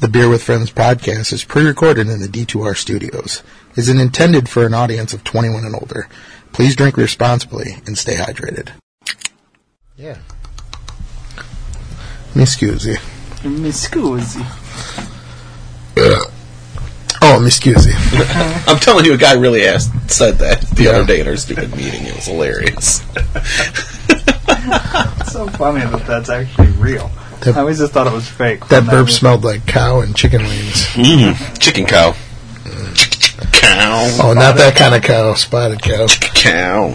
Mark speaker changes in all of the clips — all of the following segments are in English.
Speaker 1: The Beer with Friends podcast is pre-recorded in the D2R studios. Is intended for an audience of 21 and older. Please drink responsibly and stay hydrated.
Speaker 2: Yeah.
Speaker 1: Mi scusi.
Speaker 3: Mi scusi.
Speaker 1: Oh, mi scusi.
Speaker 4: I'm telling you, a guy really asked, said that the other day at our stupid meeting. It was hilarious.
Speaker 3: It's so funny that that's actually real.
Speaker 1: That-
Speaker 3: I always just thought it was fake.
Speaker 1: That
Speaker 3: when
Speaker 1: burp
Speaker 3: was-
Speaker 1: smelled like cow and chicken wings.
Speaker 5: Mm-hmm.
Speaker 4: Mm, chicken cow. Cow.
Speaker 1: Oh, not that kind of cow. Spotted cow.
Speaker 4: Cow.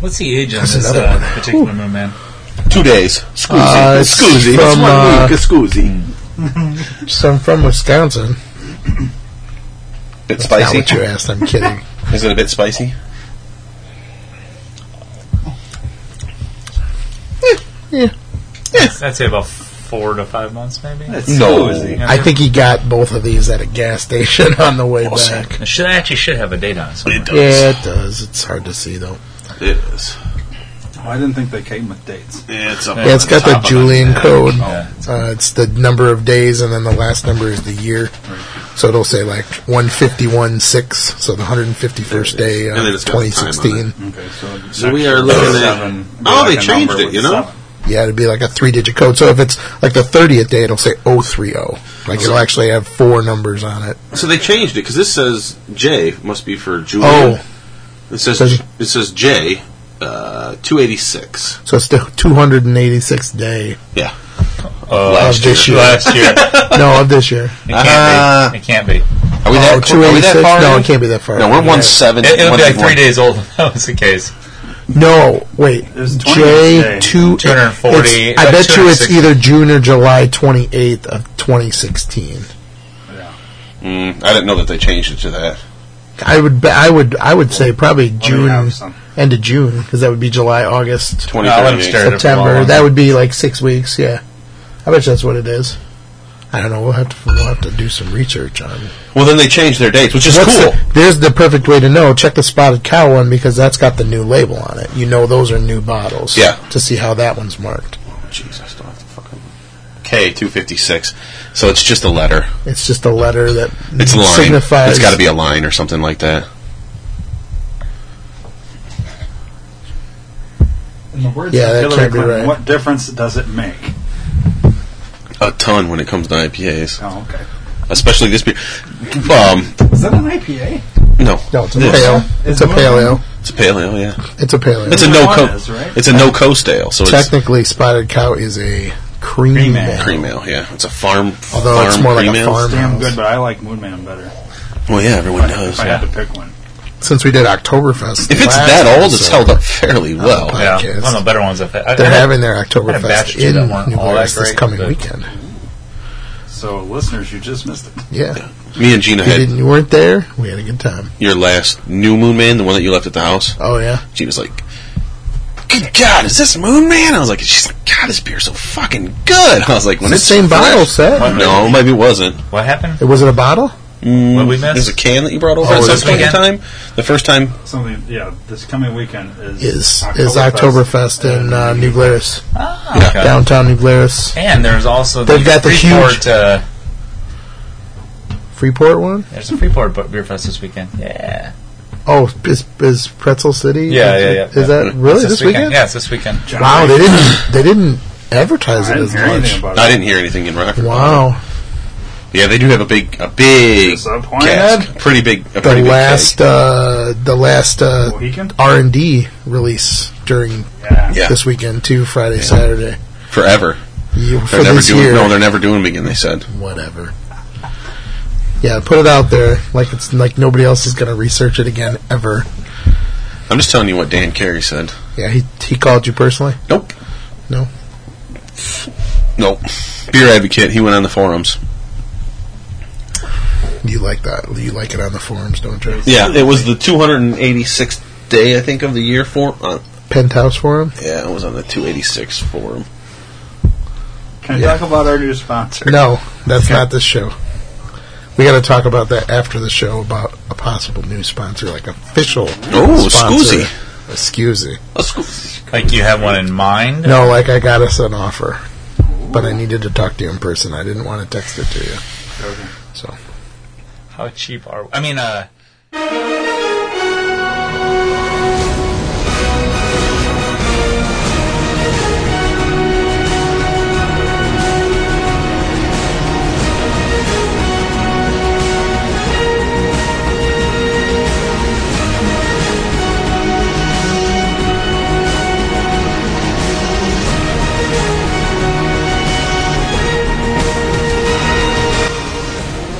Speaker 6: What's the age on
Speaker 1: That's
Speaker 6: this
Speaker 1: another
Speaker 6: uh,
Speaker 1: one.
Speaker 6: particular man?
Speaker 4: Two days. Scusi.
Speaker 1: Uh, it's
Speaker 4: scusi. That's
Speaker 1: from,
Speaker 4: one
Speaker 1: uh,
Speaker 4: week. Scusi.
Speaker 1: So I'm from Wisconsin.
Speaker 4: Bit
Speaker 1: Not
Speaker 4: spicy.
Speaker 1: what you asked. I'm kidding.
Speaker 4: Is it a bit spicy?
Speaker 6: I'd say about four to five months, maybe.
Speaker 3: It's
Speaker 4: No.
Speaker 3: scusi.
Speaker 1: I think he got both of these at a gas station on the way
Speaker 4: Awesome.
Speaker 1: back.
Speaker 6: It Should I actually should have a date on it? somewhere.
Speaker 4: It
Speaker 1: Yeah,
Speaker 4: does.
Speaker 1: it does. It's hard to see though.
Speaker 4: It is.
Speaker 3: Oh, I didn't think they came with dates. Oh,
Speaker 4: Yeah, it's, up
Speaker 1: Yeah, it's
Speaker 4: on
Speaker 1: got the
Speaker 4: top of
Speaker 1: Julian
Speaker 4: that.
Speaker 1: code.
Speaker 6: Yeah.
Speaker 1: Uh, it's the number of days, and then the last number is the year. So it'll say like one fifty one six. So the hundred and fifty first day
Speaker 5: And then
Speaker 1: of
Speaker 5: it's got the time on
Speaker 1: twenty
Speaker 5: it.
Speaker 1: sixteen.
Speaker 3: Okay, so,
Speaker 5: So we are looking at- Oh, they changed it, you know?
Speaker 1: Yeah, it'd be like a three digit code. So if it's like the thirtieth day, it'll say 030. Like it'll actually have four numbers on it.
Speaker 5: So they changed it because this says J must be for Julian.
Speaker 1: Oh,
Speaker 5: it says
Speaker 1: Does-
Speaker 5: it says J uh, two eighty six.
Speaker 1: so it's the two hundred and eighty sixth day
Speaker 5: Yeah,
Speaker 1: of this year.
Speaker 6: Last year. It
Speaker 1: no, of this year.
Speaker 6: can't
Speaker 1: Uh,
Speaker 6: be. It can't be.
Speaker 5: are we
Speaker 1: Oh, 286? No, it can't be that far.
Speaker 5: No, we're
Speaker 1: Yeah.
Speaker 5: one seven.
Speaker 6: It, it would be like
Speaker 5: 181.
Speaker 6: three days old if that was the case.
Speaker 1: No, wait.
Speaker 3: There's 20
Speaker 1: J
Speaker 3: today.
Speaker 1: two
Speaker 6: 240,
Speaker 1: it's- I
Speaker 6: uh,
Speaker 1: bet you it's
Speaker 6: 260.
Speaker 1: either June or July twenty eighth of twenty sixteen.
Speaker 5: Mm, I didn't know that they changed it to that.
Speaker 1: I would, be, I would, I would say probably June,
Speaker 3: have some.
Speaker 1: end of June, because that would be July, August,
Speaker 5: Twenty
Speaker 6: No, I
Speaker 5: thirty
Speaker 6: would've
Speaker 5: eight.
Speaker 6: stared at it for a
Speaker 1: September.
Speaker 6: while.
Speaker 1: That would be like six weeks. Yeah, I bet you that's what it is. I don't know. We'll have to we'll have to do some research on.
Speaker 5: Well, then they changed their dates, which is
Speaker 1: What's
Speaker 5: cool.
Speaker 1: the, there's the perfect way to know. Check the spotted cow one because that's got the new label on it. You know those are new bottles.
Speaker 5: Yeah.
Speaker 1: To see how that one's marked.
Speaker 5: Jeez, I still have to fucking K two fifty six. So it's just a letter.
Speaker 1: It's just a letter that
Speaker 5: It's a line.
Speaker 1: signifies.
Speaker 5: It's got to be a line or something like that.
Speaker 3: In the words
Speaker 1: Yeah,
Speaker 3: of
Speaker 1: that
Speaker 3: Hillary
Speaker 1: can't be
Speaker 3: Clinton,
Speaker 1: right.
Speaker 3: what difference does it make?
Speaker 5: A ton when it comes to IPAs,
Speaker 3: Oh, okay.
Speaker 5: especially this beer. Um,
Speaker 3: Is that an IPA?
Speaker 5: no,
Speaker 1: No, it's a
Speaker 5: This.
Speaker 1: paleo.
Speaker 3: Is
Speaker 1: It's a
Speaker 3: one-
Speaker 1: paleo.
Speaker 5: It's a paleo, yeah.
Speaker 1: It's a paleo.
Speaker 5: It's a
Speaker 3: Either
Speaker 5: no
Speaker 3: one
Speaker 5: co-
Speaker 3: is, right?
Speaker 5: It's a no coast ale, so it's
Speaker 1: Technically, spotted cow is a cream,
Speaker 3: Cream
Speaker 1: ale.
Speaker 3: ale.
Speaker 5: cream ale. Yeah, it's a farm.
Speaker 1: Although
Speaker 5: farm
Speaker 1: it's more like
Speaker 5: cream
Speaker 1: a
Speaker 5: ale.
Speaker 1: farm
Speaker 3: Damn
Speaker 1: ale.
Speaker 3: good, but I like Moonman better.
Speaker 5: Well, yeah, everyone does.
Speaker 3: If I
Speaker 5: yeah.
Speaker 3: had to pick one.
Speaker 1: Since we did Oktoberfest,
Speaker 5: If it's
Speaker 1: last
Speaker 5: that old, it's
Speaker 1: episode,
Speaker 5: held up fairly well.
Speaker 1: Oh,
Speaker 6: Yeah,
Speaker 1: Podcast.
Speaker 6: one of the better ones I've had. I-
Speaker 1: They're
Speaker 6: I-
Speaker 1: having their
Speaker 6: I had a batch
Speaker 1: Oktoberfest
Speaker 6: or two
Speaker 1: in
Speaker 6: that weren't
Speaker 1: New
Speaker 6: all that
Speaker 1: Orleans this
Speaker 6: great,
Speaker 1: coming
Speaker 6: but-
Speaker 1: weekend.
Speaker 3: So, listeners, you just missed it.
Speaker 1: Yeah,
Speaker 5: Me and Gina
Speaker 1: you
Speaker 5: had
Speaker 1: didn't. You weren't there. We had a good time.
Speaker 5: your last new Moon Man, the one that you left at the house.
Speaker 1: Oh yeah.
Speaker 5: She was like, "Good God, is this Moon Man?" I was like, "She's like, God, this beer's so fucking good." I was like, "When
Speaker 1: It's
Speaker 5: it's
Speaker 1: the same
Speaker 5: fresh-
Speaker 1: bottle set.
Speaker 5: No, maybe it wasn't.
Speaker 6: What happened?
Speaker 1: It was it a bottle?
Speaker 5: Mm,
Speaker 6: What we missed?
Speaker 5: There's a can that you brought over
Speaker 1: Oh,
Speaker 5: at
Speaker 1: this
Speaker 5: some point in time.
Speaker 6: weekend?
Speaker 5: The first time,
Speaker 3: Something, yeah, this coming weekend is
Speaker 1: Is is Oktoberfest in uh, New Glarus,
Speaker 6: Oh, okay.
Speaker 1: downtown New Glarus,
Speaker 6: And there's also
Speaker 1: They've
Speaker 6: the
Speaker 1: got the
Speaker 6: Freeport.
Speaker 1: huge-
Speaker 6: Uh,
Speaker 1: Freeport one?
Speaker 6: there's a Freeport Bu- Beer Fest this weekend. Yeah.
Speaker 1: Oh, is, is Pretzel City?
Speaker 6: Yeah,
Speaker 1: is
Speaker 6: yeah,
Speaker 1: it-
Speaker 6: yeah,
Speaker 1: Is
Speaker 6: yeah.
Speaker 1: that really
Speaker 6: It's
Speaker 1: this weekend?
Speaker 6: Yeah, it's this weekend.
Speaker 1: Wow, they didn't they didn't advertise
Speaker 3: I
Speaker 1: it
Speaker 3: didn't
Speaker 1: as
Speaker 3: hear anything
Speaker 1: much.
Speaker 3: about
Speaker 5: I
Speaker 3: it.
Speaker 5: didn't hear anything in Rockford.
Speaker 1: Wow,
Speaker 5: Yeah, they do have a big, a big
Speaker 3: Disappointed.
Speaker 5: cask, pretty big, a
Speaker 1: the
Speaker 5: pretty
Speaker 1: last uh, the last uh,
Speaker 3: Mohican?
Speaker 1: R and D release during
Speaker 3: Yeah.
Speaker 5: Yeah.
Speaker 1: this weekend too, Friday, Saturday.
Speaker 5: big cake. forever.
Speaker 1: You,
Speaker 5: They're
Speaker 1: for
Speaker 5: never
Speaker 1: this
Speaker 5: doing.
Speaker 1: year,
Speaker 5: No, they're never doing them again. They said.
Speaker 1: whatever. Yeah, put it out there like it's like nobody else is gonna research it again ever.
Speaker 5: I'm just telling you what Dan Carey said.
Speaker 1: Yeah, he he called you personally.
Speaker 5: Nope.
Speaker 1: No.
Speaker 5: Nope. Beer advocate. He went on the forums.
Speaker 1: You like that? You like it on the forums, don't you?
Speaker 5: Yeah, it was the 286th day, I think, of the year for. Uh,
Speaker 1: Penthouse forum.
Speaker 5: yeah, it was on the 286 forum.
Speaker 3: Can I
Speaker 1: Yeah.
Speaker 3: talk about our new sponsor?
Speaker 1: No, that's not this show. We got to talk about that after the show about a possible new sponsor, like official.
Speaker 5: Oh,
Speaker 1: sponsor.
Speaker 5: scusi.
Speaker 1: Scusi.
Speaker 5: Let's go.
Speaker 6: Like you have one in mind?
Speaker 1: No, like I got us an offer. but I needed to talk to you in person. I didn't want to text it to you.
Speaker 3: Okay.
Speaker 1: So
Speaker 6: How cheap are we? I mean, uh,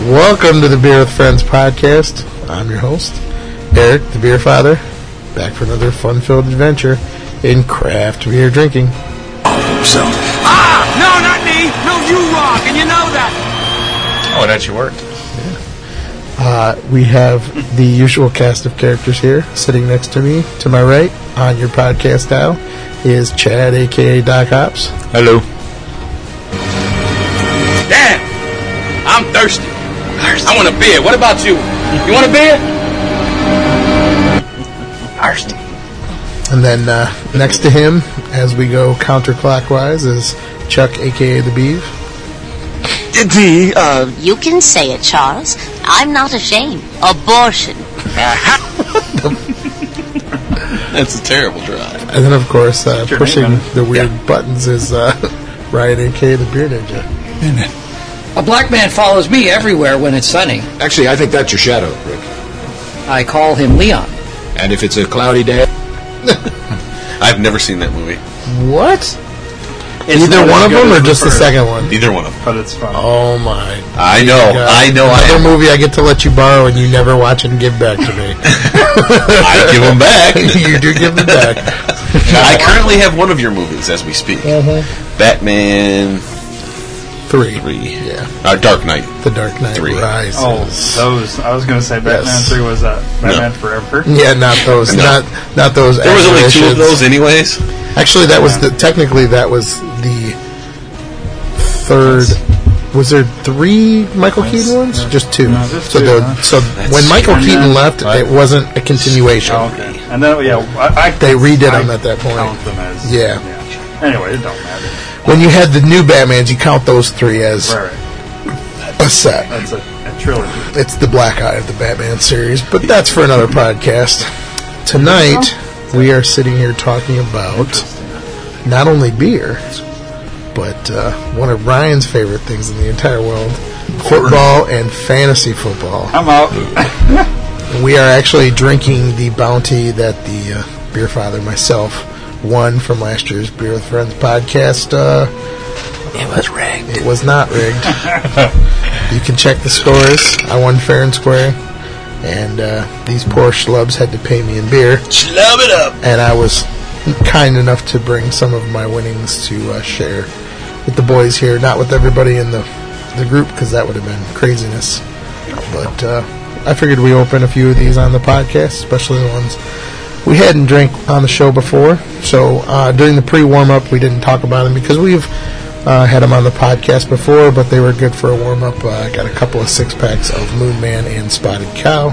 Speaker 1: welcome to the Beer with Friends podcast. I'm your host, Eric, the Beer Father, back for another fun-filled adventure in craft beer drinking.
Speaker 7: Ah! No, not me! No, you rock, and you know that!
Speaker 6: oh, it actually worked.
Speaker 1: Uh, we have the usual cast of characters here. Sitting next to me, to my right, on your podcast dial, is Chad, aka Doc Ops.
Speaker 4: Hello.
Speaker 5: Damn! I'm thirsty. I want a beer. What about you? You want a beer?
Speaker 6: Thirsty.
Speaker 1: And then uh, next to him, as we go counterclockwise, is Chuck, aka The Beeve.
Speaker 5: The, uh,
Speaker 8: You can say it, Charles. I'm not ashamed. Abortion.
Speaker 5: that's a terrible drive.
Speaker 1: And then, of course, uh,
Speaker 3: your
Speaker 1: pushing
Speaker 3: name
Speaker 1: the weird buttons is uh, Ryan, aka The Beer Ninja.
Speaker 9: A black man follows me everywhere when it's sunny.
Speaker 10: Actually, I think that's your shadow, Rick.
Speaker 9: I call him Leon.
Speaker 10: And if it's a cloudy day,
Speaker 5: I've never seen that movie.
Speaker 1: What? Either one of them or just the second one?
Speaker 5: Neither one of them.
Speaker 3: But it's fun.
Speaker 1: Oh my
Speaker 5: I know.
Speaker 1: god.
Speaker 5: I know. I
Speaker 1: Another
Speaker 5: am.
Speaker 1: movie I get to let you borrow and you never watch and give back to me.
Speaker 5: I give them back.
Speaker 1: you do give them back.
Speaker 5: I currently have one of your movies as we speak. Batman
Speaker 1: Three.
Speaker 5: Three.
Speaker 1: Yeah.
Speaker 5: Uh, Dark Knight.
Speaker 1: The Dark Knight
Speaker 5: Three.
Speaker 1: Rises.
Speaker 3: Oh, those! I was going to say Batman
Speaker 1: Yes.
Speaker 3: Three was that Batman Forever.
Speaker 1: yeah, not those.
Speaker 5: No.
Speaker 1: Not not those.
Speaker 5: There was only two
Speaker 1: aberrations.
Speaker 5: of those, anyways.
Speaker 1: Actually, that was the technically that was the third. Was there three Michael Keaton ones? Just two.
Speaker 3: No, just
Speaker 1: so
Speaker 3: two,
Speaker 1: the,
Speaker 3: huh?
Speaker 1: so when Michael
Speaker 3: And
Speaker 1: Keaton
Speaker 3: then-
Speaker 1: left, it wasn't a continuation.
Speaker 3: Oh, okay. And then yeah, I, I
Speaker 1: They redid
Speaker 3: I
Speaker 1: them at that point.
Speaker 3: Count them as
Speaker 1: Yeah.
Speaker 3: Anyway, it don't matter.
Speaker 1: When you had the new Batman's, you count those three as
Speaker 3: Right, right.
Speaker 1: a set.
Speaker 3: That's a, a trilogy.
Speaker 1: It's the Black Eye of the Batman series, but that's for another podcast. Tonight we are sitting here talking about not only beer, but uh, one of Ryan's favorite things in the entire world: football and fantasy football.
Speaker 3: I'm out.
Speaker 1: We are actually drinking the bounty that the uh, beer father myself won from last year's Beer with Friends podcast. Uh, it was rigged. It was not rigged. you can check the scores. I won fair and square, and uh, these poor schlubs had to pay me in beer. Schlub it up. And I was kind enough to bring some of my winnings to uh, share with the boys here, not with everybody in the the group because that would have been craziness. But uh, I figured we open a few of these on the podcast, especially the ones we hadn't drank on the show before. So uh, during the pre warm up, we didn't talk about them because we've uh, had them on the podcast before, but they were good for a warm up. Uh, I got a couple of six packs of Moon Man and Spotted Cow.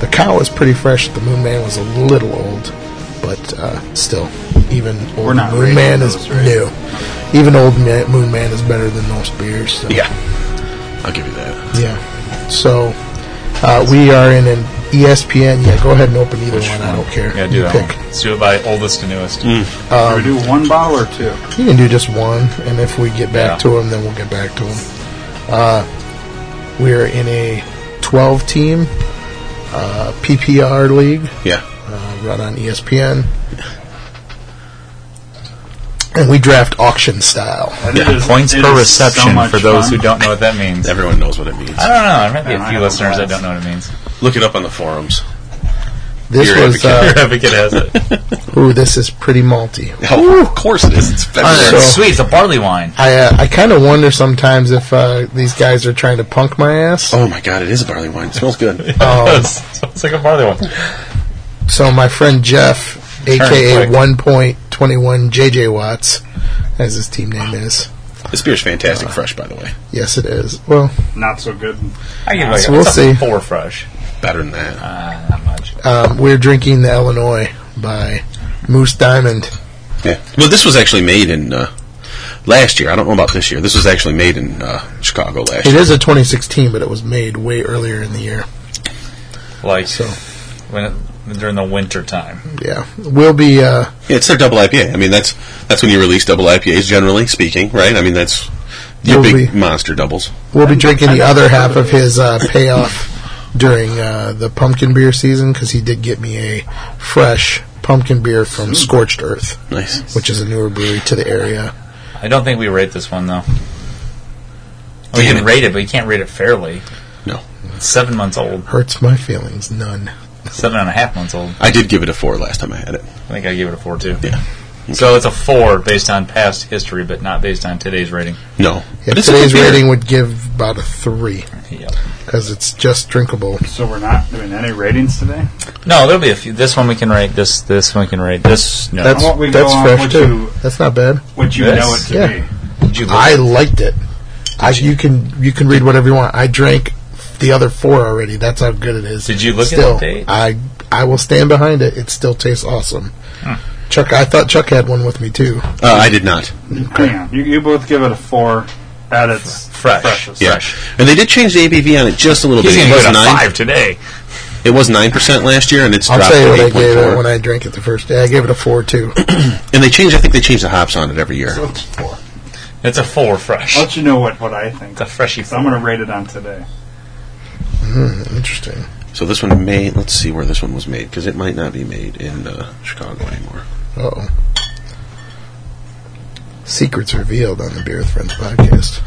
Speaker 1: The cow was pretty fresh. The Moon Man was a little old, but uh, still, even old
Speaker 3: not
Speaker 1: Moon
Speaker 3: rating
Speaker 1: Man is
Speaker 3: those, right?
Speaker 1: new. Even old Ma- Moon Man is better than most beers. So.
Speaker 5: Yeah, I'll give you that.
Speaker 1: Yeah. So uh, we are in an E ESPN. Yeah, go ahead and open either one. I don't care.
Speaker 6: Yeah, do
Speaker 1: you
Speaker 6: that
Speaker 1: pick.
Speaker 6: one. Let's do it by oldest to newest.
Speaker 3: Mm.
Speaker 1: Um,
Speaker 3: Should we do one bottle or two?
Speaker 1: You can do just one, and if we get back
Speaker 6: Yeah.
Speaker 1: to him, then we'll get back to him. Uh, we're in a 12 team uh, PPR league
Speaker 5: Yeah.
Speaker 1: uh, run on ESPN. And we draft auction style.
Speaker 3: And it is-
Speaker 6: Points
Speaker 3: it
Speaker 6: per
Speaker 3: is
Speaker 6: reception
Speaker 3: so much
Speaker 6: for those
Speaker 3: fun.
Speaker 6: who don't know what that means. I
Speaker 5: Everyone knows what it means.
Speaker 6: don't know. There might be
Speaker 3: Yeah,
Speaker 6: a
Speaker 3: I
Speaker 6: few
Speaker 3: have
Speaker 6: listeners that
Speaker 3: no
Speaker 6: don't know what it means.
Speaker 5: Look it up on the forums.
Speaker 1: This
Speaker 5: Beer
Speaker 1: was, uh,
Speaker 6: Advocate has it.
Speaker 1: ooh, this is pretty malty.
Speaker 5: Oh, of course it is. It's February.
Speaker 1: So-
Speaker 6: Sweet, it's a barley wine.
Speaker 1: I uh, I kind of wonder sometimes if uh, these guys are trying to punk my ass.
Speaker 5: Oh my god, it is a barley wine. It smells good.
Speaker 6: it's, it's like a barley wine.
Speaker 1: So my friend Jeff, aka
Speaker 6: quick.
Speaker 1: 1.21 JJ Watts, as his team name is.
Speaker 5: This beer's fantastic fresh, by the way.
Speaker 1: Yes, it is. Well,
Speaker 3: Not so good.
Speaker 6: I give it like
Speaker 1: So
Speaker 6: a,
Speaker 1: we'll
Speaker 6: it's
Speaker 1: see.
Speaker 6: a four fresh.
Speaker 5: Better than that.
Speaker 6: Uh, not much.
Speaker 1: um, we're drinking the Illinois by Moose Diamond.
Speaker 5: Yeah. Well, this was actually made in uh, last year. I don't know about this year. This was actually made in uh, Chicago last
Speaker 1: It
Speaker 5: year.
Speaker 1: is a 2016, but it was made way earlier in the year.
Speaker 6: Like
Speaker 1: So.
Speaker 6: when it, during the winter time.
Speaker 1: Yeah, we'll be. Uh,
Speaker 5: Yeah, it's their double IPA. I mean, that's that's when you release double IPAs, generally speaking, right? I mean, that's your
Speaker 1: Will
Speaker 5: big
Speaker 1: be.
Speaker 5: monster doubles.
Speaker 1: we'll be drinking the other half of his uh, payoff during uh, the pumpkin beer season because he did get me a fresh pumpkin beer from Scorched Earth,
Speaker 5: Nice.
Speaker 1: which is a newer brewery to the area.
Speaker 6: I don't think we rate this one though. We
Speaker 5: Damn
Speaker 6: can
Speaker 5: it.
Speaker 6: rate it, but you can't rate it fairly.
Speaker 5: No.
Speaker 6: It's seven months old,
Speaker 1: Hurts my feelings none.
Speaker 6: seven and a half months old.
Speaker 5: I did give it a four last time I had it.
Speaker 6: I think I gave it a four too.
Speaker 5: Yeah.
Speaker 6: So it's a four based on past history, but not based on today's rating.
Speaker 5: No.
Speaker 1: Yeah,
Speaker 5: but it's a
Speaker 1: today's
Speaker 5: good beer.
Speaker 1: rating would give about a three
Speaker 6: Yep.
Speaker 1: because it's just drinkable.
Speaker 3: So we're not doing any ratings today.
Speaker 6: No, there'll be a few. This one we can rate. This this one we can rate. This no.
Speaker 1: That's
Speaker 3: won't we go
Speaker 1: that's
Speaker 3: on
Speaker 1: fresh
Speaker 3: with
Speaker 1: too.
Speaker 3: you-
Speaker 1: That's not bad.
Speaker 3: What you
Speaker 6: Yes.
Speaker 3: know it to
Speaker 1: Yeah.
Speaker 3: be.
Speaker 6: Did you
Speaker 1: I liked it. I, you can you can read whatever you want. I drank the other four already. That's how good it is.
Speaker 6: Did you look at
Speaker 1: still,
Speaker 6: the date?
Speaker 1: I I will stand behind it. It still tastes awesome. Chuck, I thought Chuck had one with me too.
Speaker 5: Uh, I did not.
Speaker 3: Hang on. You, you both give it a four at its
Speaker 6: Fresh.
Speaker 3: freshest.
Speaker 5: Yeah. And they did change the ABV on it just a little
Speaker 6: He's
Speaker 5: bit.
Speaker 6: gonna
Speaker 5: It
Speaker 6: give
Speaker 5: was
Speaker 6: it a
Speaker 5: nine.
Speaker 6: five today.
Speaker 5: It was nine percent last year, and it's
Speaker 1: I'll
Speaker 5: dropped
Speaker 1: tell you what
Speaker 5: to
Speaker 1: I
Speaker 5: eight point
Speaker 1: gave it
Speaker 5: four.
Speaker 1: when I drank it the first day. I gave it a four too.
Speaker 5: And they changed. I think they changed the hops on it every year.
Speaker 3: So it's four.
Speaker 6: It's a four fresh.
Speaker 3: I'll let you know what, what I think.
Speaker 6: It's a freshy
Speaker 3: So I'm going to rate it on today.
Speaker 1: Mm, Interesting.
Speaker 5: So this one made. Let's see where this one was made because it might not be made in uh, Chicago anymore.
Speaker 1: Oh, secrets revealed on the Beer with Friends podcast.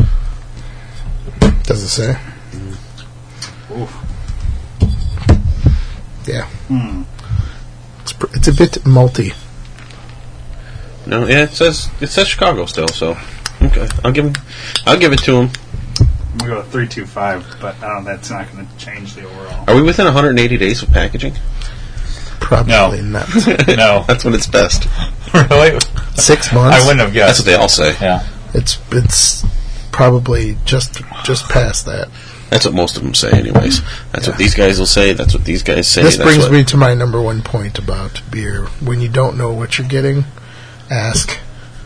Speaker 1: Does it say?
Speaker 3: Oof.
Speaker 1: Yeah. It's, pr- it's a bit malty.
Speaker 5: No, yeah, it says it says Chicago still. So okay, I'll give 'em- I'll give it to them.
Speaker 3: I'm going to go with 325, but I don't that's not going to change the overall.
Speaker 5: Are we within 180 days of packaging?
Speaker 1: Probably not.
Speaker 6: no,
Speaker 5: That's when it's best.
Speaker 6: really,
Speaker 1: Six months.
Speaker 6: I wouldn't have
Speaker 5: That's
Speaker 6: guessed.
Speaker 5: what they all say.
Speaker 6: yeah,
Speaker 1: It's it's probably just just past that.
Speaker 5: That's what most of them say, anyways. That's what these guys will say. That's what these guys say.
Speaker 1: this
Speaker 5: that's
Speaker 1: brings
Speaker 5: what-
Speaker 1: me to my number one point about beer. When you don't know what you're getting, ask.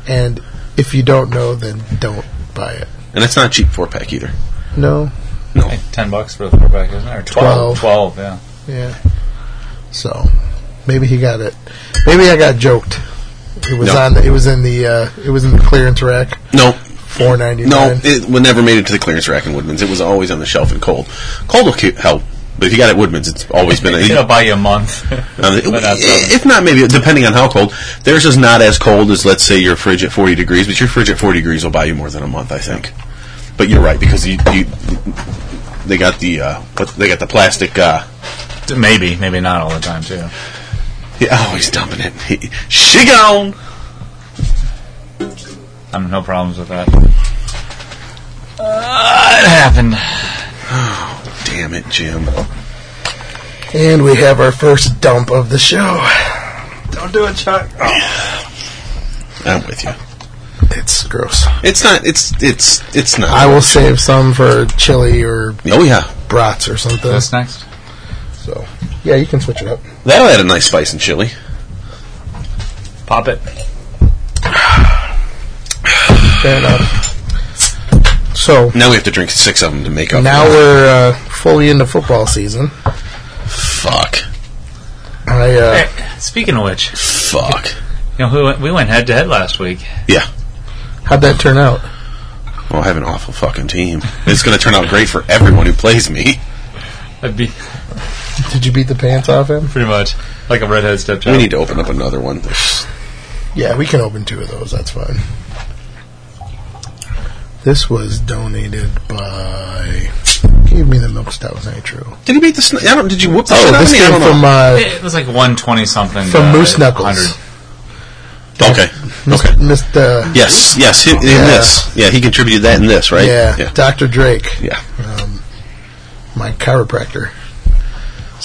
Speaker 1: And if you don't know, then don't buy it.
Speaker 5: and it's not a cheap four pack either.
Speaker 1: No.
Speaker 6: Like ten bucks for the four pack, isn't it? Or 12,
Speaker 1: Twelve.
Speaker 6: 12, yeah.
Speaker 1: Yeah. So maybe he got it. Maybe I got joked. It was
Speaker 5: No.
Speaker 1: on. It was in the. Uh, it was in the clearance rack.
Speaker 5: No,
Speaker 1: Four ninety
Speaker 5: no,
Speaker 1: nine.
Speaker 5: it wa- never made it to the clearance rack in Woodman's. It was always on the shelf in cold. Cold will keep, help, but if you got it at Woodman's, it's always been. a-
Speaker 6: It'll buy you a month.
Speaker 5: Um, it-
Speaker 6: But that's, um,
Speaker 5: if not, maybe depending on how cold. Theirs is not as cold as let's say your fridge at 40 degrees, but your fridge at 40 degrees will buy you more than a month, I think. But you're right because you, you they got the uh, what, they got the plastic. Uh,
Speaker 6: maybe, maybe not all the time too.
Speaker 5: yeah, oh, he's dumping it. He, she gone.
Speaker 6: I'm no problems with that. Uh, it happened.
Speaker 5: Damn it, Jim.
Speaker 1: And we have our first dump of the show.
Speaker 3: Don't do it, Chuck.
Speaker 5: I'm with you.
Speaker 1: It's gross.
Speaker 5: It's not. It's it's it's not.
Speaker 1: I will save some for chili or
Speaker 5: oh yeah,
Speaker 1: brats or something.
Speaker 6: What's next?
Speaker 1: So yeah, you can switch it up.
Speaker 5: that'll add a nice spice and chili.
Speaker 6: Pop it.
Speaker 1: Fair enough. So
Speaker 5: Now we have to drink six of them to make up.
Speaker 1: now we're uh, fully into football season.
Speaker 5: fuck,
Speaker 1: I uh,
Speaker 6: Hey, speaking of which,
Speaker 5: fuck.
Speaker 6: you know, we went, we went head to head last week.
Speaker 5: Yeah.
Speaker 1: how'd that turn out?
Speaker 5: Well, I have an awful fucking team. It's going to turn out great for everyone who plays me.
Speaker 6: I beat
Speaker 1: Did you beat the pants off him?
Speaker 6: pretty much like a redhead stepchild.
Speaker 5: We need to open up another one. There's-
Speaker 1: Yeah, we can open two of those. That's fine. This was donated by. Give me the milk stout nitro.
Speaker 5: Did he beat the? Sn- I don't. Did you whoop the shit
Speaker 1: Oh,
Speaker 5: out of
Speaker 1: this
Speaker 5: me? I
Speaker 1: came
Speaker 5: don't know.
Speaker 1: from uh,
Speaker 6: It was like one twenty something
Speaker 1: from
Speaker 6: uh,
Speaker 1: Moose Knuckles.
Speaker 6: 100.
Speaker 5: okay.
Speaker 1: Mis-
Speaker 5: Okay.
Speaker 1: Mr.
Speaker 5: Yes. Yes. hi- In
Speaker 1: Yeah.
Speaker 5: this. Yeah. He contributed that in this. Right.
Speaker 1: Yeah,
Speaker 5: Yeah.
Speaker 1: Dr. Drake,
Speaker 5: Yeah.
Speaker 1: my chiropractor.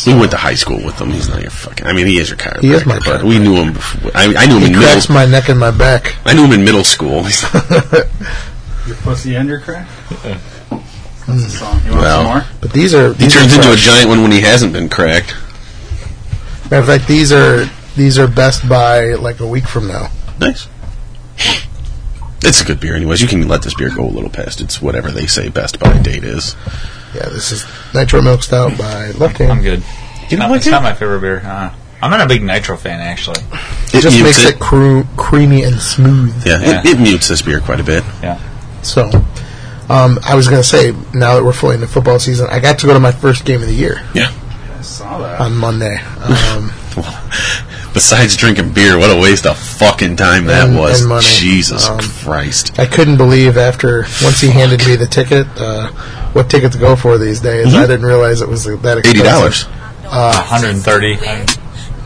Speaker 5: We went to high school with him. He's not your fucking. I mean, he is your chiropractor.
Speaker 1: He is my
Speaker 5: But we knew him. Before, I, I knew him
Speaker 1: He
Speaker 5: in
Speaker 1: cracks
Speaker 5: middle.
Speaker 1: my neck and my back.
Speaker 5: I knew him in middle school. He's not-
Speaker 3: Your pussy and your crack? That's a song. You want
Speaker 5: Well.
Speaker 3: some more?
Speaker 1: But these are
Speaker 5: he
Speaker 1: these
Speaker 5: turns
Speaker 1: are
Speaker 5: into a
Speaker 1: fresh.
Speaker 5: giant one when he hasn't been cracked.
Speaker 1: Matter of fact, these are these are best by like a week from now.
Speaker 5: Nice. It's a good beer, anyways. You can let this beer go a little past its whatever they say best by date is.
Speaker 1: Yeah, this is Nitro Milk Stout by Left Hand.
Speaker 6: I'm good.
Speaker 5: You
Speaker 6: Not-
Speaker 5: don't like
Speaker 6: it's
Speaker 5: it?
Speaker 6: not my favorite beer. Uh, I'm not a big nitro fan, actually.
Speaker 1: It just
Speaker 5: mutes
Speaker 1: makes it, cru- creamy and smooth.
Speaker 5: Yeah, It,
Speaker 6: Yeah.
Speaker 5: it mutes this beer quite a bit.
Speaker 6: Yeah.
Speaker 1: So, um, I was going to say, now that we're fully into football season, I got to go to my first game of the year
Speaker 5: Yeah.
Speaker 3: I saw that.
Speaker 1: on Monday. Um,
Speaker 5: Besides drinking beer, what a waste of fucking time that
Speaker 1: And-
Speaker 5: was.
Speaker 1: and money.
Speaker 5: Jesus
Speaker 1: Um,
Speaker 5: Christ.
Speaker 1: I couldn't believe after once he handed me the ticket, uh, what ticket to go for these days. I didn't realize it was that expensive.
Speaker 5: Mm-hmm. Eighty dollars. Ah.
Speaker 6: 130.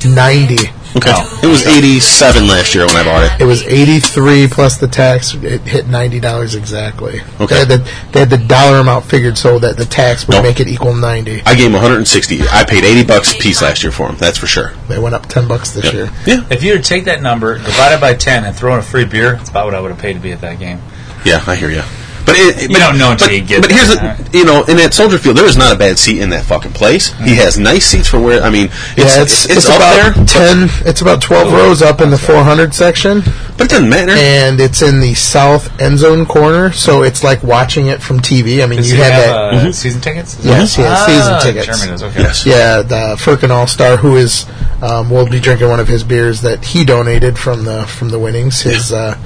Speaker 1: Ninety.
Speaker 5: Okay. Oh. It was eighty seven last year when I bought it.
Speaker 1: It was eighty three plus the tax. It hit ninety dollars exactly.
Speaker 5: Okay.
Speaker 1: They had, the, they had the dollar amount figured so that the tax would
Speaker 5: Nope.
Speaker 1: make it equal ninety.
Speaker 5: I gave him 160. I paid 80 bucks a piece last year for them. That's for sure.
Speaker 1: They went up ten bucks this
Speaker 5: Yep.
Speaker 1: year.
Speaker 5: Yeah,
Speaker 6: If you were to take that number, divide it by 10, and throw in a free beer, that's about what I would have paid to be at that game.
Speaker 5: yeah, I hear you. But it,
Speaker 6: You
Speaker 5: but-
Speaker 6: don't know until
Speaker 5: but,
Speaker 6: you get
Speaker 5: But
Speaker 6: there,
Speaker 5: here's
Speaker 6: right?
Speaker 5: the, you know, in that Soldier Field, there is not a bad seat in that fucking place.
Speaker 6: Mm-hmm.
Speaker 5: He has nice seats for where. I mean, it's
Speaker 1: yeah,
Speaker 5: it's, it's, up
Speaker 1: about
Speaker 5: there,
Speaker 1: ten. It's about twelve rows up in the four hundred section,
Speaker 5: but it doesn't matter.
Speaker 1: and it's in the south end zone corner. So it's like watching it from TV. I mean,
Speaker 6: Does
Speaker 1: you
Speaker 6: he
Speaker 1: have,
Speaker 6: have,
Speaker 1: that. Mm-hmm.
Speaker 6: uh, season tickets? Is
Speaker 1: Yes,
Speaker 6: that-
Speaker 1: he has season
Speaker 6: Ah,
Speaker 1: tickets.
Speaker 6: German does, okay.
Speaker 5: yes.
Speaker 1: Yeah, the Firkin All Star, who is um, will be drinking one of his beers that he donated from the from the winnings. His uh,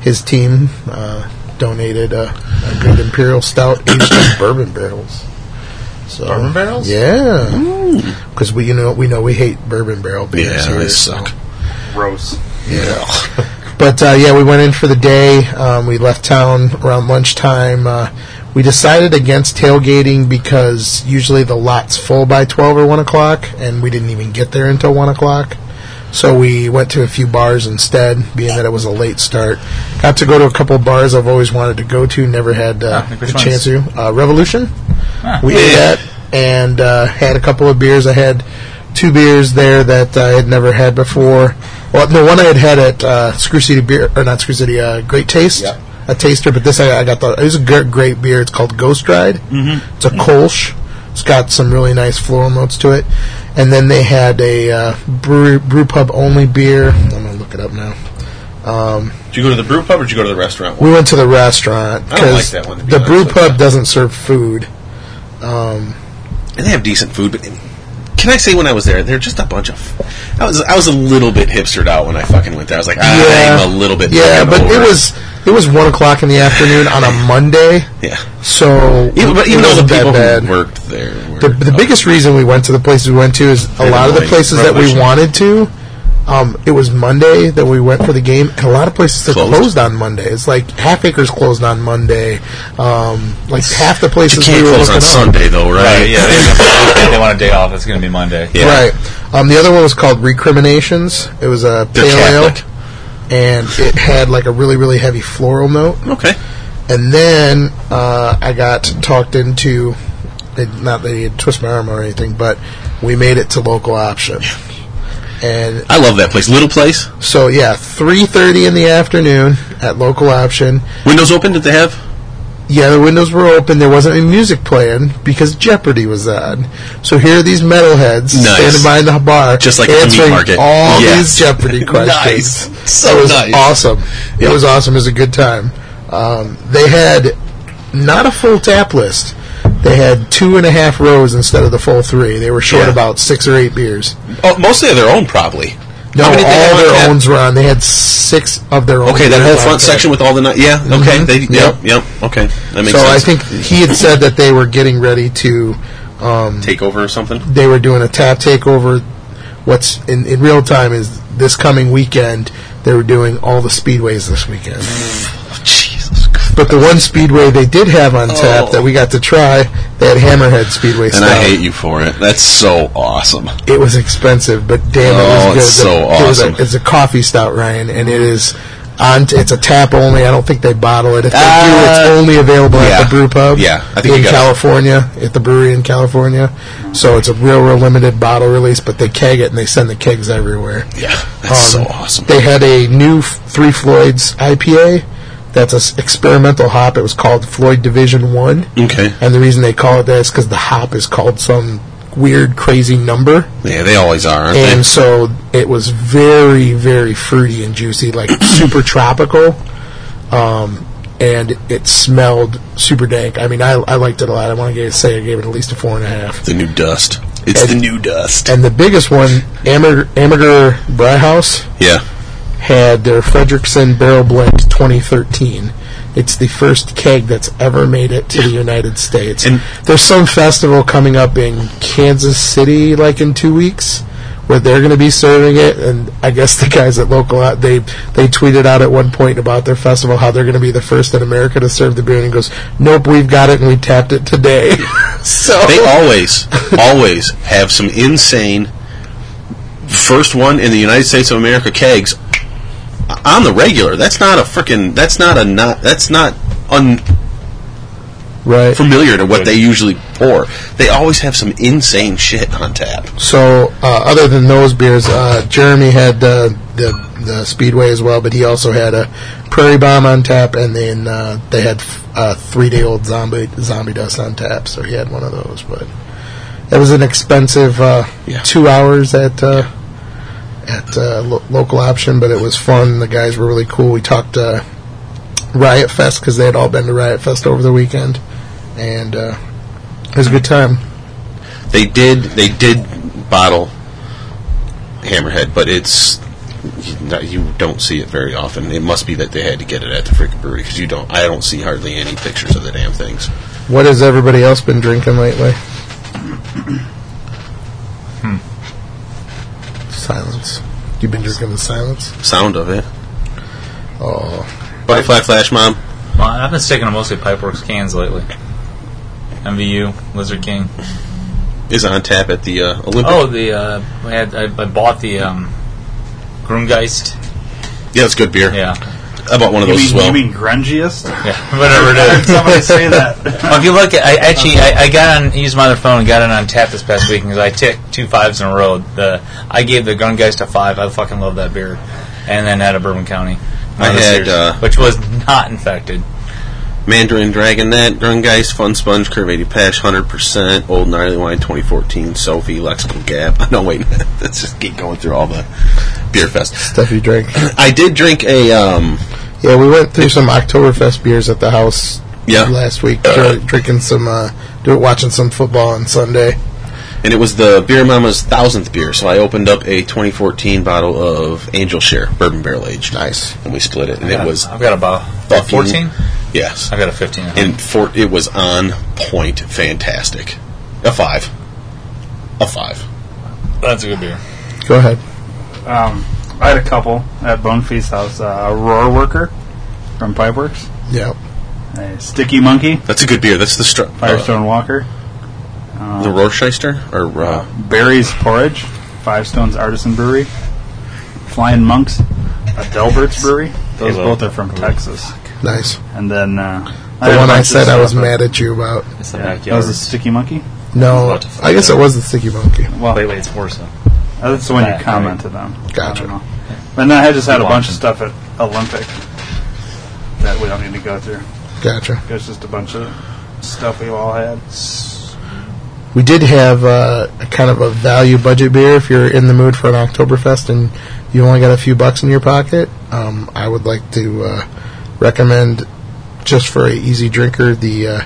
Speaker 1: his team uh, donated a, a good Imperial Stout aged in bourbon barrels. So,
Speaker 6: Bourbon barrels?
Speaker 1: Yeah, because we you know we know we hate bourbon barrel beers.
Speaker 5: Yeah,
Speaker 1: here,
Speaker 5: they
Speaker 1: so.
Speaker 5: suck.
Speaker 3: Gross.
Speaker 1: But uh, yeah, we went in for the day. Um, we left town around lunchtime. Uh, we decided against tailgating because usually the lot's full by 12 or 1 o'clock, and we didn't even get there until 1 o'clock. So we went to a few bars instead, being that it was a late start. Got to go to a couple bars I've always wanted to go to, never had uh,
Speaker 6: Ah, like
Speaker 1: the
Speaker 6: which ones?
Speaker 1: chance to. Uh, Revolution. We ate that and uh, had a couple of beers. I had two beers there that I had never had before. Well, no, one I had had at uh, Screw City Beer, or not Screw City, uh, Great Taste, a taster, but this I, I got the, it was a gr- great beer. It's called Ghost Ride. Mm-hmm. It's a Kolsch. It's got some really nice floral notes to it. And then they had a uh, brew, brew pub only beer. I'm going to look it up now.
Speaker 5: Did you go to the brew pub or did you go to the restaurant?
Speaker 1: We went to the restaurant
Speaker 5: I don't like
Speaker 1: because
Speaker 5: that one, to be
Speaker 1: the
Speaker 5: honest
Speaker 1: brew
Speaker 5: with
Speaker 1: pub
Speaker 5: you.
Speaker 1: doesn't serve food.
Speaker 5: and they have decent food. But can I say when I was there, they're just a bunch of. I was I was a little bit hipstered out when I fucking went there. I was like, "Ah, I'm a little bit.
Speaker 1: Yeah,
Speaker 5: fucking
Speaker 1: but
Speaker 5: over
Speaker 1: it was it was one o'clock in the afternoon on a Monday.
Speaker 5: Yeah.
Speaker 1: So
Speaker 5: Even, but
Speaker 1: it
Speaker 5: even though the
Speaker 1: wasn't that
Speaker 5: people
Speaker 1: bad.
Speaker 5: who worked there were
Speaker 1: the, the biggest reason we went to the places we went to is a
Speaker 5: They're
Speaker 1: lot of the
Speaker 5: annoying.
Speaker 1: places that we
Speaker 5: Revolution.
Speaker 1: wanted to. Um, it was Monday that we went for the game, and a lot of places are
Speaker 5: Closed?
Speaker 1: closed, on Monday. It's like Half Acres closed on Monday. Um, like half the
Speaker 5: You
Speaker 1: places we
Speaker 5: can't
Speaker 1: were
Speaker 5: close
Speaker 1: looking
Speaker 5: on
Speaker 1: up.
Speaker 5: Sunday though, right?
Speaker 6: Right, yeah. They, they want a day off. It's going to be Monday.
Speaker 5: Yeah.
Speaker 1: Right. Um, the other one was called Recriminations. It was a
Speaker 5: They're
Speaker 1: pale ale,
Speaker 5: Catholic.
Speaker 1: and it had like a really really heavy floral note.
Speaker 5: Okay.
Speaker 1: And then uh, I got talked into, they, not that he had twist my arm or anything, but we made it to local option. And
Speaker 5: I love that place. Little place.
Speaker 1: so yeah, three thirty in the afternoon at local option.
Speaker 5: Windows open. Did they have?
Speaker 1: Yeah, the windows were open. There wasn't any music playing because Jeopardy was on. So here are these metalheads
Speaker 5: Nice.
Speaker 1: standing behind the bar,
Speaker 5: Just like at the meat
Speaker 1: answering
Speaker 5: market.
Speaker 1: all
Speaker 5: Yeah.
Speaker 1: these Jeopardy questions.
Speaker 5: Nice. So
Speaker 1: it was
Speaker 5: nice.
Speaker 1: awesome. It was awesome. It was a good time. Um, they had not a full tap list. They had two and a half rows instead of the full three. They were short
Speaker 5: Yeah.
Speaker 1: about six or eight beers.
Speaker 5: Oh, mostly of their own, probably.
Speaker 1: No,
Speaker 5: How
Speaker 1: all
Speaker 5: many did they have on
Speaker 1: their
Speaker 5: tap?
Speaker 1: owns were on. They had six of their own.
Speaker 5: Okay, that
Speaker 1: beers
Speaker 5: whole
Speaker 1: on
Speaker 5: front
Speaker 1: tap.
Speaker 5: section with all the ni- yeah. Okay,
Speaker 1: Mhm.
Speaker 5: they,
Speaker 1: Yep.
Speaker 5: yep, yep. Okay, that makes
Speaker 1: So I
Speaker 5: sense.
Speaker 1: think he had said that they were getting ready to. Um,
Speaker 5: takeover or something.
Speaker 1: they were doing a tap takeover. What's in, in real time is this coming weekend. They were doing all the speedways this weekend.
Speaker 5: Jesus. Christ.
Speaker 1: But the one speedway they did have on tap
Speaker 5: Oh.
Speaker 1: that we got to try, they had Hammerhead Speedway.
Speaker 5: And
Speaker 1: style.
Speaker 5: I hate you for it. That's so awesome.
Speaker 1: It was expensive, but damn,
Speaker 5: Oh,
Speaker 1: it was good.
Speaker 5: it's so
Speaker 1: it was a-
Speaker 5: awesome.
Speaker 1: it's a coffee stout, Ryan, and it is on. It's a tap only. I don't think they bottle it. If they do, it's
Speaker 5: Uh,
Speaker 1: only available at
Speaker 5: yeah.
Speaker 1: the brew pub.
Speaker 5: Yeah, I think you
Speaker 1: in
Speaker 5: gotta-
Speaker 1: California, at the brewery in California. So it's a real, real limited bottle release, but they keg it and they send the kegs everywhere.
Speaker 5: Yeah, Oh, that's
Speaker 1: Um,
Speaker 5: so awesome.
Speaker 1: They had a new F- Three Floyds IPA. That's an experimental hop. It was called Floyd Division One,
Speaker 5: okay.
Speaker 1: and the reason they call it that is because the hop is called some weird, crazy number.
Speaker 5: Yeah, they always are, aren't
Speaker 1: And so it was very, very fruity and juicy, like super tropical. Um, and it smelled super dank. I mean, I, I liked it a lot. I want to say I gave it at least a four and a half.
Speaker 5: The new dust. It's
Speaker 1: And-
Speaker 5: the new dust.
Speaker 1: And the biggest one, Amager, Amager Brewhouse,
Speaker 5: Yeah.
Speaker 1: had their Fredrickson Barrel Blend 2013. It's the first keg that's ever made it to the United States.
Speaker 5: And-
Speaker 1: There's some festival coming up in Kansas City, like in two weeks, where they're going to be serving it. And I guess the guys at local Out- they they tweeted out at one point about their festival how they're going to be the first in America to serve the beer, and he goes, "Nope, we've got it, and we tapped it today." so
Speaker 5: They always, always have some insane first one in the United States of America kegs on the regular. That's not a freaking. That's not a not. That's not unfamiliar
Speaker 1: right.
Speaker 5: to what they usually pour. They always have some insane shit on tap.
Speaker 1: So, uh, other than those beers, uh, Jeremy had uh, the the Speedway as well, but he also had a Prairie Bomb on tap, and then uh, they had uh, three day old zombie zombie dust on tap. So he had one of those, but it was an expensive uh,
Speaker 5: Yeah.
Speaker 1: two hours at uh, at uh, lo- local option, but it was fun. The guys were really cool. We talked uh, Riot Fest because they had all been to Riot Fest over the weekend, and uh, it was a good time.
Speaker 5: They did. They did bottle Hammerhead, but it's. you- You don't see it very often. It must be that they had to get it at the freaking brewery because you don't. I don't see hardly any pictures of the damn things.
Speaker 1: What has everybody else been drinking lately? Silence. Hmm. You've been drinking the silence?
Speaker 5: Sound of it.
Speaker 1: Oh.
Speaker 5: Butterfly Flash Mom.
Speaker 6: Well, I've been sticking to mostly Pipeworks cans lately. MVU, Lizard King.
Speaker 5: is on tap at the uh, Olympic.
Speaker 6: Oh, the uh, I, had, I, I bought the um, Grungeist.
Speaker 5: yeah, it's good beer.
Speaker 6: Yeah,
Speaker 5: I bought one of
Speaker 3: You
Speaker 5: those
Speaker 3: mean,
Speaker 5: as well.
Speaker 3: you mean grungiest?
Speaker 6: yeah, whatever it
Speaker 3: I heard
Speaker 6: is.
Speaker 3: somebody say that.
Speaker 6: Well, if you look at, I actually, I, I got on, used my other phone and got it on tap this past week because I ticked two fives in a row. The I gave the Grungeist a five. I fucking love that beer. And then out of Bourbon County,
Speaker 5: I
Speaker 6: One of the
Speaker 5: had,
Speaker 6: series,
Speaker 5: uh,
Speaker 6: which was not infected.
Speaker 5: Mandarin Dragon, that Grungeist, Fun Sponge, Curvated Patch, hundred percent, Old Gnarly Wine, twenty fourteen, Sophie, Lexical Gap. No, wait, let's just keep going through all the beer fest.
Speaker 1: Stuff you drink.
Speaker 5: I did drink a um,
Speaker 1: yeah, we went through some Oktoberfest beers at the house
Speaker 5: Yeah.
Speaker 1: last week, dr- drinking some, uh, do- watching some football on Sunday.
Speaker 5: and it was the Beer Mama's thousandth beer. So I opened up a twenty fourteen bottle of Angel Share Bourbon Barrel Aged.
Speaker 1: Nice.
Speaker 5: and we split it, and it was
Speaker 6: I've got about
Speaker 5: fucking-
Speaker 6: fourteen.
Speaker 5: Yes,
Speaker 6: I've got a fifteen. at home.
Speaker 5: and for it was on point, fantastic. A five, a five.
Speaker 6: That's a good beer.
Speaker 1: Go ahead.
Speaker 3: Um, I had a couple at Bone Feast House. Uh, a Roar Worker from Pipeworks.
Speaker 1: Yeah.
Speaker 3: A Sticky Monkey,
Speaker 5: That's a good beer. That's the str-
Speaker 3: Firestone Walker.
Speaker 5: uh, the Rorscheister or uh,
Speaker 3: Barry's Porridge, Five Stones Artisan Brewery. Flying Monks, Adelbert's Brewery. Those
Speaker 6: Hello.
Speaker 3: both are from Texas.
Speaker 1: Nice.
Speaker 3: And then uh,
Speaker 1: The one I said I was mad at you about.
Speaker 6: It's the
Speaker 3: Yeah, that
Speaker 6: backyard.
Speaker 3: was a Sticky Monkey.
Speaker 1: No,
Speaker 6: about to
Speaker 1: I guess it was the Sticky Monkey.
Speaker 3: Well,
Speaker 6: Lately, it's worse. though.
Speaker 3: Uh, That's the one you
Speaker 6: Back,
Speaker 3: commented on.
Speaker 1: Gotcha.
Speaker 3: I don't know. But then I just had a bunch of stuff at Olympic that we don't need to go through.
Speaker 1: Gotcha.
Speaker 3: It was just a bunch of stuff we all had.
Speaker 1: We did have uh, a kind of a value budget beer. If you're in the mood for an Oktoberfest and you only got a few bucks in your pocket, um, I would like to uh, recommend just for a easy drinker the uh,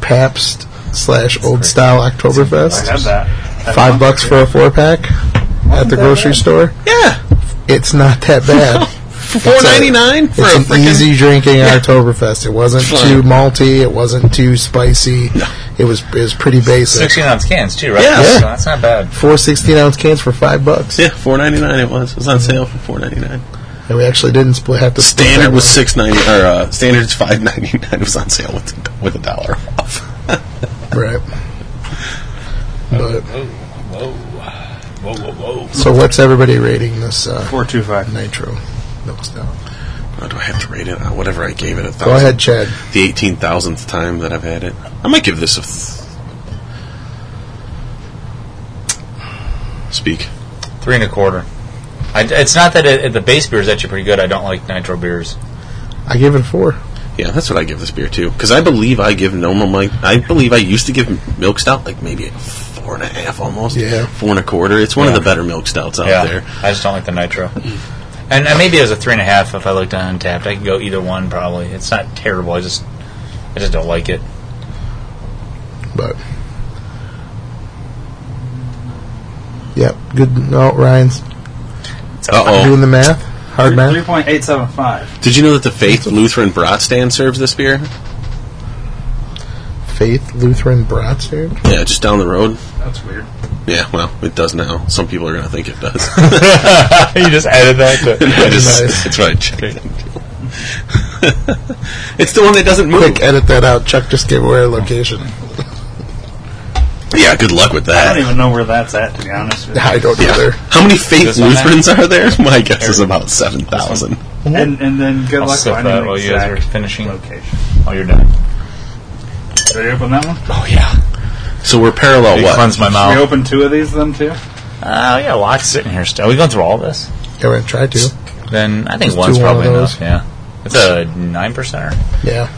Speaker 1: Pabst slash Old Style
Speaker 3: I had
Speaker 1: Oktoberfest.
Speaker 3: that. At
Speaker 1: Five
Speaker 3: Olympic.
Speaker 1: bucks for a four pack at the grocery store.
Speaker 5: yeah,
Speaker 1: It's not that bad.
Speaker 5: four ninety nine for
Speaker 1: It's
Speaker 5: a
Speaker 1: an
Speaker 5: freaking
Speaker 1: easy drinking Oktoberfest. It wasn't
Speaker 5: Fine.
Speaker 1: too malty. It wasn't too spicy. It was it was pretty basic.
Speaker 6: Sixteen ounce cans too, right?
Speaker 5: Yeah.
Speaker 6: So
Speaker 1: Yeah.
Speaker 6: that's not bad.
Speaker 1: Four 16 ounce cans for five bucks.
Speaker 5: Yeah, four ninety nine. It was. It was on sale for four ninety nine.
Speaker 1: And we actually didn't split, have to split
Speaker 5: Standard
Speaker 1: that
Speaker 5: was
Speaker 1: one.
Speaker 5: six ninety or uh, standards five ninety nine. It was on sale with with a dollar off.
Speaker 1: right. But,
Speaker 6: Whoa, whoa, whoa, whoa, whoa.
Speaker 1: so what's everybody rating this uh,
Speaker 3: Four two five.
Speaker 1: nitro? No, it's not.
Speaker 5: How do I have to rate it? Uh, whatever I gave it. A thousand.
Speaker 1: Go ahead, Chad.
Speaker 5: The eighteen thousandth time that I've had it, I might give this a. Th- Speak.
Speaker 6: Three and a quarter. I, it's not that it, the base beer is actually pretty good. I don't like nitro beers.
Speaker 1: I gave it a four.
Speaker 5: Yeah, that's what I give this beer too. Because I believe I give normal like I believe I used to give milk stout like maybe a four and a half almost.
Speaker 1: Yeah.
Speaker 5: four and a quarter. It's one
Speaker 6: Yeah.
Speaker 5: of the better milk stouts out
Speaker 6: yeah,
Speaker 5: there.
Speaker 6: I just don't like the nitro. and uh, maybe it was a three and a half if I looked on Untapped. I could go either one probably. It's not terrible. I just I just don't like it.
Speaker 1: But yep, good. No, Ryan's
Speaker 6: Oh.
Speaker 5: Uh-oh.
Speaker 1: doing the math. Hard math.
Speaker 3: 3.875.
Speaker 5: Did you know that the Faith Lutheran Brat Stand serves this beer?
Speaker 1: Faith Lutheran Brat dude.
Speaker 5: Yeah, just down the road.
Speaker 3: That's weird.
Speaker 5: Yeah, well, it does now. Some people are going to think it does.
Speaker 6: you just added that. To-
Speaker 5: I just,
Speaker 1: Nice.
Speaker 5: That's what I checked into. it's the one that doesn't move.
Speaker 1: Quick, edit that out. Chuck just gave away our location.
Speaker 5: Yeah, good luck with
Speaker 3: I don't
Speaker 5: that.
Speaker 3: even know where that's at, to be honest with you.
Speaker 1: I don't
Speaker 5: Yeah.
Speaker 1: either.
Speaker 5: How many Faith
Speaker 6: This one there?
Speaker 5: Lutherans are there? My guess is about 7,000.
Speaker 3: And, and then good
Speaker 6: I'll
Speaker 3: luck
Speaker 6: sip
Speaker 3: finding
Speaker 6: that
Speaker 3: the
Speaker 6: while you guys
Speaker 3: exact
Speaker 6: are finishing.
Speaker 3: location.
Speaker 6: oh, you're done.
Speaker 3: Ready to open that one?
Speaker 5: Oh, yeah. So we're parallel
Speaker 6: You
Speaker 5: what?
Speaker 6: cleanse my
Speaker 3: Should we
Speaker 6: mouth.
Speaker 3: open two of these then too?
Speaker 6: Oh yeah, a lot sitting here still. Are we going through all this?
Speaker 1: Yeah, we're gonna try to.
Speaker 6: Then I think
Speaker 1: Just
Speaker 6: one's
Speaker 1: do one of
Speaker 6: probably
Speaker 1: those.
Speaker 6: enough. Yeah, it's a nine percenter,
Speaker 1: Yeah.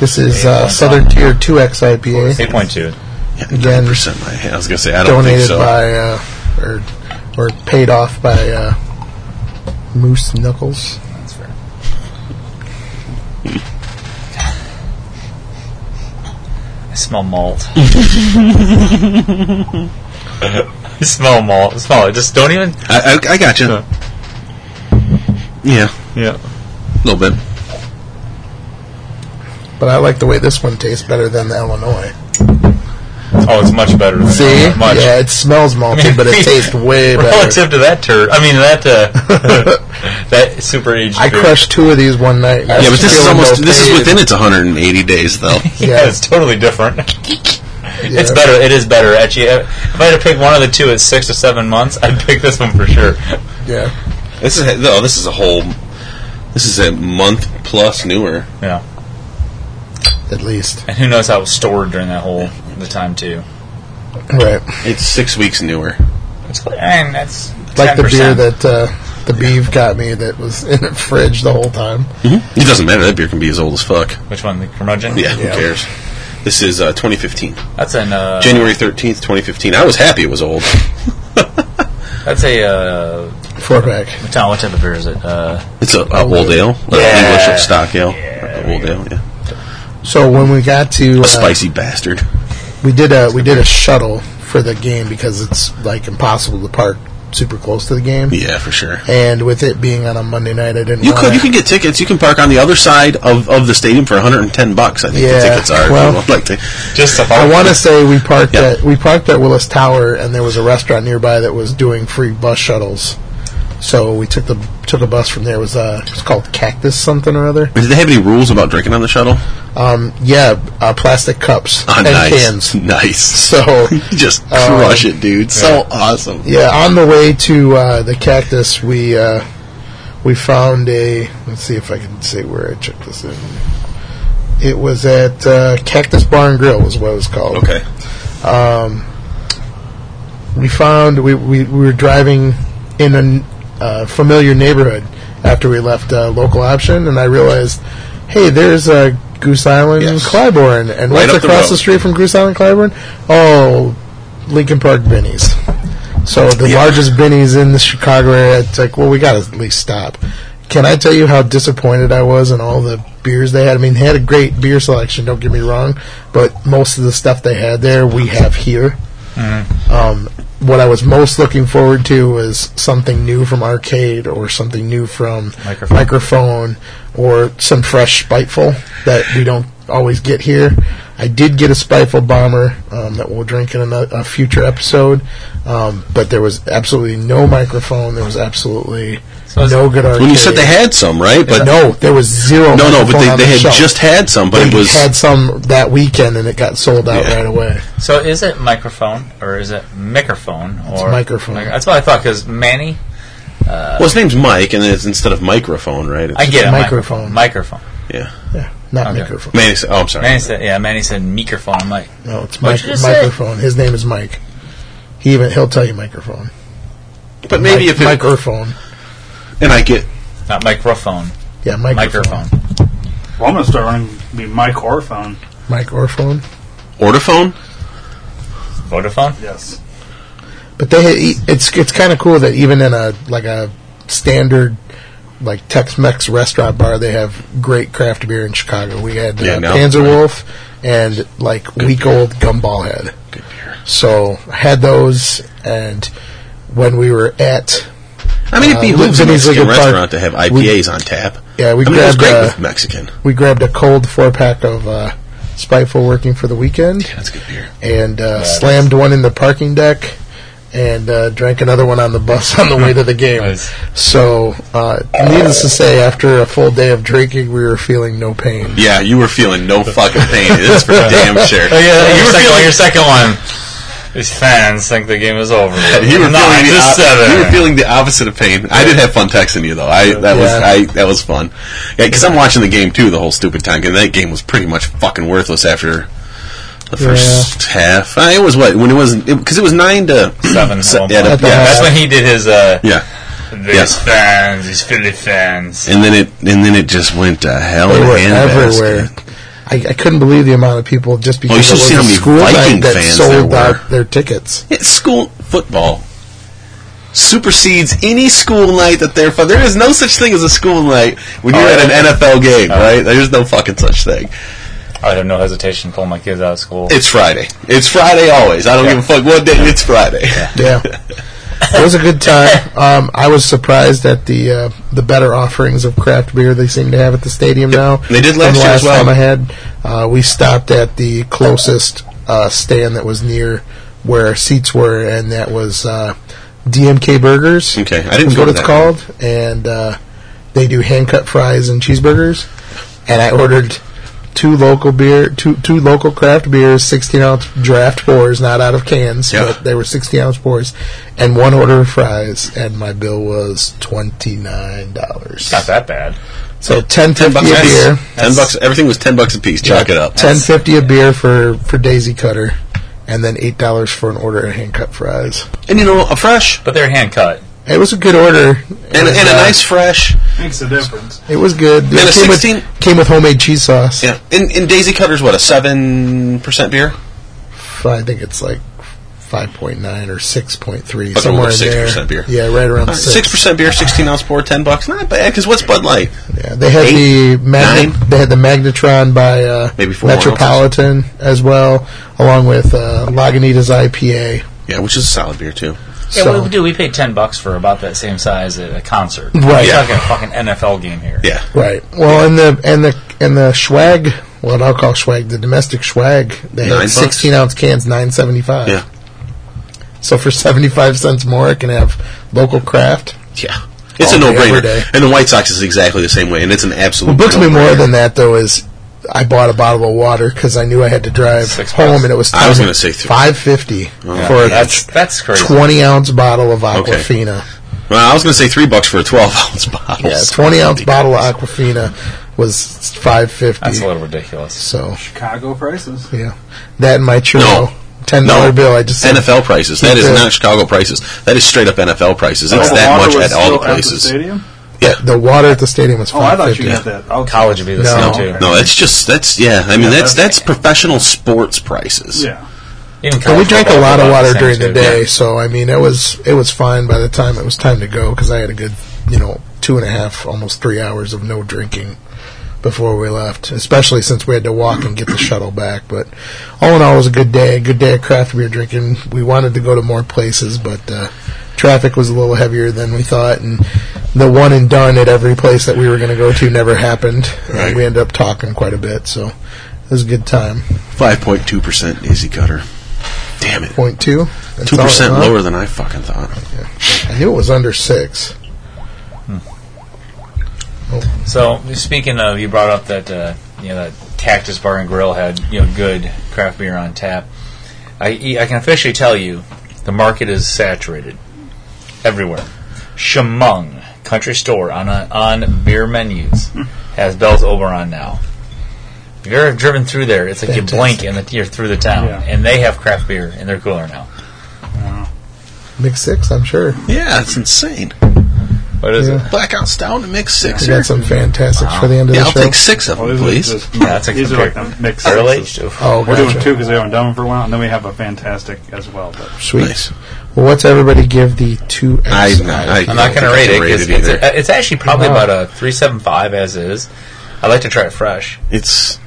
Speaker 1: This is
Speaker 6: Yeah,
Speaker 1: uh,
Speaker 6: one
Speaker 1: Southern
Speaker 6: time.
Speaker 1: Tier Two XIPA,
Speaker 6: eight point two.
Speaker 5: Yeah,
Speaker 1: Again,
Speaker 5: 9%, I, I was going to say, I don't think
Speaker 1: donated
Speaker 5: so.
Speaker 1: by uh, or or paid off by uh, Moose Knuckles.
Speaker 6: That's fair. I smell malt. I smell malt. Smell it. Just don't even.
Speaker 5: I, I, I got you. Yeah,
Speaker 6: Yeah.
Speaker 5: a little bit.
Speaker 1: But I like the way this one tastes better than the Illinois.
Speaker 6: Oh, it's much better. Than
Speaker 1: See,
Speaker 6: much.
Speaker 1: yeah, it smells malty, but it tastes way better.
Speaker 6: Relative to that turd, I mean that uh, that super aged.
Speaker 1: I
Speaker 6: beer.
Speaker 1: crushed two of these one night. and I
Speaker 5: Yeah, but
Speaker 1: was
Speaker 5: this is
Speaker 1: feeling
Speaker 5: almost
Speaker 1: no
Speaker 5: this is
Speaker 1: pain.
Speaker 5: within its 180 days though.
Speaker 6: Yeah,
Speaker 1: Yeah.
Speaker 6: it's totally different.
Speaker 1: Yeah.
Speaker 6: It's better. It is better. Actually, if I had to pick one of the two at six to seven months, I'd pick this one for sure.
Speaker 1: Yeah,
Speaker 5: this is no, this is a whole this is a month plus newer.
Speaker 6: Yeah,
Speaker 1: at least
Speaker 6: and who knows how it was stored during that whole the time too.
Speaker 1: right.
Speaker 5: It's six weeks newer.
Speaker 6: It's and that's
Speaker 1: Like the beer
Speaker 6: 10%.
Speaker 1: that uh, the beef got me that was in the fridge the whole time.
Speaker 5: It doesn't matter. That beer can be as old as fuck.
Speaker 6: which one the curmudgeon?
Speaker 5: Mm-hmm. Yeah, who
Speaker 1: Yeah.
Speaker 5: cares? This is uh, 2015,
Speaker 6: that's an uh,
Speaker 5: January 13th, 2015. I was happy it was old.
Speaker 6: that's a uh,
Speaker 1: Four pack.
Speaker 6: what type- what type of beer is it? Uh,
Speaker 5: It's a, a old ale, a
Speaker 6: Yeah.
Speaker 5: English stock ale, A old ale. Yeah,
Speaker 1: So when we got to
Speaker 5: a
Speaker 1: uh,
Speaker 5: spicy bastard.
Speaker 1: we did a we did a shuttle for the game because it's like impossible to park super close to the game.
Speaker 5: Yeah, for sure.
Speaker 1: And with it being on a Monday night, I didn't.
Speaker 5: You
Speaker 1: wanna-
Speaker 5: could you can get tickets. You can park on the other side of, of the stadium for 110 bucks. I think the
Speaker 1: Yeah,
Speaker 5: tickets are. if you
Speaker 1: well-
Speaker 5: want, like they-
Speaker 6: just a
Speaker 1: I want to say we parked
Speaker 5: Yeah.
Speaker 1: at we parked at Willis Tower, and there was a restaurant nearby that was doing free bus shuttles. So we took the took a bus from there. It was uh, it's called Cactus something or other.
Speaker 5: Did they have any rules about drinking on the shuttle?
Speaker 1: Um, yeah, uh, plastic cups
Speaker 5: Oh,
Speaker 1: and
Speaker 5: nice.
Speaker 1: cans.
Speaker 5: Nice.
Speaker 1: So
Speaker 5: You just crush it, dude. So awesome.
Speaker 1: Uh, yeah, on the way to uh, the Cactus, we uh, we found a. Let's see if I can say where I checked this in. It was at uh, Cactus Bar and Grill, was what it was called.
Speaker 5: Okay.
Speaker 1: we found we, we, we were driving in a uh, familiar neighborhood after we left uh, local option, and I realized, hey, there's uh, Goose Island
Speaker 5: Yes.
Speaker 1: Clybourne, and
Speaker 5: Right
Speaker 1: what's
Speaker 5: up the
Speaker 1: across
Speaker 5: road.
Speaker 1: the, street from Goose Island Clybourne? Oh, Lincoln Park Benny's. So the largest Benny's in the Chicago area. It's like, well, we got to at least stop. Can I tell you how disappointed I was in all the beers they had? I mean, they had a great beer selection. Don't get me wrong, but most of the stuff they had there, we have here. Um, what I was most looking forward to was something new from Arcade or something new from
Speaker 6: Microphone.
Speaker 1: Microphone or some fresh Spiteful that we don't always get here. I did get a Spiteful Bomber um, that we'll drink in a, a future episode, um, but there was absolutely no Microphone. There was absolutely
Speaker 6: it's-
Speaker 1: no good Arcade.
Speaker 5: When you said they had some, right? But
Speaker 1: no, there was zero.
Speaker 5: no, no. But
Speaker 1: Microphone
Speaker 5: they,
Speaker 1: on
Speaker 5: they
Speaker 1: the
Speaker 5: had
Speaker 1: shelf.
Speaker 5: just had some, but
Speaker 1: They
Speaker 5: it was
Speaker 1: had some that weekend and it got sold out
Speaker 5: Yeah.
Speaker 1: right away.
Speaker 6: So is it microphone or is it microphone or
Speaker 1: microphone.
Speaker 6: Mic- that's what I thought because Manny,
Speaker 5: well, his name's Mike, and it's instead of microphone, right? It's,
Speaker 6: I get it.
Speaker 1: Microphone.
Speaker 6: Microphone.
Speaker 5: yeah.
Speaker 1: Yeah, not
Speaker 6: Okay.
Speaker 1: microphone.
Speaker 5: Manny said, "Oh, I'm sorry."
Speaker 6: Manny said, yeah, Manny said microphone. I'm like,
Speaker 1: No, it's
Speaker 6: What'd
Speaker 1: mic-
Speaker 6: you just
Speaker 1: microphone. His name is Mike. He even he'll tell you microphone.
Speaker 5: but maybe
Speaker 1: Mic-
Speaker 5: if it,
Speaker 1: microphone,
Speaker 5: and I get
Speaker 6: not microphone,
Speaker 1: yeah, microphone,
Speaker 6: microphone.
Speaker 3: Well, I'm gonna start running be Mike or phone.
Speaker 1: microphone.
Speaker 5: Ortophone.
Speaker 6: Vodafone?
Speaker 3: Yes.
Speaker 1: But they it's it's kind of cool that even in a like a standard like Tex-Mex restaurant bar. They have great craft beer in Chicago. We had uh,
Speaker 5: Yeah, no,
Speaker 1: Panzer
Speaker 5: right.
Speaker 1: Wolf and like week old Gumball Head. Good beer. So had those, and when we were at,
Speaker 5: I mean, it
Speaker 1: uh,
Speaker 5: behooves a
Speaker 1: Vinny's
Speaker 5: Mexican
Speaker 1: Liquor Park,
Speaker 5: restaurant to have
Speaker 1: we-
Speaker 5: IPAs on tap.
Speaker 1: Yeah, we
Speaker 5: I mean, it was
Speaker 1: grabbed,
Speaker 5: great
Speaker 1: uh,
Speaker 5: with Mexican.
Speaker 1: we grabbed a cold four pack of uh, Spiteful Working for the Weekend.
Speaker 5: that's good beer.
Speaker 1: And uh, slammed one in the parking deck and uh, drank another one on the bus on the way to the game. So, uh, needless to say, after a full day of drinking, we were feeling no pain.
Speaker 5: Yeah, you were feeling no fucking pain. It's for damn sure.
Speaker 6: Oh, yeah,
Speaker 5: you
Speaker 6: your,
Speaker 5: were
Speaker 6: second,
Speaker 5: feeling
Speaker 6: your second one. These fans think the game is over.
Speaker 5: You were,
Speaker 6: Nine
Speaker 5: feeling
Speaker 6: to
Speaker 5: the, op-
Speaker 6: seven.
Speaker 5: you were feeling the opposite of pain. I did have fun texting you though. I that was
Speaker 1: Yeah.
Speaker 5: I that was fun. Yeah, because I'm watching the game too the whole stupid time. Because that game was pretty much fucking worthless after the first half. Uh, it was what when it was because it, was nine to
Speaker 6: seven.
Speaker 5: se-
Speaker 6: at one
Speaker 5: yeah,
Speaker 6: point.
Speaker 5: the- yeah,
Speaker 6: That's when he did his. Uh,
Speaker 5: yeah.
Speaker 6: These
Speaker 5: Yeah.
Speaker 6: fans, these Philly fans.
Speaker 5: And then it and then it just went to hell
Speaker 1: They
Speaker 5: in a
Speaker 1: were
Speaker 5: handbasket.
Speaker 1: everywhere. I, I couldn't believe the amount of people just because
Speaker 5: should've
Speaker 1: it was
Speaker 5: seen
Speaker 1: a
Speaker 5: how many
Speaker 1: school
Speaker 5: Viking
Speaker 1: night that
Speaker 5: fans there
Speaker 1: sold
Speaker 5: were.
Speaker 1: out their tickets.
Speaker 5: Yeah, school football supersedes any school night that they're fun. There is no such thing as a school night when
Speaker 1: Oh,
Speaker 5: you're at an NFL game, right? There's no fucking such thing.
Speaker 6: I would have no hesitation pulling my kids out of school.
Speaker 5: It's Friday. It's Friday always. I don't
Speaker 6: Yeah.
Speaker 5: give a fuck what day. It's Friday.
Speaker 1: Yeah. It was a good time. Um, I was surprised at the uh, the better offerings of craft beer they seem to have at the stadium now.
Speaker 5: They did
Speaker 1: than
Speaker 5: last year
Speaker 1: last
Speaker 5: as well.
Speaker 1: time I had, uh, we stopped at the closest uh, stand that was near where our seats were, and that was uh, DMK Burgers.
Speaker 5: Okay, I didn't
Speaker 1: is
Speaker 5: go
Speaker 1: what
Speaker 5: to
Speaker 1: it's
Speaker 5: that
Speaker 1: called, and uh, they do hand cut fries and cheeseburgers. And I ordered two local beer, two two local craft beers, sixteen ounce draft pours, not out of cans,
Speaker 5: Yeah.
Speaker 1: but they were sixteen ounce pours, and one order of fries, and my bill was twenty nine dollars.
Speaker 6: not that bad.
Speaker 1: So ten
Speaker 5: Ten
Speaker 1: fifty
Speaker 5: bucks.
Speaker 1: a beer,
Speaker 5: Ten bucks. Everything was ten bucks a piece. Chalk it up.
Speaker 1: ten fifty a beer for for Daisy Cutter, and then eight dollars for an order of hand cut fries.
Speaker 5: And you know, a fresh
Speaker 6: But they're hand cut.
Speaker 1: It was a good order,
Speaker 5: and, and a nice fresh.
Speaker 3: Makes a difference.
Speaker 1: It was good. It
Speaker 5: a
Speaker 1: came,
Speaker 5: 16
Speaker 1: with, came with homemade cheese sauce.
Speaker 5: Yeah. And, and Daisy Cutter's what a seven percent beer.
Speaker 1: I think it's like five point nine or six point three,
Speaker 5: Fucking
Speaker 1: somewhere
Speaker 5: over
Speaker 1: in there.
Speaker 5: 6% beer.
Speaker 1: Yeah, right around
Speaker 5: Six percent beer, sixteen ounce pour, ten bucks. Not bad. Because what's Bud Light?
Speaker 1: Yeah, they had
Speaker 5: Eight,
Speaker 1: the Magna,
Speaker 5: nine?
Speaker 1: they had the Magnetron by uh,
Speaker 5: Maybe four
Speaker 1: Metropolitan as well, along with uh, Lagunitas IPA.
Speaker 5: Yeah, which is a solid beer too.
Speaker 6: Yeah,
Speaker 1: So-
Speaker 6: we, do. We paid ten bucks for about that same size at a concert.
Speaker 1: Right.
Speaker 6: We're
Speaker 1: Yeah.
Speaker 6: talking a fucking NFL game here.
Speaker 5: Yeah.
Speaker 1: Right. Well, and the and the and the swag, what I'll call swag, the domestic swag, they
Speaker 5: Nine
Speaker 1: had
Speaker 5: bucks?
Speaker 1: sixteen ounce cans, nine seventy five.
Speaker 5: Yeah.
Speaker 1: So for seventy five cents more, I can have local craft.
Speaker 5: Yeah. It's
Speaker 1: All
Speaker 5: a
Speaker 1: day, every
Speaker 5: no-brainer,
Speaker 1: day.
Speaker 5: and the White Sox is exactly the same way, and it's an absolute.
Speaker 1: What books me
Speaker 5: no-brainer.
Speaker 1: more than that though is I bought a bottle of water because I knew I had to drive
Speaker 6: Six
Speaker 1: home,
Speaker 6: bucks.
Speaker 1: and it was
Speaker 5: I was gonna say three. Oh,
Speaker 1: five fifty
Speaker 5: Yeah,
Speaker 1: for a
Speaker 6: That's that's crazy.
Speaker 1: twenty ounce bottle of Aquafina.
Speaker 5: Well, I was going to say three bucks for a twelve ounce bottle.
Speaker 1: Yeah, twenty ounce bottle of Aquafina was five fifty.
Speaker 6: That's a little ridiculous.
Speaker 1: So
Speaker 3: Chicago prices.
Speaker 1: yeah, that and my churro,
Speaker 5: No.
Speaker 1: ten dollar bill. I just said,
Speaker 5: NFL prices. That is
Speaker 1: Yeah.
Speaker 5: not Chicago prices. That is straight up NFL prices. It's
Speaker 3: Oh, the
Speaker 5: that
Speaker 3: water
Speaker 5: much
Speaker 3: was
Speaker 5: at all the
Speaker 3: still the
Speaker 5: places.
Speaker 3: stadium?
Speaker 5: yeah.
Speaker 1: the water at the stadium was
Speaker 3: Oh, I
Speaker 1: five
Speaker 3: thought you
Speaker 1: fifty.
Speaker 3: got that. Okay.
Speaker 6: College would be the
Speaker 1: No.
Speaker 6: same too.
Speaker 5: No, that's just that's yeah. I mean,
Speaker 3: Yeah,
Speaker 5: that's
Speaker 3: that's-
Speaker 5: that's professional sports prices.
Speaker 3: Yeah.
Speaker 6: Even
Speaker 1: But
Speaker 6: college
Speaker 1: we drank a
Speaker 6: football
Speaker 1: lot
Speaker 6: was
Speaker 1: of
Speaker 6: about
Speaker 1: water
Speaker 6: same,
Speaker 1: during the
Speaker 6: too.
Speaker 1: day, so I mean it was it was fine by the time it was time to go because I had a good you know two and a half almost three hours of no drinking before we left, especially since we had to walk and get the shuttle back. But all in all, it was a good day, a good day of craft beer drinking. We wanted to go to more places, but uh, traffic was a little heavier than we thought, and the one and done at every place that we were going to go to never happened,
Speaker 5: Right.
Speaker 1: and we ended up talking quite a bit. So it was a good time.
Speaker 5: Five point two percent Daisy Cutter. Damn it.
Speaker 1: Point two, That's
Speaker 5: Two
Speaker 1: all it
Speaker 5: percent
Speaker 1: was.
Speaker 5: lower than I fucking thought.
Speaker 1: I knew it was under six.
Speaker 6: So speaking of, you brought up that uh, you know that Cactus Bar and Grill had you know good craft beer on tap. I e, I can officially tell you, the market is saturated everywhere. Shamung Country Store on a, on beer menus
Speaker 3: Hmm.
Speaker 6: has Bell's Oberon now. If you've ever driven through there, it's like you blink and the, you're through the town,
Speaker 3: Yeah.
Speaker 6: and they have craft beer in their cooler now.
Speaker 1: Mix six, I'm sure.
Speaker 5: Yeah, it's insane.
Speaker 6: What is it?
Speaker 5: Blackout Stout and Mix
Speaker 1: We
Speaker 5: Sixer.
Speaker 1: got some fantastics for the end of
Speaker 5: yeah,
Speaker 1: the
Speaker 5: I'll
Speaker 1: show.
Speaker 5: take six of
Speaker 3: Well,
Speaker 5: them,
Speaker 3: these are
Speaker 5: please.
Speaker 3: just-
Speaker 6: Yeah, that's a
Speaker 3: Hmm. these are like the mixed
Speaker 6: Early?
Speaker 3: sixes.
Speaker 1: Oh,
Speaker 3: We're doing
Speaker 1: gotcha.
Speaker 3: two because we haven't done them for a while, and then we have a fantastic as well. But
Speaker 1: Sweet.
Speaker 5: Nice.
Speaker 1: Well, what's everybody give the two?
Speaker 5: I,
Speaker 1: X?
Speaker 5: I,
Speaker 6: I'm not going to rate it. 'cause
Speaker 5: It's,
Speaker 6: it's,
Speaker 5: either.
Speaker 6: a, it's actually probably about a 375 as is. I like to try it fresh.
Speaker 5: it's.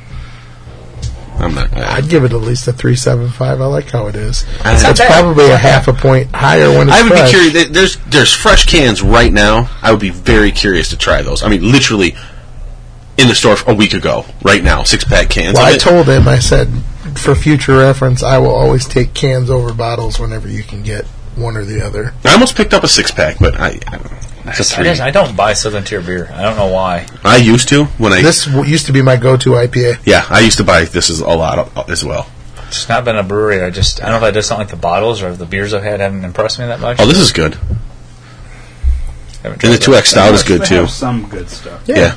Speaker 5: I'm not. I,
Speaker 1: I'd give it at least a three seven five. I like how it is.
Speaker 5: That's not
Speaker 1: It's
Speaker 5: bad.
Speaker 1: probably a half a point higher when it's
Speaker 5: I would
Speaker 1: fresh.
Speaker 5: be curious. there- There's there's fresh cans right now. I would be very curious to try those. I mean, literally in the store a week ago, right now, six pack cans.
Speaker 1: Well,
Speaker 5: of
Speaker 1: I
Speaker 5: it.
Speaker 1: told him, I said, for future reference, I will always take cans over bottles whenever you can get one or the other.
Speaker 5: I almost picked up a six pack, but I. I don't know. It's a
Speaker 6: I,
Speaker 5: three.
Speaker 6: just, I don't buy Southern Tier beer. I don't know why.
Speaker 5: I used to when I
Speaker 1: This w- used to be my go-to IPA.
Speaker 5: yeah I used to buy this is a lot of- as well.
Speaker 6: It's just not been a brewery. I just I don't know if I just don't like the bottles or if the beers I've had haven't impressed me that much.
Speaker 5: Oh, this is good,
Speaker 6: Haven't tried
Speaker 5: and the
Speaker 6: that.
Speaker 5: two X stout is good
Speaker 3: They
Speaker 5: too.
Speaker 3: have some good stuff.
Speaker 5: Yeah,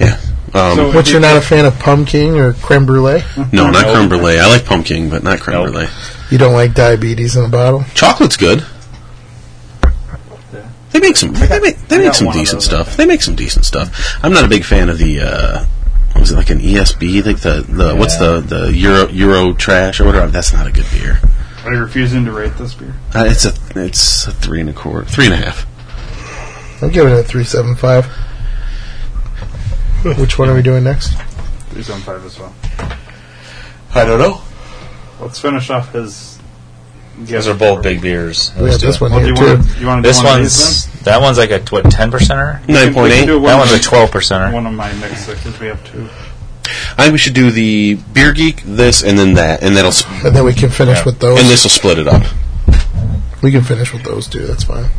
Speaker 5: yeah. Um,
Speaker 3: So
Speaker 1: What
Speaker 3: if
Speaker 1: you're
Speaker 3: you-
Speaker 1: not a fan of pumpkin or creme brulee?
Speaker 5: no, not
Speaker 6: no.
Speaker 5: creme brulee. I like pumpkin, but not creme
Speaker 6: Nope.
Speaker 5: brulee.
Speaker 1: You don't like diabetes in a bottle?
Speaker 5: Chocolate's good. They make some. They make, they
Speaker 3: I
Speaker 5: make
Speaker 3: got
Speaker 5: some
Speaker 3: one of
Speaker 5: decent
Speaker 3: those, I
Speaker 5: stuff.
Speaker 3: think.
Speaker 5: They make some decent stuff. I'm not a big fan of the. Uh, what was it like an ESB? Like the, the what's the the Euro Euro trash or whatever? That's not a good beer.
Speaker 3: Are you refusing to rate this beer?
Speaker 5: Uh, it's a it's a three and a quarter, three and a half.
Speaker 1: I'm giving it a 375. Which one are we doing next?
Speaker 3: Three seven five as well.
Speaker 5: I don't know.
Speaker 3: Let's finish off his.
Speaker 6: Those are both big beers.
Speaker 1: We have this one
Speaker 3: Well, do
Speaker 1: here,
Speaker 3: you
Speaker 1: too.
Speaker 3: want to? You want to?
Speaker 6: This one's that one's like a what ten percenter.
Speaker 5: Nine point eight.
Speaker 6: That one's a twelve percenter.
Speaker 3: One of my mixed sixes. We have two.
Speaker 5: I think we should do the Beer Geek, this, and then that, and that'll sp-
Speaker 1: And then we can finish
Speaker 6: Yeah.
Speaker 1: with those.
Speaker 5: and this will split it up.
Speaker 1: we can finish with those, too. That's fine.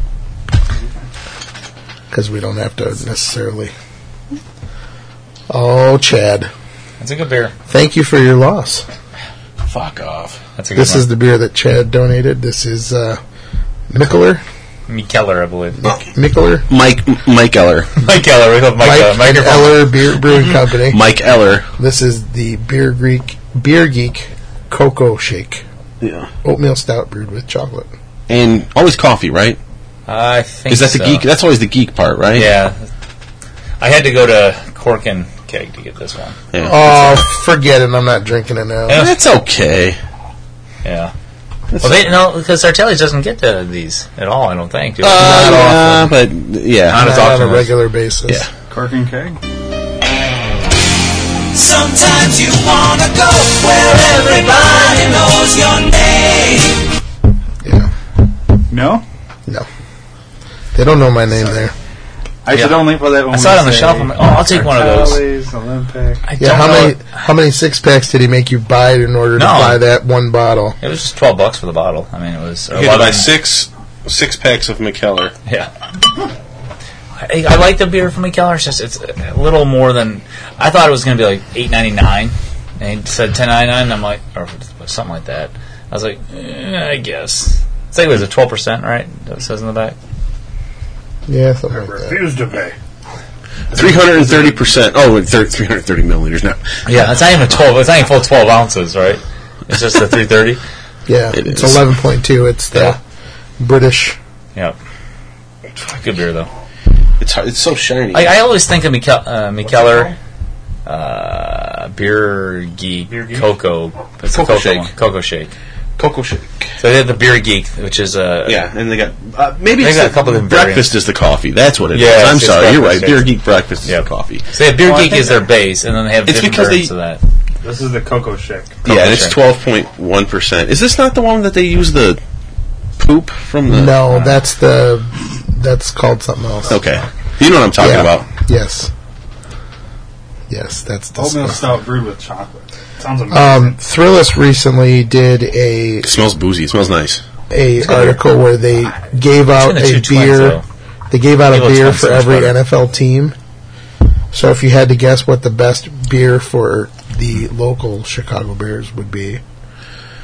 Speaker 1: Because we don't have to necessarily... Oh, Chad.
Speaker 6: That's a good beer.
Speaker 1: Thank you for your loss.
Speaker 5: Fuck off.
Speaker 6: That's a good
Speaker 1: This
Speaker 6: one.
Speaker 1: is the beer that Chad donated. This is uh, Mickler.
Speaker 6: Mikeller, I believe.
Speaker 1: Mickler.
Speaker 5: Mike Mike Eller,
Speaker 6: Mikeller, we love Mike,
Speaker 1: Mike
Speaker 6: uh,
Speaker 1: and
Speaker 6: Mikeller.
Speaker 1: Eller Beer Brewing Company.
Speaker 5: Mike Eller.
Speaker 1: This is the Beer Greek Beer Geek Cocoa Shake.
Speaker 5: Yeah.
Speaker 1: Oatmeal stout brewed with chocolate.
Speaker 5: And always coffee, right?
Speaker 6: I think
Speaker 5: Is that the
Speaker 6: so.
Speaker 3: uh,
Speaker 5: geek? That's always the geek part, right?
Speaker 6: Yeah, I had to go to Cork and Keg to get this one.
Speaker 5: Yeah.
Speaker 1: Oh, forget it. I'm not drinking it now.
Speaker 6: Yeah.
Speaker 5: That's okay.
Speaker 6: Yeah. Well, they, no, because Sartelli's doesn't get to these at all. I don't think. do they?
Speaker 5: Uh, but yeah,
Speaker 6: Not as
Speaker 1: Not on
Speaker 6: often
Speaker 1: a
Speaker 6: as-
Speaker 1: regular basis.
Speaker 5: Yeah.
Speaker 3: Cork and keg.
Speaker 7: Sometimes you wanna go where everybody knows your name.
Speaker 1: Yeah.
Speaker 3: No,
Speaker 1: No. They don't know my name there.
Speaker 3: I should only put that. When
Speaker 6: I saw it on the shelf. I'm like, oh, I'll take one of those.
Speaker 3: Charlie's, Olympic.
Speaker 6: I
Speaker 1: Yeah,
Speaker 6: don't
Speaker 1: how
Speaker 6: know.
Speaker 1: many how many six packs did he make you buy in order
Speaker 6: No.
Speaker 1: to buy that one bottle?
Speaker 6: It was just twelve bucks for the bottle. I mean, it was
Speaker 5: You had to buy
Speaker 6: 11.
Speaker 5: six six packs of McKellar.
Speaker 6: Yeah. I, I like the beer from McKellar. It's just it's a little more than I thought it was going to be like eight ninety nine, and it said ten ninety nine. I'm like, or something like that. I was like, eh, I guess. I think it was a twelve percent, right? That says in the back.
Speaker 1: Yeah, something like that.
Speaker 3: Refuse to pay.
Speaker 5: Three hundred and thirty percent. Oh, three hundred thirty milliliters now.
Speaker 6: Yeah, it's not even twelve. It's not even full twelve ounces, right? It's just the three thirty.
Speaker 1: Yeah,
Speaker 5: It
Speaker 1: it's
Speaker 5: is.
Speaker 1: eleven point two. It's the
Speaker 6: Yeah.
Speaker 1: British.
Speaker 6: Yep. Good beer though.
Speaker 5: It's hard- it's so shiny.
Speaker 6: I, I always think of Mikel, uh, Mikeller uh, beer, geek,
Speaker 3: Beer Geek?
Speaker 6: cocoa. It's the
Speaker 5: Cocoa
Speaker 6: cocoa
Speaker 5: Shake.
Speaker 6: one. Cocoa shake.
Speaker 5: Cocoa shake.
Speaker 6: So they have the beer geek, which is uh,
Speaker 5: Yeah, and they got uh, maybe
Speaker 6: They
Speaker 5: it's
Speaker 6: got
Speaker 5: the-
Speaker 6: a couple of them
Speaker 5: breakfast is the coffee. That's what it is.
Speaker 6: Yeah, it's-
Speaker 5: I'm
Speaker 6: it's
Speaker 5: sorry, you're right.
Speaker 6: breakfast,
Speaker 5: Beer
Speaker 6: yeah.
Speaker 5: geek breakfast is
Speaker 6: Yeah.
Speaker 5: the coffee.
Speaker 6: So they have beer
Speaker 3: Well, I
Speaker 6: geek
Speaker 3: think
Speaker 6: is their base, and then they have
Speaker 5: It's
Speaker 6: different
Speaker 5: because they-
Speaker 6: versions of that.
Speaker 3: This is the cocoa shake.
Speaker 5: yeah, and
Speaker 6: Cocoa
Speaker 5: it's
Speaker 6: shake.
Speaker 5: twelve point one percent. Is this not the one that they use the poop from the?
Speaker 1: No, that's the that's called something else.
Speaker 5: Okay, you know what I'm talking
Speaker 1: Yeah.
Speaker 5: about.
Speaker 1: Yes. Yes, that's the
Speaker 3: Oatmeal
Speaker 1: smell.
Speaker 3: stout brewed with chocolate. Sounds amazing.
Speaker 1: Um, Thrillist recently did a
Speaker 5: It smells boozy. It smells nice.
Speaker 1: a article where they gave out
Speaker 6: Between the
Speaker 1: a
Speaker 6: two twins,
Speaker 1: beer.
Speaker 6: though.
Speaker 1: They gave out a
Speaker 6: Halo
Speaker 1: beer
Speaker 6: twins
Speaker 1: for
Speaker 6: are much
Speaker 1: every
Speaker 6: better.
Speaker 1: NFL team. So if you had to guess what the best beer for the local Chicago Bears would be,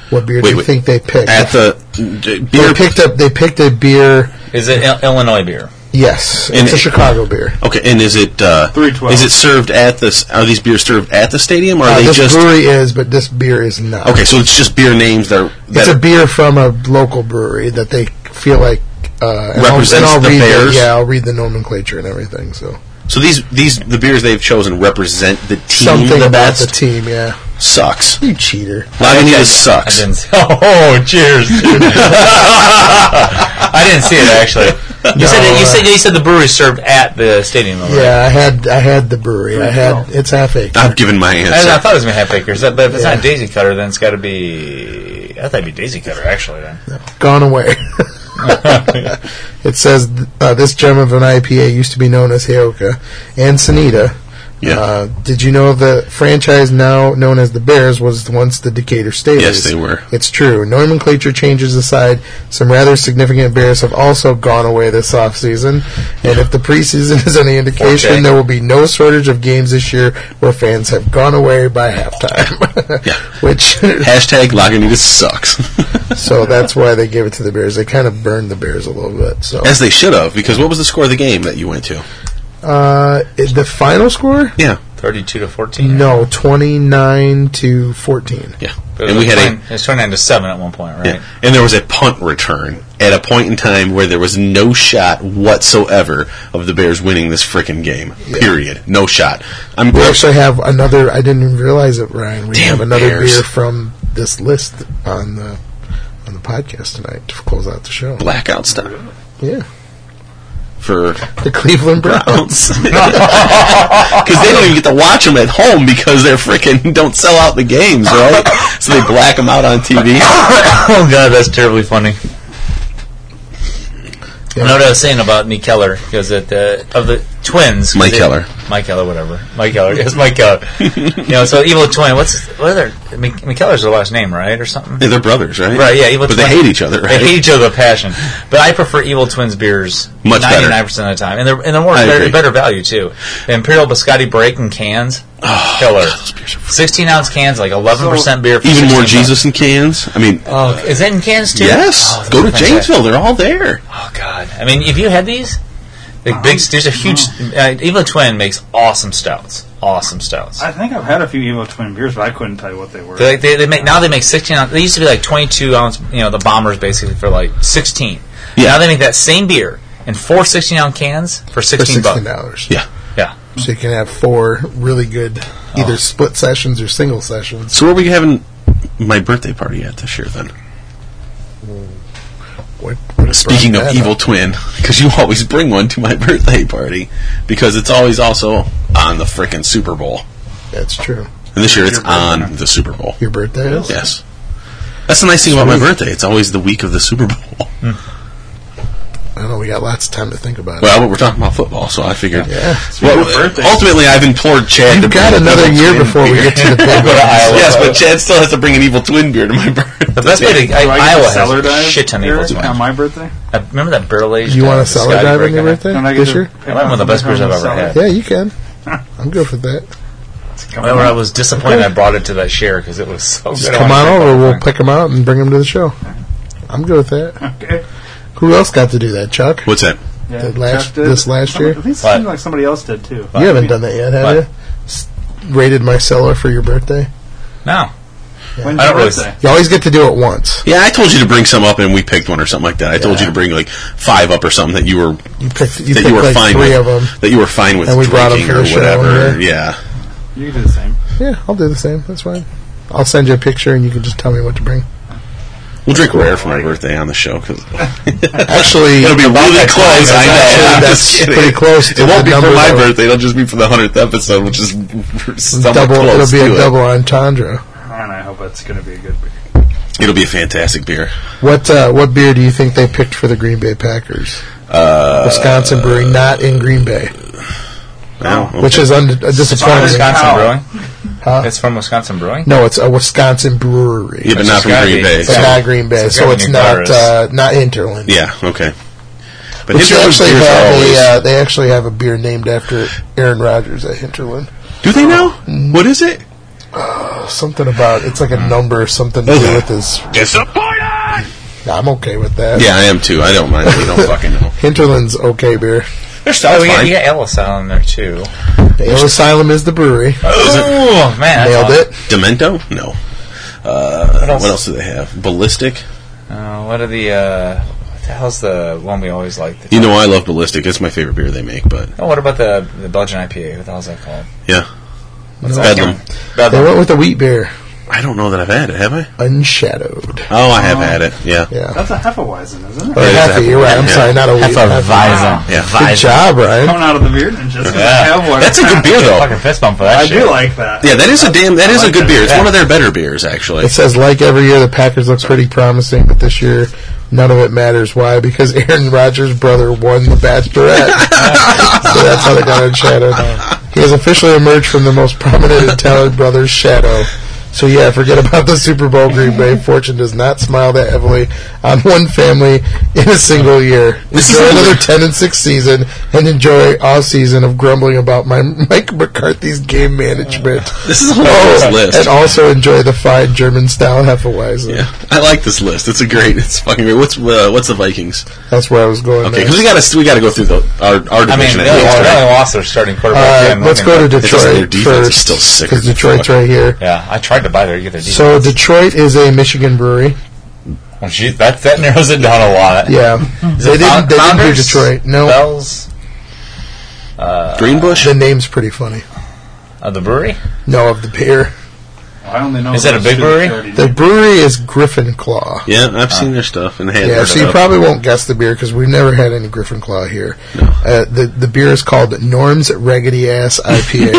Speaker 1: what beer
Speaker 5: Wait,
Speaker 1: do you
Speaker 5: wait.
Speaker 1: think they picked?
Speaker 5: At the d-
Speaker 1: they
Speaker 5: beer
Speaker 1: picked up. They picked a beer.
Speaker 6: Is it Il- Illinois beer?
Speaker 1: Yes,
Speaker 5: And
Speaker 1: it's a
Speaker 5: it-
Speaker 1: Chicago beer.
Speaker 5: Okay, and is it uh,
Speaker 3: 312.
Speaker 5: Is it served at this? Are these beers served at the stadium, or are
Speaker 1: Uh,
Speaker 5: they
Speaker 1: this
Speaker 5: just
Speaker 1: brewery is, but this beer is not.
Speaker 5: okay? So it's just beer names that are. That
Speaker 1: it's a
Speaker 5: are-
Speaker 1: beer from a local brewery that they feel like uh, and I'll-
Speaker 5: Represents
Speaker 1: and I'll
Speaker 5: the
Speaker 1: read
Speaker 5: bears.
Speaker 1: yeah, I'll read the nomenclature and everything. So
Speaker 5: So these these the beers they've chosen represent the team
Speaker 1: something
Speaker 5: the
Speaker 1: about
Speaker 5: best.
Speaker 1: the team, yeah.
Speaker 5: Sucks.
Speaker 1: You cheater!
Speaker 5: Lagunitas sucks.
Speaker 6: I didn't see- oh, cheers! I didn't see it actually. You said that- you said you said the brewery served at the stadium. Though, right?
Speaker 1: Yeah, I had I had the brewery. I had it's half acre.
Speaker 5: I've given my
Speaker 6: I, don't know, I
Speaker 5: answer.
Speaker 6: thought it was gonna have acres, but if it's
Speaker 1: Yeah.
Speaker 6: not Daisy Cutter, then it's got to be. I thought it'd be Daisy Cutter actually. Then
Speaker 1: Gone away. it says uh, this gem of an IPA used to be known as Heoka and Sonita.
Speaker 5: Yeah.
Speaker 1: Uh, did you know the franchise now known as the Bears was once the Decatur Staleys?
Speaker 5: Yes, they were.
Speaker 1: It's true. Nomenclature changes aside, some rather significant bears have also gone away this offseason. And if the preseason is any indication,
Speaker 6: Forte.
Speaker 1: there will be no shortage of games this year where fans have gone away by halftime.
Speaker 5: Yeah.
Speaker 1: Which,
Speaker 5: Hashtag Lagunitas sucks.
Speaker 1: so that's why they gave it to the Bears. They kind of burned the Bears a little bit. So
Speaker 5: As they should have, because what was the score of the game that you went to?
Speaker 1: uh, the final score?
Speaker 5: Yeah,
Speaker 6: thirty-two to fourteen.
Speaker 1: No, 29 to 14.
Speaker 5: yeah.
Speaker 6: But
Speaker 5: and we had a
Speaker 6: it was twenty-nine to seven at one point, right?
Speaker 5: Yeah. And there was a punt return at a point in time where there was no shot whatsoever of the Bears winning this freaking game. Period. No shot. I'm
Speaker 1: We actually have another. I didn't even realize it, Ryan. We
Speaker 5: Damn
Speaker 1: have another
Speaker 5: Bears.
Speaker 1: beer from this list on the on the podcast tonight to close out the show.
Speaker 5: blackout style
Speaker 1: Yeah,
Speaker 5: for
Speaker 1: the Cleveland Browns.
Speaker 5: Browns because they don't even get to watch them at home because they're freaking don't sell out the games, right? So they black them out on TV.
Speaker 6: Oh god, that's terribly funny.
Speaker 1: Yeah.
Speaker 6: I know what I was saying about Nick Keller because at the of the twins, 'cause
Speaker 5: Mike
Speaker 6: they-
Speaker 5: Keller.
Speaker 6: Mike Keller, whatever, Mike Keller, yes, Mike Keller. you know, so evil twin. What's what are their Mc- McKellar's their last name, right, or something?
Speaker 5: Yeah, they're brothers, right?
Speaker 6: Right, yeah, evil
Speaker 5: But
Speaker 6: twins.
Speaker 5: they hate each other, right?
Speaker 6: They hate each other with passion. But I prefer Evil Twins beers
Speaker 5: Much better.
Speaker 6: 99% of the time. And they're, and they're more
Speaker 5: I
Speaker 6: better,
Speaker 5: agree.
Speaker 6: better value, too. The Imperial Biscotti break in cans,
Speaker 5: Oh,
Speaker 6: killer. 16 ounce cans, like 11% beer. For
Speaker 5: Even more
Speaker 6: 16 bucks.
Speaker 5: Jesus in cans. I mean,
Speaker 6: Oh, is that in cans, too?
Speaker 5: yes.
Speaker 6: Oh, those
Speaker 5: Go
Speaker 6: are
Speaker 5: to
Speaker 6: fantastic.
Speaker 5: Janesville. They're all there.
Speaker 6: Oh, God. I mean, if you had these, the big, there's a huge. Uh, Evil Twin makes awesome stouts. Awesome stouts.
Speaker 3: I think I've had a few Evo Twin beers, but I couldn't tell you what they were.
Speaker 6: They, they, they make now they make sixteen ounce. They used to be like twenty two ounce. You know the bombers basically for like sixteen.
Speaker 5: Yeah.
Speaker 6: Now they make that same beer in four 16 ounce cans for
Speaker 1: For
Speaker 6: sixteen,
Speaker 1: sixteen
Speaker 6: bucks.
Speaker 1: dollars,
Speaker 5: Yeah.
Speaker 6: Yeah.
Speaker 1: so you can have four really good
Speaker 5: Oh.
Speaker 1: either split sessions or single sessions.
Speaker 5: So where are we having my birthday party at this year then?
Speaker 1: What, what a
Speaker 5: Speaking
Speaker 1: brand
Speaker 5: of
Speaker 1: that
Speaker 5: evil
Speaker 1: up.
Speaker 5: twin, because you always bring one to my birthday party, because it's always also on the frickin' Super Bowl,
Speaker 1: that's true.
Speaker 5: and this year it's on the Super Bowl.
Speaker 1: Your birthday is
Speaker 5: Yes, that's the nice thing about my birthday. It's always the week of the Super Bowl.
Speaker 1: I don't know. We got lots of time to think about
Speaker 5: Well, but we're talking about football, so I figured.
Speaker 1: Yeah.
Speaker 5: Well, ultimately, I've implored Chad.
Speaker 1: it.
Speaker 5: to
Speaker 1: You've got
Speaker 5: bring an
Speaker 1: another
Speaker 5: evil
Speaker 1: year
Speaker 5: twin
Speaker 1: before we
Speaker 5: beer.
Speaker 1: get to the big one.
Speaker 5: yes, but Chad still has to bring an evil twin beer to my birthday.
Speaker 6: The best way to I,
Speaker 3: Do I get
Speaker 6: Iowa
Speaker 3: to cellar
Speaker 6: has a
Speaker 3: dive
Speaker 6: shit ton of
Speaker 3: beer
Speaker 6: evil twins.
Speaker 3: on my birthday.
Speaker 6: I remember that barrel aged.
Speaker 1: You want
Speaker 6: uh,
Speaker 1: a cellar
Speaker 6: Scotty
Speaker 1: dive on
Speaker 6: break
Speaker 1: your
Speaker 6: I had?
Speaker 1: birthday
Speaker 3: Don't I get
Speaker 1: this
Speaker 3: to
Speaker 1: year?
Speaker 3: pick
Speaker 6: That one of the best beers I've ever had.
Speaker 1: Yeah, you can. I'm good for that.
Speaker 6: Whenever I was disappointed, I brought it to that share because it was so
Speaker 1: Just
Speaker 6: good. I
Speaker 1: come on
Speaker 6: wanted to
Speaker 1: over.
Speaker 6: drink
Speaker 1: We'll
Speaker 6: that
Speaker 1: pick them out and bring them to the show. I'm good with that.
Speaker 3: Okay.
Speaker 1: Who else got to do that, Chuck?
Speaker 5: What's that?
Speaker 3: Yeah,
Speaker 1: Did last-
Speaker 3: Chuck did.
Speaker 1: this last year?
Speaker 3: Somebody, at least
Speaker 6: What?
Speaker 3: seemed like somebody else did too.
Speaker 1: You haven't done that yet, have
Speaker 6: What?
Speaker 1: you? S- rated my cellar for your birthday.
Speaker 6: thing. No.
Speaker 3: When's
Speaker 6: I
Speaker 3: your
Speaker 6: don't really
Speaker 3: birthday?
Speaker 1: You always get to do it once.
Speaker 5: Yeah, I told you to bring some up, and we picked one or something like that. I told you to bring like five up or something that you were
Speaker 1: You picked. You
Speaker 5: that
Speaker 1: picked
Speaker 5: you were
Speaker 1: like
Speaker 5: fine
Speaker 1: three
Speaker 5: with
Speaker 1: of them.
Speaker 5: that you were fine with
Speaker 1: And we brought 'em
Speaker 5: drinking
Speaker 1: for
Speaker 5: or
Speaker 1: the show,
Speaker 5: whatever. yeah.
Speaker 3: You can do the same.
Speaker 1: Yeah, I'll do the same. That's fine. I'll send you a picture, and you can just tell me what to bring.
Speaker 5: we'll drink rare for my birthday on the show because
Speaker 1: Actually,
Speaker 5: it'll be really close. I know.
Speaker 1: actually,
Speaker 5: I'm
Speaker 1: that's
Speaker 5: just kidding.
Speaker 1: pretty close to
Speaker 5: It won't
Speaker 1: the
Speaker 5: be for
Speaker 1: number
Speaker 5: my
Speaker 1: that-
Speaker 5: birthday. It'll just be for the hundredth episode, which is somewhat
Speaker 1: double.
Speaker 5: close
Speaker 1: It'll be
Speaker 5: to
Speaker 1: a
Speaker 5: it.
Speaker 1: double entendre.
Speaker 3: Oh, And I hope it's going to be a good beer.
Speaker 5: It'll be a fantastic beer.
Speaker 1: What uh, what beer do you think they picked for the Green Bay Packers?
Speaker 5: Uh,
Speaker 1: Wisconsin Brewing, not in Green Bay,
Speaker 5: well, okay.
Speaker 1: which is un- disappointing.
Speaker 6: Wisconsin
Speaker 3: Ow.
Speaker 6: Brewing.
Speaker 1: Huh?
Speaker 6: It's from Wisconsin Brewing.
Speaker 1: No, it's a Wisconsin brewery.
Speaker 5: yeah, but not from
Speaker 6: gotta
Speaker 5: Green
Speaker 6: be-
Speaker 5: Bay.
Speaker 6: it's
Speaker 1: It's
Speaker 5: so-
Speaker 1: not Green Bay,
Speaker 6: it's
Speaker 1: so
Speaker 6: gotta
Speaker 1: it's
Speaker 6: be
Speaker 1: not
Speaker 6: Glarus.
Speaker 1: uh, not Interland.
Speaker 5: yeah, okay. But
Speaker 1: Which
Speaker 5: his other
Speaker 1: actually
Speaker 5: beers are
Speaker 1: have
Speaker 5: always-
Speaker 1: a, uh, they actually have a beer named after Aaron Rodgers at Hinterland.
Speaker 5: do they now?
Speaker 1: Mm.
Speaker 5: What is it?
Speaker 1: Oh, something about it's like
Speaker 5: Mm.
Speaker 1: a number, something to do with his.
Speaker 5: Disappointed.
Speaker 1: I'm okay with that.
Speaker 5: Yeah, I am too. I don't mind. We don't fucking know.
Speaker 1: Hinterland's okay beer.
Speaker 5: Their
Speaker 6: Oh,
Speaker 5: style's
Speaker 6: we got,
Speaker 5: fine.
Speaker 6: you got Ellis out in there too.
Speaker 1: Ale Asylum is the brewery.
Speaker 6: Oh man, that's
Speaker 1: Nailed
Speaker 6: awesome.
Speaker 1: it.
Speaker 5: Demento? No. Uh, what, else?
Speaker 6: else?
Speaker 5: do they have? Ballistic?
Speaker 6: Uh, what are the? Uh, the hell's the one we always like?
Speaker 5: You know, I love Ballistic. It's my favorite beer they make, but
Speaker 6: Oh, what about the the Belgian IPA? What the hell's that called?
Speaker 5: yeah.
Speaker 6: What's that
Speaker 5: Bedlam.
Speaker 6: called? Bedlam.
Speaker 1: They went with the wheat beer,
Speaker 5: I don't know that I've had it, have I?
Speaker 1: unshadowed.
Speaker 5: Oh, I have had it, yeah.
Speaker 1: Yeah.
Speaker 3: That's a Hefeweizen, isn't it?
Speaker 1: Or
Speaker 5: is
Speaker 1: Hefty,
Speaker 5: that-
Speaker 1: you're right. I'm
Speaker 5: yeah.
Speaker 1: sorry, not a wheat.
Speaker 3: Hefeweizen.
Speaker 5: Yeah.
Speaker 1: Hefty. Good job, Ryan.
Speaker 3: Coming out of the beard and just have one.
Speaker 5: That's a good beer, though.
Speaker 6: Fucking fist bump for that
Speaker 3: I
Speaker 6: shit.
Speaker 3: do like that.
Speaker 5: Yeah, that is a damn. That
Speaker 3: I
Speaker 5: is a
Speaker 3: like
Speaker 5: good
Speaker 3: that.
Speaker 5: beer. It's one of their better beers, actually.
Speaker 1: It says like every year the Packers look pretty promising, but this year none of it matters. Why? Because Aaron Rodgers' brother won the Bachelorette, so that's how they got unshadowed. He has officially emerged from the most prominent and talented brother's shadow. So yeah, forget about the Super Bowl Green Bay. Fortune does not smile that heavily on one family in a single year.
Speaker 5: This is
Speaker 1: Enjoy
Speaker 5: a-
Speaker 1: another ten and six season, and enjoy off season of grumbling about my Mike McCarthy's game management.
Speaker 5: This is a hilarious list.
Speaker 1: And also enjoy the fine German style Hefeweizen.
Speaker 5: Yeah, I like this list. It's a great. It's fucking great. What's uh, what's the Vikings?
Speaker 1: That's where I was going.
Speaker 5: Okay,
Speaker 1: next.
Speaker 5: because we got to we got to go through the our our
Speaker 6: I mean,
Speaker 5: division.
Speaker 6: they
Speaker 5: at
Speaker 6: only,
Speaker 5: least,
Speaker 6: they
Speaker 5: right?
Speaker 6: only lost their starting quarterback.
Speaker 1: Uh,
Speaker 6: Dan
Speaker 1: let's
Speaker 6: Lanning,
Speaker 1: go to
Speaker 6: but-
Speaker 5: It's just their
Speaker 1: Detroit
Speaker 5: defense is
Speaker 1: first
Speaker 5: still sicker
Speaker 1: because
Speaker 5: than
Speaker 1: Detroit's
Speaker 5: fuck.
Speaker 1: right here.
Speaker 6: Yeah, I tried to buy their get their defense.
Speaker 1: So Detroit is a Michigan brewery.
Speaker 6: Well, geez, that that narrows it down a lot.
Speaker 1: Yeah,
Speaker 6: Is
Speaker 1: they
Speaker 6: it Fo-
Speaker 1: didn't. They didn't do
Speaker 6: Founders?
Speaker 1: Detroit. No,
Speaker 6: Bells
Speaker 5: Greenbush.
Speaker 1: the name's pretty funny.
Speaker 6: of the brewery.
Speaker 1: No, of the beer.
Speaker 3: I only know
Speaker 6: Is that a
Speaker 3: those
Speaker 6: big
Speaker 3: two
Speaker 6: brewery?
Speaker 3: already
Speaker 1: The
Speaker 3: did.
Speaker 1: brewery is Griffin Claw.
Speaker 5: Yeah, I've seen their stuff and had
Speaker 1: Yeah,
Speaker 5: their
Speaker 1: so you
Speaker 5: stuff.
Speaker 1: probably won't guess the beer because we've never had any Griffin Claw here. Uh, the the beer is called Norm's Raggedy Ass IPA.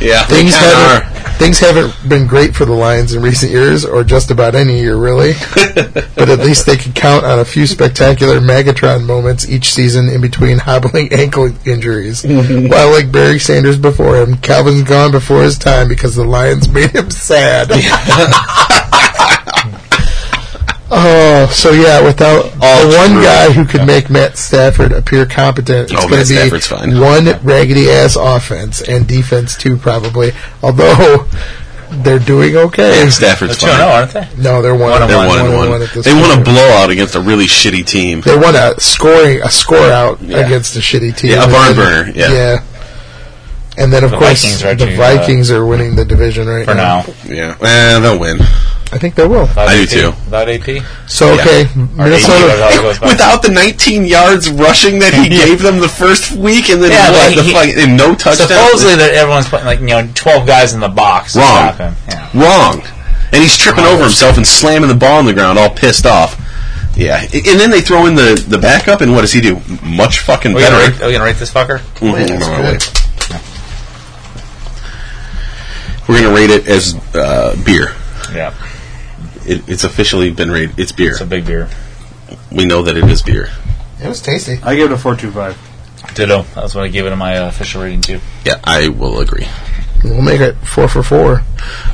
Speaker 5: yeah,
Speaker 1: things
Speaker 5: they kinda are.
Speaker 1: haven't things haven't been great for the Lions in recent years, or just about any year really. but at least they could count on a few spectacular Megatron moments each season in between hobbling ankle injuries. While like Barry Sanders before him, Calvin's gone before his time because the Lions made him sad. Oh, so yeah, without
Speaker 5: All
Speaker 1: the one
Speaker 5: true.
Speaker 1: guy who could make Matt Stafford appear competent, it's
Speaker 5: Oh,
Speaker 1: going
Speaker 5: Matt
Speaker 1: to be
Speaker 5: Stafford's fine.
Speaker 1: one raggedy ass offense and defense too, probably. Although they're doing okay.
Speaker 5: Stafford's
Speaker 6: Two and zero,
Speaker 5: fine.
Speaker 6: aren't they?
Speaker 1: No, they're one.
Speaker 6: They're
Speaker 5: They're one
Speaker 1: and
Speaker 5: and
Speaker 1: one
Speaker 5: one.
Speaker 1: at this
Speaker 5: They won a
Speaker 1: point.
Speaker 5: blowout against a really shitty team.
Speaker 1: They won a scoring a score out
Speaker 5: Yeah.
Speaker 1: against a shitty team.
Speaker 5: Yeah, a
Speaker 1: And
Speaker 5: barn
Speaker 1: then-
Speaker 5: burner, yeah.
Speaker 1: And then of
Speaker 6: The
Speaker 1: course
Speaker 6: Vikings are
Speaker 1: the
Speaker 6: actually, uh,
Speaker 1: Vikings are winning the division right
Speaker 6: For now,
Speaker 5: Yeah, eh, they'll win.
Speaker 1: I think they will.
Speaker 6: Without
Speaker 5: I do
Speaker 6: AP?
Speaker 5: too.
Speaker 6: Without AP,
Speaker 1: So
Speaker 5: Yeah.
Speaker 1: okay, Minnesota.
Speaker 6: That's how it goes by.
Speaker 5: Without the 19 yards rushing that he gave them the first week, and then
Speaker 6: Yeah,
Speaker 5: what,
Speaker 6: but
Speaker 5: the
Speaker 6: he-
Speaker 5: fuck- and no touchdowns.
Speaker 6: supposedly that everyone's putting like you know twelve guys in the box to
Speaker 5: Wrong.
Speaker 6: stop him. Yeah.
Speaker 5: Wrong. And he's tripping over himself and slamming the ball on the ground, all pissed off. Yeah, and then they throw in the, the backup, and what does he do? Much fucking
Speaker 1: Oh,
Speaker 6: Are we gonna
Speaker 5: better.
Speaker 6: rate, are we gonna rate this fucker?
Speaker 5: Mhm,
Speaker 1: that's
Speaker 5: no,
Speaker 1: good.
Speaker 5: wait. We're gonna rate it as uh, beer.
Speaker 6: Yeah,
Speaker 5: It, it's officially been rated. It's beer.
Speaker 6: it's a big beer.
Speaker 5: we know that it is beer.
Speaker 1: It was tasty.
Speaker 3: I give it a 425.
Speaker 6: Ditto. That's what I gave it in my uh, official rating too.
Speaker 5: Yeah, I will agree.
Speaker 1: We'll make it four for four.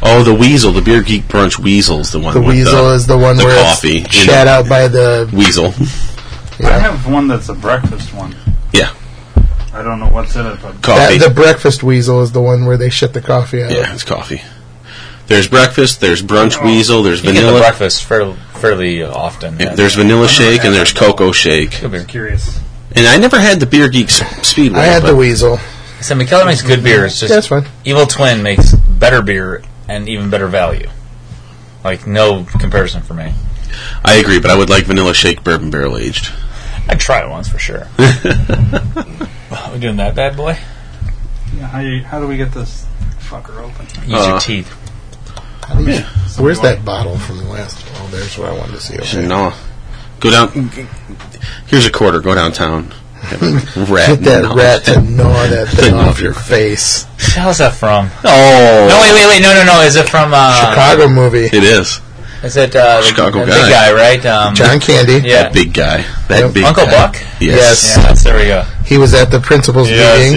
Speaker 5: Oh, the weasel, the beer geek brunch weasel's the one.
Speaker 1: The
Speaker 5: with
Speaker 1: weasel is the one
Speaker 5: the
Speaker 1: where
Speaker 5: coffee, you
Speaker 1: it's shat
Speaker 5: know.
Speaker 1: out by the
Speaker 5: weasel.
Speaker 3: I have one that's a breakfast one.
Speaker 5: yeah,
Speaker 3: I don't know what's in it, but
Speaker 5: coffee.
Speaker 1: That, the breakfast weasel is the one where they shit the coffee out.
Speaker 5: yeah, it's coffee. There's breakfast. There's brunch weasel. There's
Speaker 6: You get the
Speaker 5: vanilla.
Speaker 6: breakfast fairly, fairly often.
Speaker 5: Yeah, there's vanilla shake and there's cocoa shake.
Speaker 6: good beer.
Speaker 3: curious.
Speaker 5: And I never had the beer geeks speedway.
Speaker 1: I had
Speaker 5: but
Speaker 1: the weasel.
Speaker 6: So McKellar makes good beer. It's just
Speaker 1: That's fine.
Speaker 6: Evil Twin makes better beer and even better value. Like no comparison for me.
Speaker 5: I agree, but I would like vanilla shake bourbon barrel aged.
Speaker 6: I'd try it once for sure. we doing that bad boy?
Speaker 3: Yeah, how, you, how do we get this fucker open?
Speaker 6: Use
Speaker 5: Uh,
Speaker 6: your teeth.
Speaker 1: Where's that bottle from last? Oh, there's what I wanted to see. Okay.
Speaker 5: No, go down. Here's a quarter. Go downtown. rat,
Speaker 1: Get that
Speaker 5: no.
Speaker 1: rat to gnaw that thing
Speaker 5: Thing
Speaker 1: off
Speaker 5: off
Speaker 1: your face.
Speaker 6: How's that from?
Speaker 5: Oh,
Speaker 6: No, wait, wait, wait. No, no, no. Is it from uh,
Speaker 1: Chicago movie.
Speaker 5: it is
Speaker 6: Is it uh, the-
Speaker 5: Chicago
Speaker 6: the
Speaker 5: guy.
Speaker 6: big guy, right? Um,
Speaker 1: John Candy.
Speaker 6: Yeah.
Speaker 5: that big guy. That
Speaker 1: Yep.
Speaker 5: big
Speaker 6: Uncle
Speaker 5: guy.
Speaker 6: Buck?
Speaker 5: Yes.
Speaker 6: Yeah, that's- there we go.
Speaker 1: He was at the principal's meeting,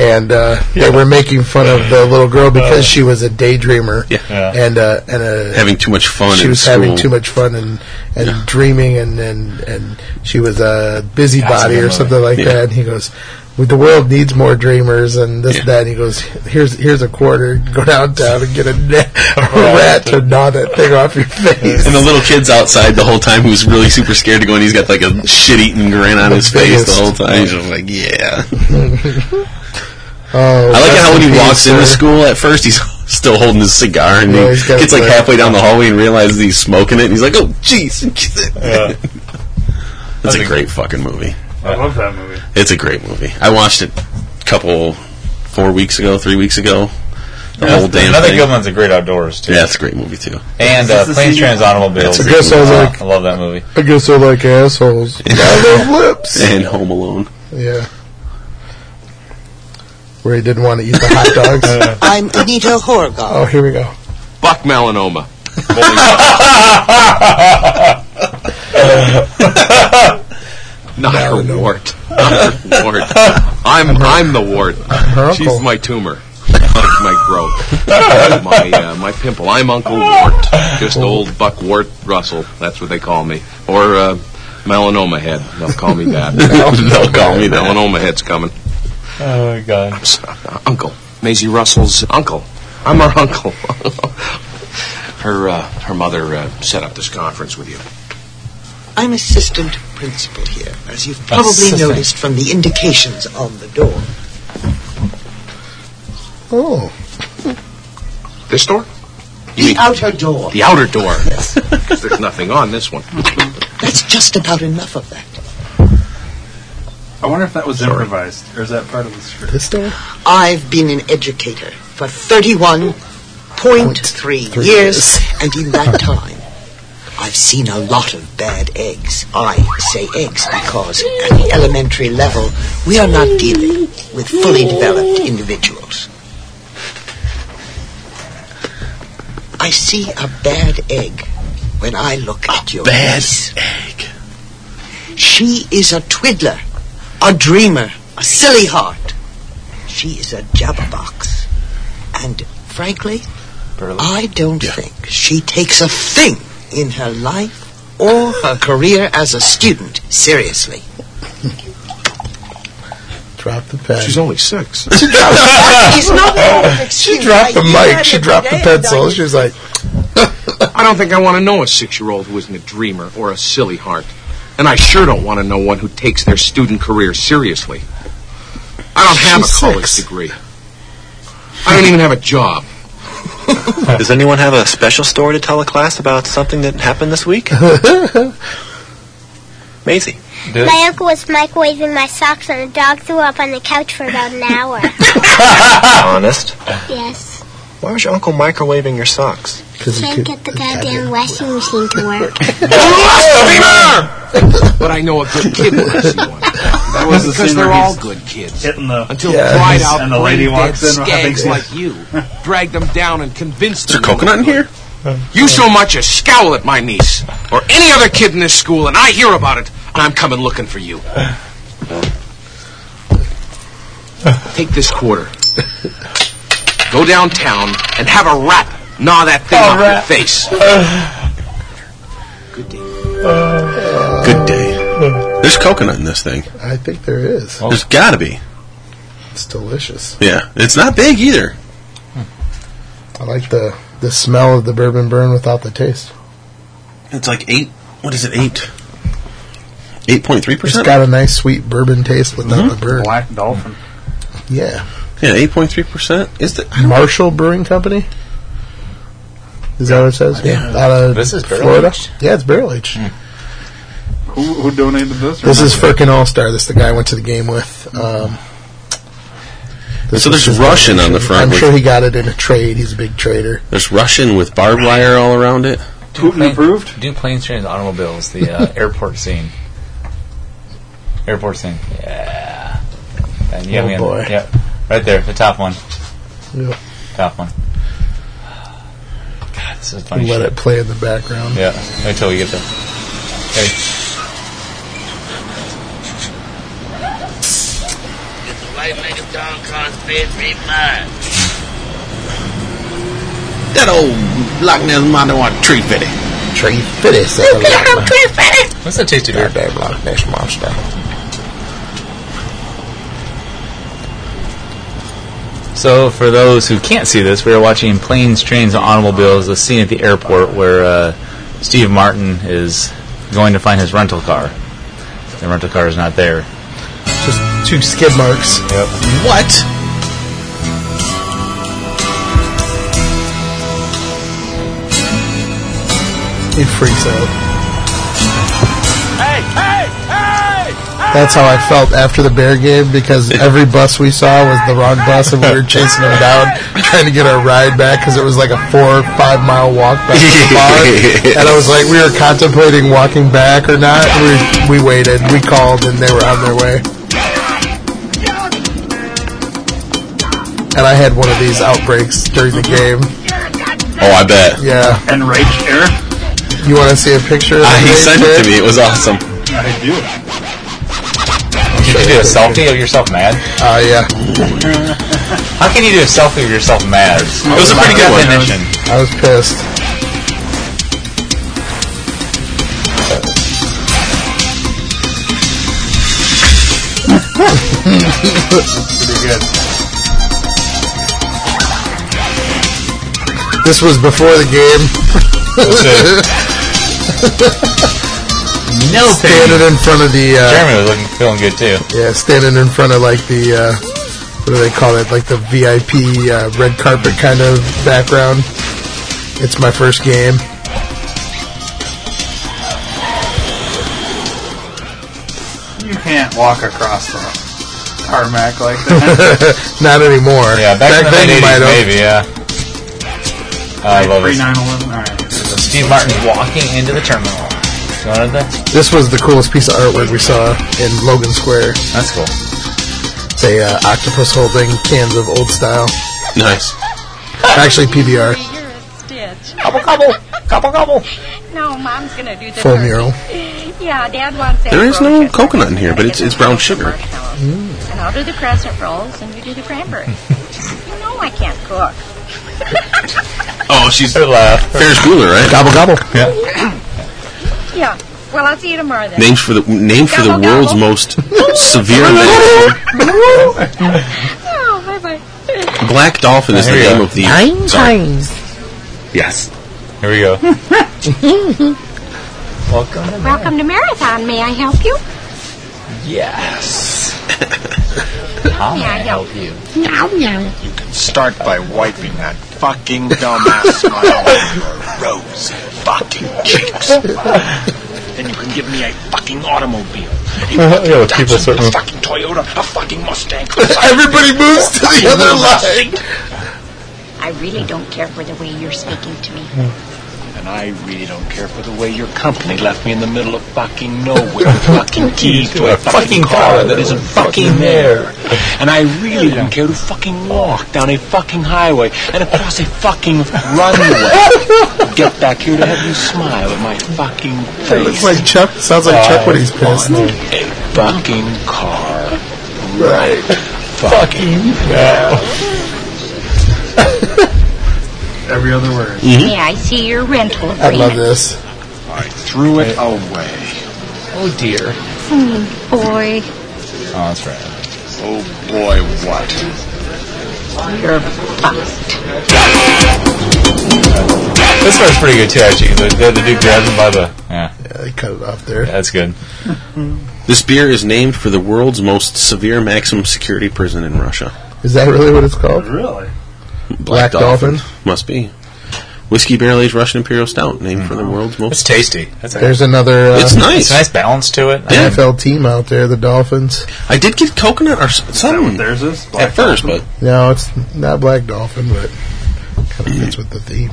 Speaker 1: and uh, they were making fun of the little girl because she was a daydreamer
Speaker 5: Yeah.
Speaker 6: Yeah.
Speaker 1: and uh, and a
Speaker 5: Having too much fun.
Speaker 1: she
Speaker 5: in
Speaker 1: was
Speaker 5: school.
Speaker 1: having too much fun and and dreaming and and and she was a busybody
Speaker 6: That's a good
Speaker 1: or something like
Speaker 5: Yeah.
Speaker 1: that. And he goes, well, "The world needs more dreamers and this
Speaker 5: Yeah.
Speaker 1: that." And he goes, "Here's here's a quarter. Go downtown and get a, na- a rat to gnaw that thing off your face."
Speaker 5: And the little kid's outside the whole time who's really super scared to go, and he's got like a shit-eating grin on
Speaker 1: The
Speaker 5: his face the
Speaker 1: biggest.
Speaker 5: whole time. He's just like, yeah.
Speaker 1: Oh,
Speaker 5: I like
Speaker 1: rest
Speaker 5: how when
Speaker 1: in
Speaker 5: he
Speaker 1: peace,
Speaker 5: walks into
Speaker 1: sir.
Speaker 5: school at first, he's still holding his cigar, and
Speaker 1: Yeah,
Speaker 5: he
Speaker 1: he's got
Speaker 5: gets like
Speaker 1: the-
Speaker 5: halfway down the hallway and realizes he's smoking it, and he's like, "Oh, jeez."
Speaker 3: Yeah.
Speaker 5: That's a great fucking movie.
Speaker 3: I love that movie.
Speaker 5: It's a great movie. I watched it a couple, four weeks ago, three weeks ago. The whole damn
Speaker 6: Another
Speaker 5: thing.
Speaker 6: good one's a great outdoors too.
Speaker 5: Yeah, it's a great movie too.
Speaker 6: And
Speaker 3: This
Speaker 6: uh,
Speaker 3: is the
Speaker 6: Planes,
Speaker 3: senior-
Speaker 6: Trains, Automobiles.
Speaker 5: That's
Speaker 1: I guess I was like,
Speaker 6: Uh, I love that movie.
Speaker 1: Oh, I guess I like assholes. I love lips.
Speaker 5: And Home Alone.
Speaker 1: Yeah. Where he didn't want to eat the hot dogs.
Speaker 2: I'm Anita Horga.
Speaker 1: oh, here we go.
Speaker 10: Fuck melanoma. Not her wart. Not her wart. I'm I'm the wart.
Speaker 1: Her
Speaker 10: She's
Speaker 1: uncle.
Speaker 10: my tumor. my, my growth. my uh, my pimple. I'm Uncle Wart. Just old Buck Wart Russell. That's what they call me. Or uh, melanoma head. They'll call me that.
Speaker 5: They'll call me that.
Speaker 10: melanoma head's coming.
Speaker 6: Oh god.
Speaker 10: uncle, Maisie Russell's uncle. I'm her uncle. her uh, her mother uh, set up this conference with you.
Speaker 2: I'm assistant principal here, as you've probably
Speaker 6: Assistant.
Speaker 2: noticed from the indications on the door.
Speaker 1: Oh.
Speaker 10: This door?
Speaker 2: the outer door.
Speaker 10: The outer door. There's nothing on this one.
Speaker 2: That's just about enough of that.
Speaker 3: I wonder if that was improvised, or is that part of the script?
Speaker 1: This door?
Speaker 2: I've been an educator for 31.3 years, and in that time, I've seen a lot of bad eggs. I say eggs because at the elementary level, we are not dealing with fully developed individuals. I see a bad egg when I look at your
Speaker 5: Bad
Speaker 2: face.
Speaker 5: egg.
Speaker 2: She is a twiddler, a dreamer, a silly heart. She is a jabberbox. And frankly, I don't think she takes a thing in her life or her career as a student seriously.
Speaker 1: Drop the pen.
Speaker 10: She's only six.
Speaker 2: It's not
Speaker 1: she dropped the mic. She dropped the pencil. She was like,
Speaker 10: I don't think I want to know a six-year-old who isn't a dreamer or a silly heart, and I sure don't want to know one who takes their student career seriously. I don't have
Speaker 1: She's
Speaker 10: a college
Speaker 1: six.
Speaker 10: degree. I don't even have a job.
Speaker 11: Does anyone have a special story to tell a class about something that happened this week? Maisie.
Speaker 12: My uncle was microwaving my socks and the dog threw up on the couch for about an hour.
Speaker 11: Honest.
Speaker 12: yes.
Speaker 11: Why was your uncle microwaving your socks?
Speaker 1: because you
Speaker 12: Can't
Speaker 1: could.
Speaker 12: get the goddamn washing machine to work.
Speaker 10: But I know a good kid when I see one.
Speaker 3: That was the
Speaker 10: because
Speaker 3: scene
Speaker 10: they're
Speaker 3: where
Speaker 10: all
Speaker 3: he's
Speaker 10: good kids.
Speaker 3: hitting the.
Speaker 10: Until
Speaker 1: Yeah.
Speaker 10: dried out
Speaker 3: And the lady
Speaker 10: brain-dead
Speaker 3: walks in, I think
Speaker 10: skags
Speaker 3: so.
Speaker 10: like you dragged them down and convinced
Speaker 5: Is there
Speaker 10: them. they
Speaker 5: coconut in
Speaker 10: were good.
Speaker 5: here?
Speaker 10: You so much as scowl at my niece or any other kid in this school, and I hear about it, I'm coming looking for you. Take this quarter. Go downtown and have a rap. Gnaw that thing off your face.
Speaker 5: Good day. There's coconut in this thing.
Speaker 1: I think there is.
Speaker 5: There's gotta be.
Speaker 1: It's delicious.
Speaker 5: Yeah. It's not big either.
Speaker 1: I like the the smell of the bourbon burn without the taste.
Speaker 5: It's like eight. What is it? Eight. Eight point three
Speaker 1: It's
Speaker 5: percent.
Speaker 1: got a nice sweet bourbon taste without the burn.
Speaker 3: Black dolphin.
Speaker 1: Yeah.
Speaker 5: Yeah, eight point three percent. Is it?
Speaker 1: Marshall Brewing Company. Is that what it says? Yeah. Out of
Speaker 6: This is barrel
Speaker 1: Florida.
Speaker 6: aged.
Speaker 1: Yeah, it's barrel aged.
Speaker 3: Who, who donated this? or
Speaker 1: This
Speaker 3: not?
Speaker 1: is frickin' All Star. This is the guy I went to the game with. Um, this
Speaker 5: So
Speaker 1: was
Speaker 5: there's
Speaker 1: his
Speaker 5: Russian on the
Speaker 1: donation.
Speaker 5: front,
Speaker 1: I'm
Speaker 5: which-
Speaker 1: sure he got it in a trade. He's a big trader.
Speaker 5: There's Russian with barbed wire all around it.
Speaker 6: Do
Speaker 3: Putin approved?
Speaker 6: Do planes, trains, automobiles. The uh, airport scene. Airport scene. Yeah. And you
Speaker 1: Oh,
Speaker 6: have me on-
Speaker 1: boy.
Speaker 6: Yep. Right there, the top one.
Speaker 1: Yep.
Speaker 6: Top one. God, this is funny.
Speaker 1: Let
Speaker 6: shit.
Speaker 1: it play in the background.
Speaker 6: Yeah. Wait till we get there. Hey.
Speaker 5: That old Loch Ness man don't want tree fitty.
Speaker 1: Trade fittest. You
Speaker 6: What's that taste of beer?
Speaker 1: Goddamn Loch Ness monster.
Speaker 6: So, for those who can't see this, we are watching Planes, Trains, and Automobiles, the scene at the airport where uh, Steve Martin is going to find his rental car. The rental car is not there.
Speaker 1: Just two skid marks.
Speaker 5: What?
Speaker 1: It freaks out.
Speaker 7: Hey, hey, hey!
Speaker 1: That's how I felt after the bear game because every bus we saw was the wrong bus and we were chasing them down trying to get our ride back because it was like a four or five mile walk back to the bar. And I was like, we were contemplating walking back or not. We, we waited, we called, and they were on their way. And I had one of these outbreaks during the game.
Speaker 5: Oh, I bet.
Speaker 1: Yeah.
Speaker 3: Enraged air.
Speaker 1: You want to see a picture? Of
Speaker 5: Ah, he
Speaker 1: the
Speaker 5: sent it to me. It was awesome.
Speaker 3: I do.
Speaker 6: Did you do a selfie of yourself mad?
Speaker 1: Oh, yeah.
Speaker 6: How can you do a selfie of yourself mad? It
Speaker 1: was a pretty good one. I was pissed.
Speaker 3: Pretty good.
Speaker 1: This was before the game.
Speaker 6: no
Speaker 1: standing in front of the uh,
Speaker 6: Jeremy was looking, feeling good too.
Speaker 1: Yeah, standing in front of like the uh, what do they call it? Like the VIP uh, red carpet kind of background. It's my first game.
Speaker 3: You can't walk across the tarmac like that.
Speaker 1: Not anymore.
Speaker 6: Yeah, back, in the
Speaker 1: then you
Speaker 6: 80s,
Speaker 1: might have.
Speaker 6: maybe, yeah. I love
Speaker 3: Pre
Speaker 6: it.
Speaker 3: 9 11. Alright.
Speaker 6: Steve Martin's walking into the terminal. Going to the-
Speaker 1: This was the coolest piece of artwork we saw in Logan Square.
Speaker 6: That's cool.
Speaker 1: It's a uh, octopus holding cans of old style.
Speaker 5: Nice.
Speaker 1: Actually, PBR
Speaker 13: Stitch.
Speaker 6: Gobble gobble, gobble gobble.
Speaker 13: No, mom's gonna do the
Speaker 5: Full
Speaker 13: turkey.
Speaker 5: mural.
Speaker 13: Yeah, dad wants that.
Speaker 5: There is
Speaker 13: roll.
Speaker 5: no coconut in here, but it's it's brown sugar.
Speaker 13: And I'll do the crescent rolls, and you do the cranberry. you know I can't cook.
Speaker 5: Oh, she's
Speaker 6: her laugh.
Speaker 5: Ferris Bueller, right?
Speaker 1: Gobble gobble.
Speaker 5: Yeah.
Speaker 13: Yeah. Well, I'll see you tomorrow then.
Speaker 5: Named for the named for the
Speaker 13: Gobble,
Speaker 5: world's
Speaker 13: gobble.
Speaker 5: most severe medicine.
Speaker 13: oh, bye bye.
Speaker 5: Black dolphin is
Speaker 6: Now,
Speaker 5: the
Speaker 6: here
Speaker 5: name
Speaker 6: you go.
Speaker 5: of the.
Speaker 6: Nine
Speaker 5: sorry.
Speaker 6: times.
Speaker 5: Yes.
Speaker 6: Here we go. Welcome.
Speaker 13: Welcome to Marathon. May I help you?
Speaker 6: Yes. How
Speaker 13: may I help
Speaker 6: you?
Speaker 13: Meow meow.
Speaker 14: Start by wiping that fucking dumbass smile off your rose fucking cheeks. then you can give me a fucking automobile. A
Speaker 6: Yeah, with
Speaker 14: fucking
Speaker 6: people
Speaker 14: Datsun,
Speaker 6: certain-
Speaker 14: a fucking Toyota, a fucking Mustang.
Speaker 1: Everybody moves to the other
Speaker 13: I really don't care for the way you're speaking to me.
Speaker 1: Mm-hmm.
Speaker 14: And I really don't care for the way your company left me in the middle of fucking nowhere with fucking keys to a fucking car that isn't fucking there. And I really don't care to fucking walk down a fucking highway and across a fucking runway. Get back here to have you smile at my fucking
Speaker 1: It
Speaker 14: face.
Speaker 1: looks like Chuck. Sounds like Chuck when he's pissed.
Speaker 14: I want A fucking car. Right. Fucking
Speaker 3: Every other word.
Speaker 13: May I see your rental
Speaker 1: I
Speaker 13: agreement?
Speaker 1: love this.
Speaker 14: I threw it away.
Speaker 6: Oh dear.
Speaker 13: Hmm, boy,
Speaker 6: Oh, that's right.
Speaker 14: Oh boy, what?
Speaker 13: you're fucked.
Speaker 6: This part's pretty good too, actually. The, the, the dude grabs him by the. Yeah.
Speaker 1: Yeah, they cut it off there.
Speaker 6: That's good.
Speaker 5: This beer is named for the world's most severe maximum security prison in Russia.
Speaker 1: Is that really what it's called?
Speaker 3: Really?
Speaker 1: Black Dolphin?
Speaker 5: Must be. Whiskey barrel aged Russian Imperial Stout, named for the world's most.
Speaker 6: It's tasty. That's
Speaker 1: There's another. Uh,
Speaker 5: It's nice.
Speaker 6: It's a nice balance to it. I mean,
Speaker 1: NFL team out there, the Dolphins.
Speaker 5: I did get coconut or s- something
Speaker 3: There's this.
Speaker 5: Hmm. at first, but
Speaker 1: No, it's not Black Dolphin, but kind of fits with the theme.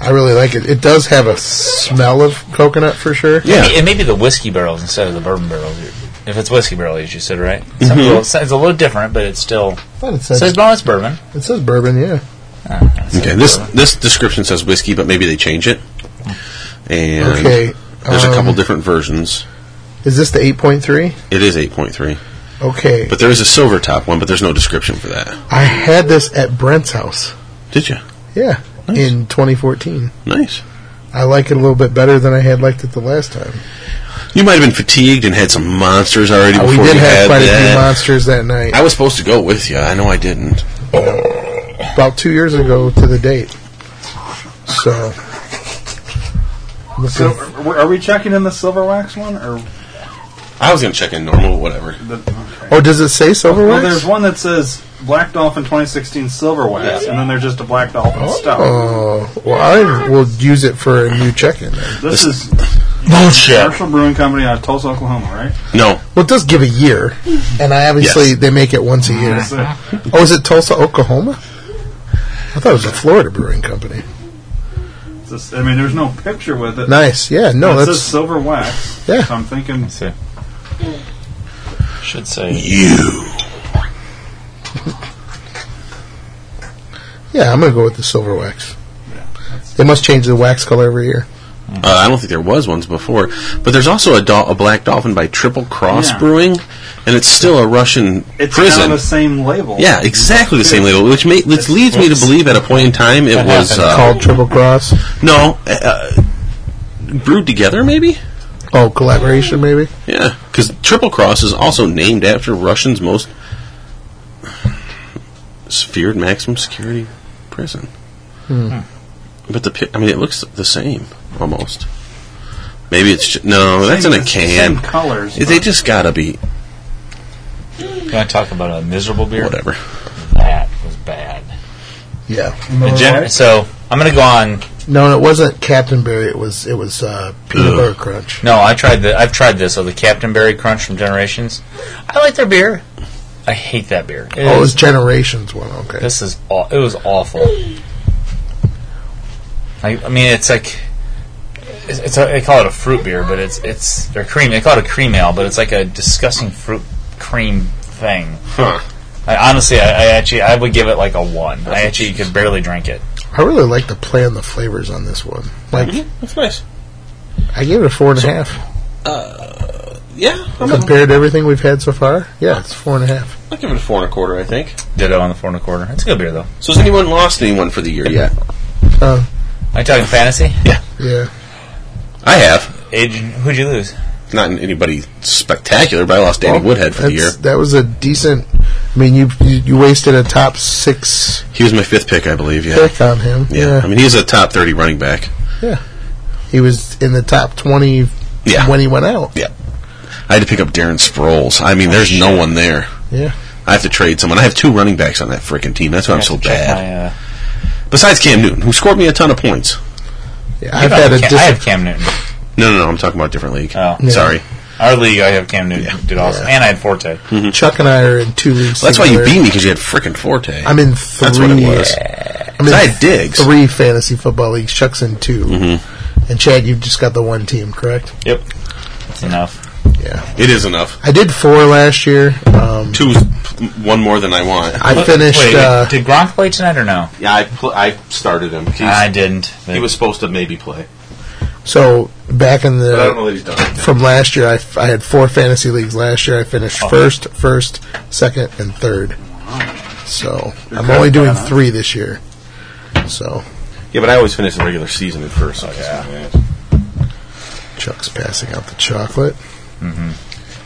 Speaker 1: I really like it. It does have a smell of coconut for sure.
Speaker 6: maybe- It may be the whiskey barrels instead of the bourbon barrels. If it's whiskey barrel aged, you said right. Some
Speaker 5: Mhm.
Speaker 6: people- it's a little different, but it's still.
Speaker 1: But it
Speaker 6: So
Speaker 1: says,
Speaker 6: it's bonus bourbon.
Speaker 1: it says bourbon, yeah.
Speaker 5: okay. This this description says whiskey, but maybe they change it. And
Speaker 1: Okay,
Speaker 5: there's a couple
Speaker 1: um,
Speaker 5: different versions.
Speaker 1: Is this the 8.3?
Speaker 5: It is eight point three,
Speaker 1: Okay.
Speaker 5: but there is a silver top one, but there's no description for that.
Speaker 1: I had this at Brent's house.
Speaker 5: Did you?
Speaker 1: Yeah. In 2014.
Speaker 5: Nice.
Speaker 1: I like it a little bit better than I had liked it the last time.
Speaker 5: You might have been fatigued and had some monsters already.
Speaker 1: Uh, we
Speaker 5: before
Speaker 1: did
Speaker 5: you
Speaker 1: have
Speaker 5: had
Speaker 1: quite a
Speaker 5: that.
Speaker 1: few monsters that night.
Speaker 5: I was supposed to go with you. I know I didn't.
Speaker 1: about two years ago to the date. So,
Speaker 3: So, are, are we checking in the silver wax one? or
Speaker 5: I was gonna check in normal, whatever.
Speaker 1: Oh, does it say silver
Speaker 3: Well,
Speaker 1: wax?
Speaker 3: there's one that says Black Dolphin 2016 Silver Wax, and then there's just a Black Dolphin Stout.
Speaker 1: Oh, well, I will use it for a new check-in. Then.
Speaker 3: This is
Speaker 1: Bullshit.
Speaker 3: Marshall Brewing Company out of Tulsa, Oklahoma, right?
Speaker 5: No.
Speaker 1: Well, it does give a year, and I obviously they make it once a year.
Speaker 3: Yes, sir.
Speaker 1: oh, is it Tulsa, Oklahoma? I thought it was a Florida brewing company.
Speaker 3: It's just- I mean, there's no picture with it.
Speaker 1: Nice, yeah, no,
Speaker 3: It
Speaker 1: that's-
Speaker 3: says Silver Wax.
Speaker 1: Yeah.
Speaker 3: so I'm thinking.
Speaker 6: Should say
Speaker 5: you.
Speaker 1: Yeah, I'm gonna go with the silver wax. They must change the wax color every year.
Speaker 5: Uh, I don't think there was ones before, but there's also a, dol- a black dolphin by Triple Cross
Speaker 3: Yeah.
Speaker 5: Brewing, and it's still a Russian
Speaker 3: It's
Speaker 5: prison.
Speaker 3: kind of the same label.
Speaker 5: yeah, exactly the same label, which, ma- which leads me to believe at a point in time it was uh,
Speaker 1: called Triple Cross.
Speaker 5: No, uh, brewed together maybe.
Speaker 1: Oh, collaboration maybe.
Speaker 5: Yeah, because Triple Cross is also named after Russians' most feared maximum security prison.
Speaker 1: Hmm.
Speaker 5: But the pi- I mean, it looks the same almost. Maybe it's ju- no, that's in a
Speaker 6: it's the
Speaker 5: can.
Speaker 6: same colors,
Speaker 5: They just gotta be
Speaker 6: Can I talk about a miserable beer?
Speaker 5: Whatever.
Speaker 6: That was bad.
Speaker 1: Yeah.
Speaker 6: The gen- so I'm gonna go on.
Speaker 1: No, it wasn't Captain Berry. It was it was uh, peanut
Speaker 6: Ugh.
Speaker 1: butter crunch.
Speaker 6: No, I tried the. I've tried this. So the Captain Berry Crunch from Generations. I like their beer. I hate that beer. It
Speaker 1: oh, it was
Speaker 6: is-
Speaker 1: Generations one. Okay.
Speaker 6: This is aw- it was awful. I, I mean, it's like it's, it's a, they call it a fruit beer, but it's it's or cream. They call it a cream ale, but it's like a disgusting fruit cream thing.
Speaker 5: Huh.
Speaker 6: I, honestly, I, I actually I would give it like a one. I actually could barely drink it.
Speaker 1: I really like the play on the flavors on this one. Like
Speaker 5: Mm-hmm. that's nice.
Speaker 1: I gave it a four and a half
Speaker 5: Yeah, I'm gonna,
Speaker 1: compared to everything we've had so far. Yeah, it's four and a half.
Speaker 5: I'll give it a four and a quarter. I think.
Speaker 6: Ditto on the four and a quarter. It's a good beer though.
Speaker 5: So has anyone lost anyone for the year yet?
Speaker 1: Oh,
Speaker 6: Are you talking fantasy?
Speaker 1: yeah.
Speaker 5: I have.
Speaker 6: Age? Who'd you lose?
Speaker 5: Not anybody spectacular, but I lost Danny
Speaker 1: Well,
Speaker 5: Woodhead for the year.
Speaker 1: that's- That was a decent. I mean, you you, you wasted a top six
Speaker 5: He was my fifth pick, I believe. Yeah.
Speaker 1: pick on him.
Speaker 5: Yeah. I mean, he's a top 30 running back.
Speaker 1: yeah. He was in the top twenty
Speaker 5: Yeah.
Speaker 1: when he went out.
Speaker 5: Yeah. I had to pick up Darren Sproles. I mean, there's no one there.
Speaker 1: Yeah.
Speaker 5: I have to trade someone. I have two running backs on that freaking team. That's why I'm so bad.
Speaker 6: My, uh,
Speaker 5: Besides Cam Newton, who scored me a ton of points.
Speaker 1: Yeah, I've had a
Speaker 6: Cam, I
Speaker 1: dis-
Speaker 6: have Cam Newton.
Speaker 5: No, no, no. I'm talking about a different league.
Speaker 6: Oh.
Speaker 1: Yeah.
Speaker 5: Sorry.
Speaker 6: Our league, I have Cam Newton. Did also, and I had Forte.
Speaker 1: Chuck and I are in two leagues.
Speaker 5: Well, that's why you
Speaker 1: together.
Speaker 5: beat me because you had freaking Forte.
Speaker 1: I'm in three.
Speaker 5: That's what it was.
Speaker 1: I'm in
Speaker 5: I had Diggs. Mm-hmm.
Speaker 1: Three fantasy football leagues. Chuck's in 2 and Chad, you've just got the one team, correct?
Speaker 6: Yep, that's enough.
Speaker 1: Yeah,
Speaker 5: It is enough.
Speaker 1: I did four last year. Um,
Speaker 5: Two's one more than I want.
Speaker 1: I finished.
Speaker 6: Wait,
Speaker 1: uh,
Speaker 6: did Gronk play tonight or no?
Speaker 4: Yeah, I pl- I started him. He's-
Speaker 6: I didn't.
Speaker 4: He was supposed to maybe play,
Speaker 1: so back in
Speaker 4: but I don't know
Speaker 1: the
Speaker 4: that he's done.
Speaker 1: from last year, I, f- I had four fantasy leagues last year. I finished
Speaker 3: Uh-huh.
Speaker 6: Oh.
Speaker 1: first, first, second, and third. So
Speaker 3: You're
Speaker 1: I'm
Speaker 3: good
Speaker 1: only
Speaker 3: at
Speaker 1: doing
Speaker 3: that, huh?
Speaker 1: three this year. So
Speaker 4: Yeah, but I always finish the regular season at first. so I guess not bad.
Speaker 1: Chuck's passing out the chocolate.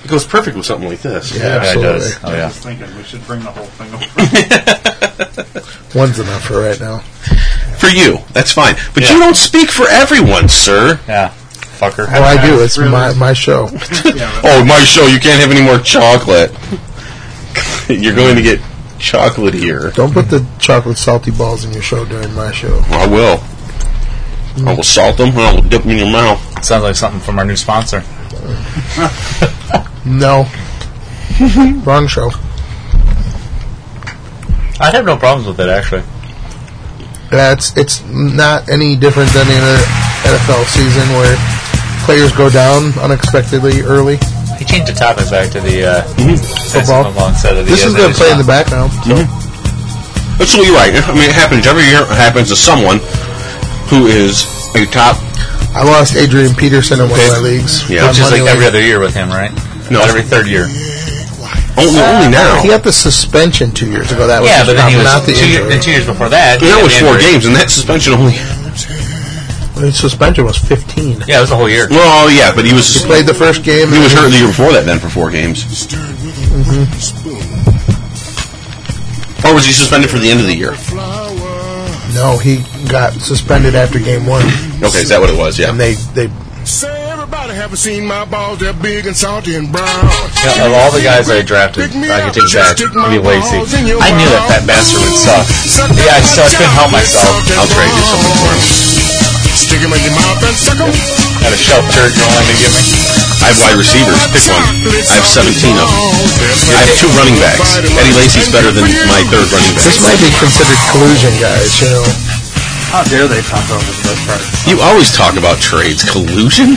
Speaker 5: It goes perfect with something like this.
Speaker 1: Yeah,
Speaker 6: Yeah, it
Speaker 1: absolutely.
Speaker 6: does. Oh
Speaker 3: I
Speaker 6: yeah.
Speaker 3: was thinking we should bring the whole thing over.
Speaker 1: One's enough for right now.
Speaker 5: For you, that's fine. But
Speaker 6: Yeah.
Speaker 5: you don't speak for everyone, sir.
Speaker 6: Yeah. Fucker.
Speaker 1: Oh, I do. It's
Speaker 3: Really?
Speaker 1: my my show.
Speaker 5: Oh, my show, you can't have any more chocolate. You're going to get chocolate here.
Speaker 1: Don't put the chocolate salty balls in your show during my show.
Speaker 5: I will. I will salt them and I will dip them in your mouth.
Speaker 6: Sounds like something from our new sponsor.
Speaker 1: No. Wrong show.
Speaker 6: I'd have no problems with it actually.
Speaker 1: That's it's not any different than in a NFL season where players go down unexpectedly early.
Speaker 6: He changed the topic back to the uh, fantasy
Speaker 1: Mm-hmm. Football.
Speaker 6: instead of the.
Speaker 1: This
Speaker 6: uh,
Speaker 1: is going to play in the
Speaker 6: back.
Speaker 1: background.
Speaker 5: Absolutely right. I mean, it happens every year. It happens to someone who is a top.
Speaker 1: I lost Adrian Peterson in one of my leagues. on
Speaker 5: Yeah.
Speaker 6: Which is
Speaker 1: Monday
Speaker 6: like every
Speaker 1: night.
Speaker 6: other year with him, right?
Speaker 5: No.
Speaker 6: Not every third year.
Speaker 5: Only, only now.
Speaker 1: He got the suspension two years ago. That was
Speaker 6: yeah,
Speaker 1: his
Speaker 6: but then he
Speaker 1: problem,
Speaker 6: was
Speaker 1: not the
Speaker 6: two, year,
Speaker 1: injury.
Speaker 6: then two years before that. he
Speaker 5: That
Speaker 6: had
Speaker 5: was
Speaker 6: the
Speaker 5: four
Speaker 6: injury.
Speaker 5: games, and that suspension only.
Speaker 1: His suspension was fifteen.
Speaker 6: Yeah, it was a whole year.
Speaker 5: Well, yeah, but he was
Speaker 1: He played the first game.
Speaker 5: he was hurt the year before that. Then for four games, or was he suspended for the end of the year?
Speaker 1: No, he got suspended after game one,
Speaker 5: Okay, is that what it was? Yeah.
Speaker 1: and they they
Speaker 15: haven't seen my balls that big and salty and brown.
Speaker 6: Yeah, of all the guys I drafted, I could take that. It'd be lazy. I knew that that bastard would suck. Yeah, I suck. Couldn't help myself. I'll try to do something for him.
Speaker 15: Stick 'em in your mouth and suck 'em.
Speaker 6: Got a shelf turd you're willing to give me?
Speaker 5: I have wide receivers. Pick one. I have 17 of them. I have two running backs. Eddie Lacy's better than my third running back.
Speaker 1: This might be considered collusion, guys. You know,
Speaker 3: How dare they talk over the best part?
Speaker 5: You always talk about trades. Collusion?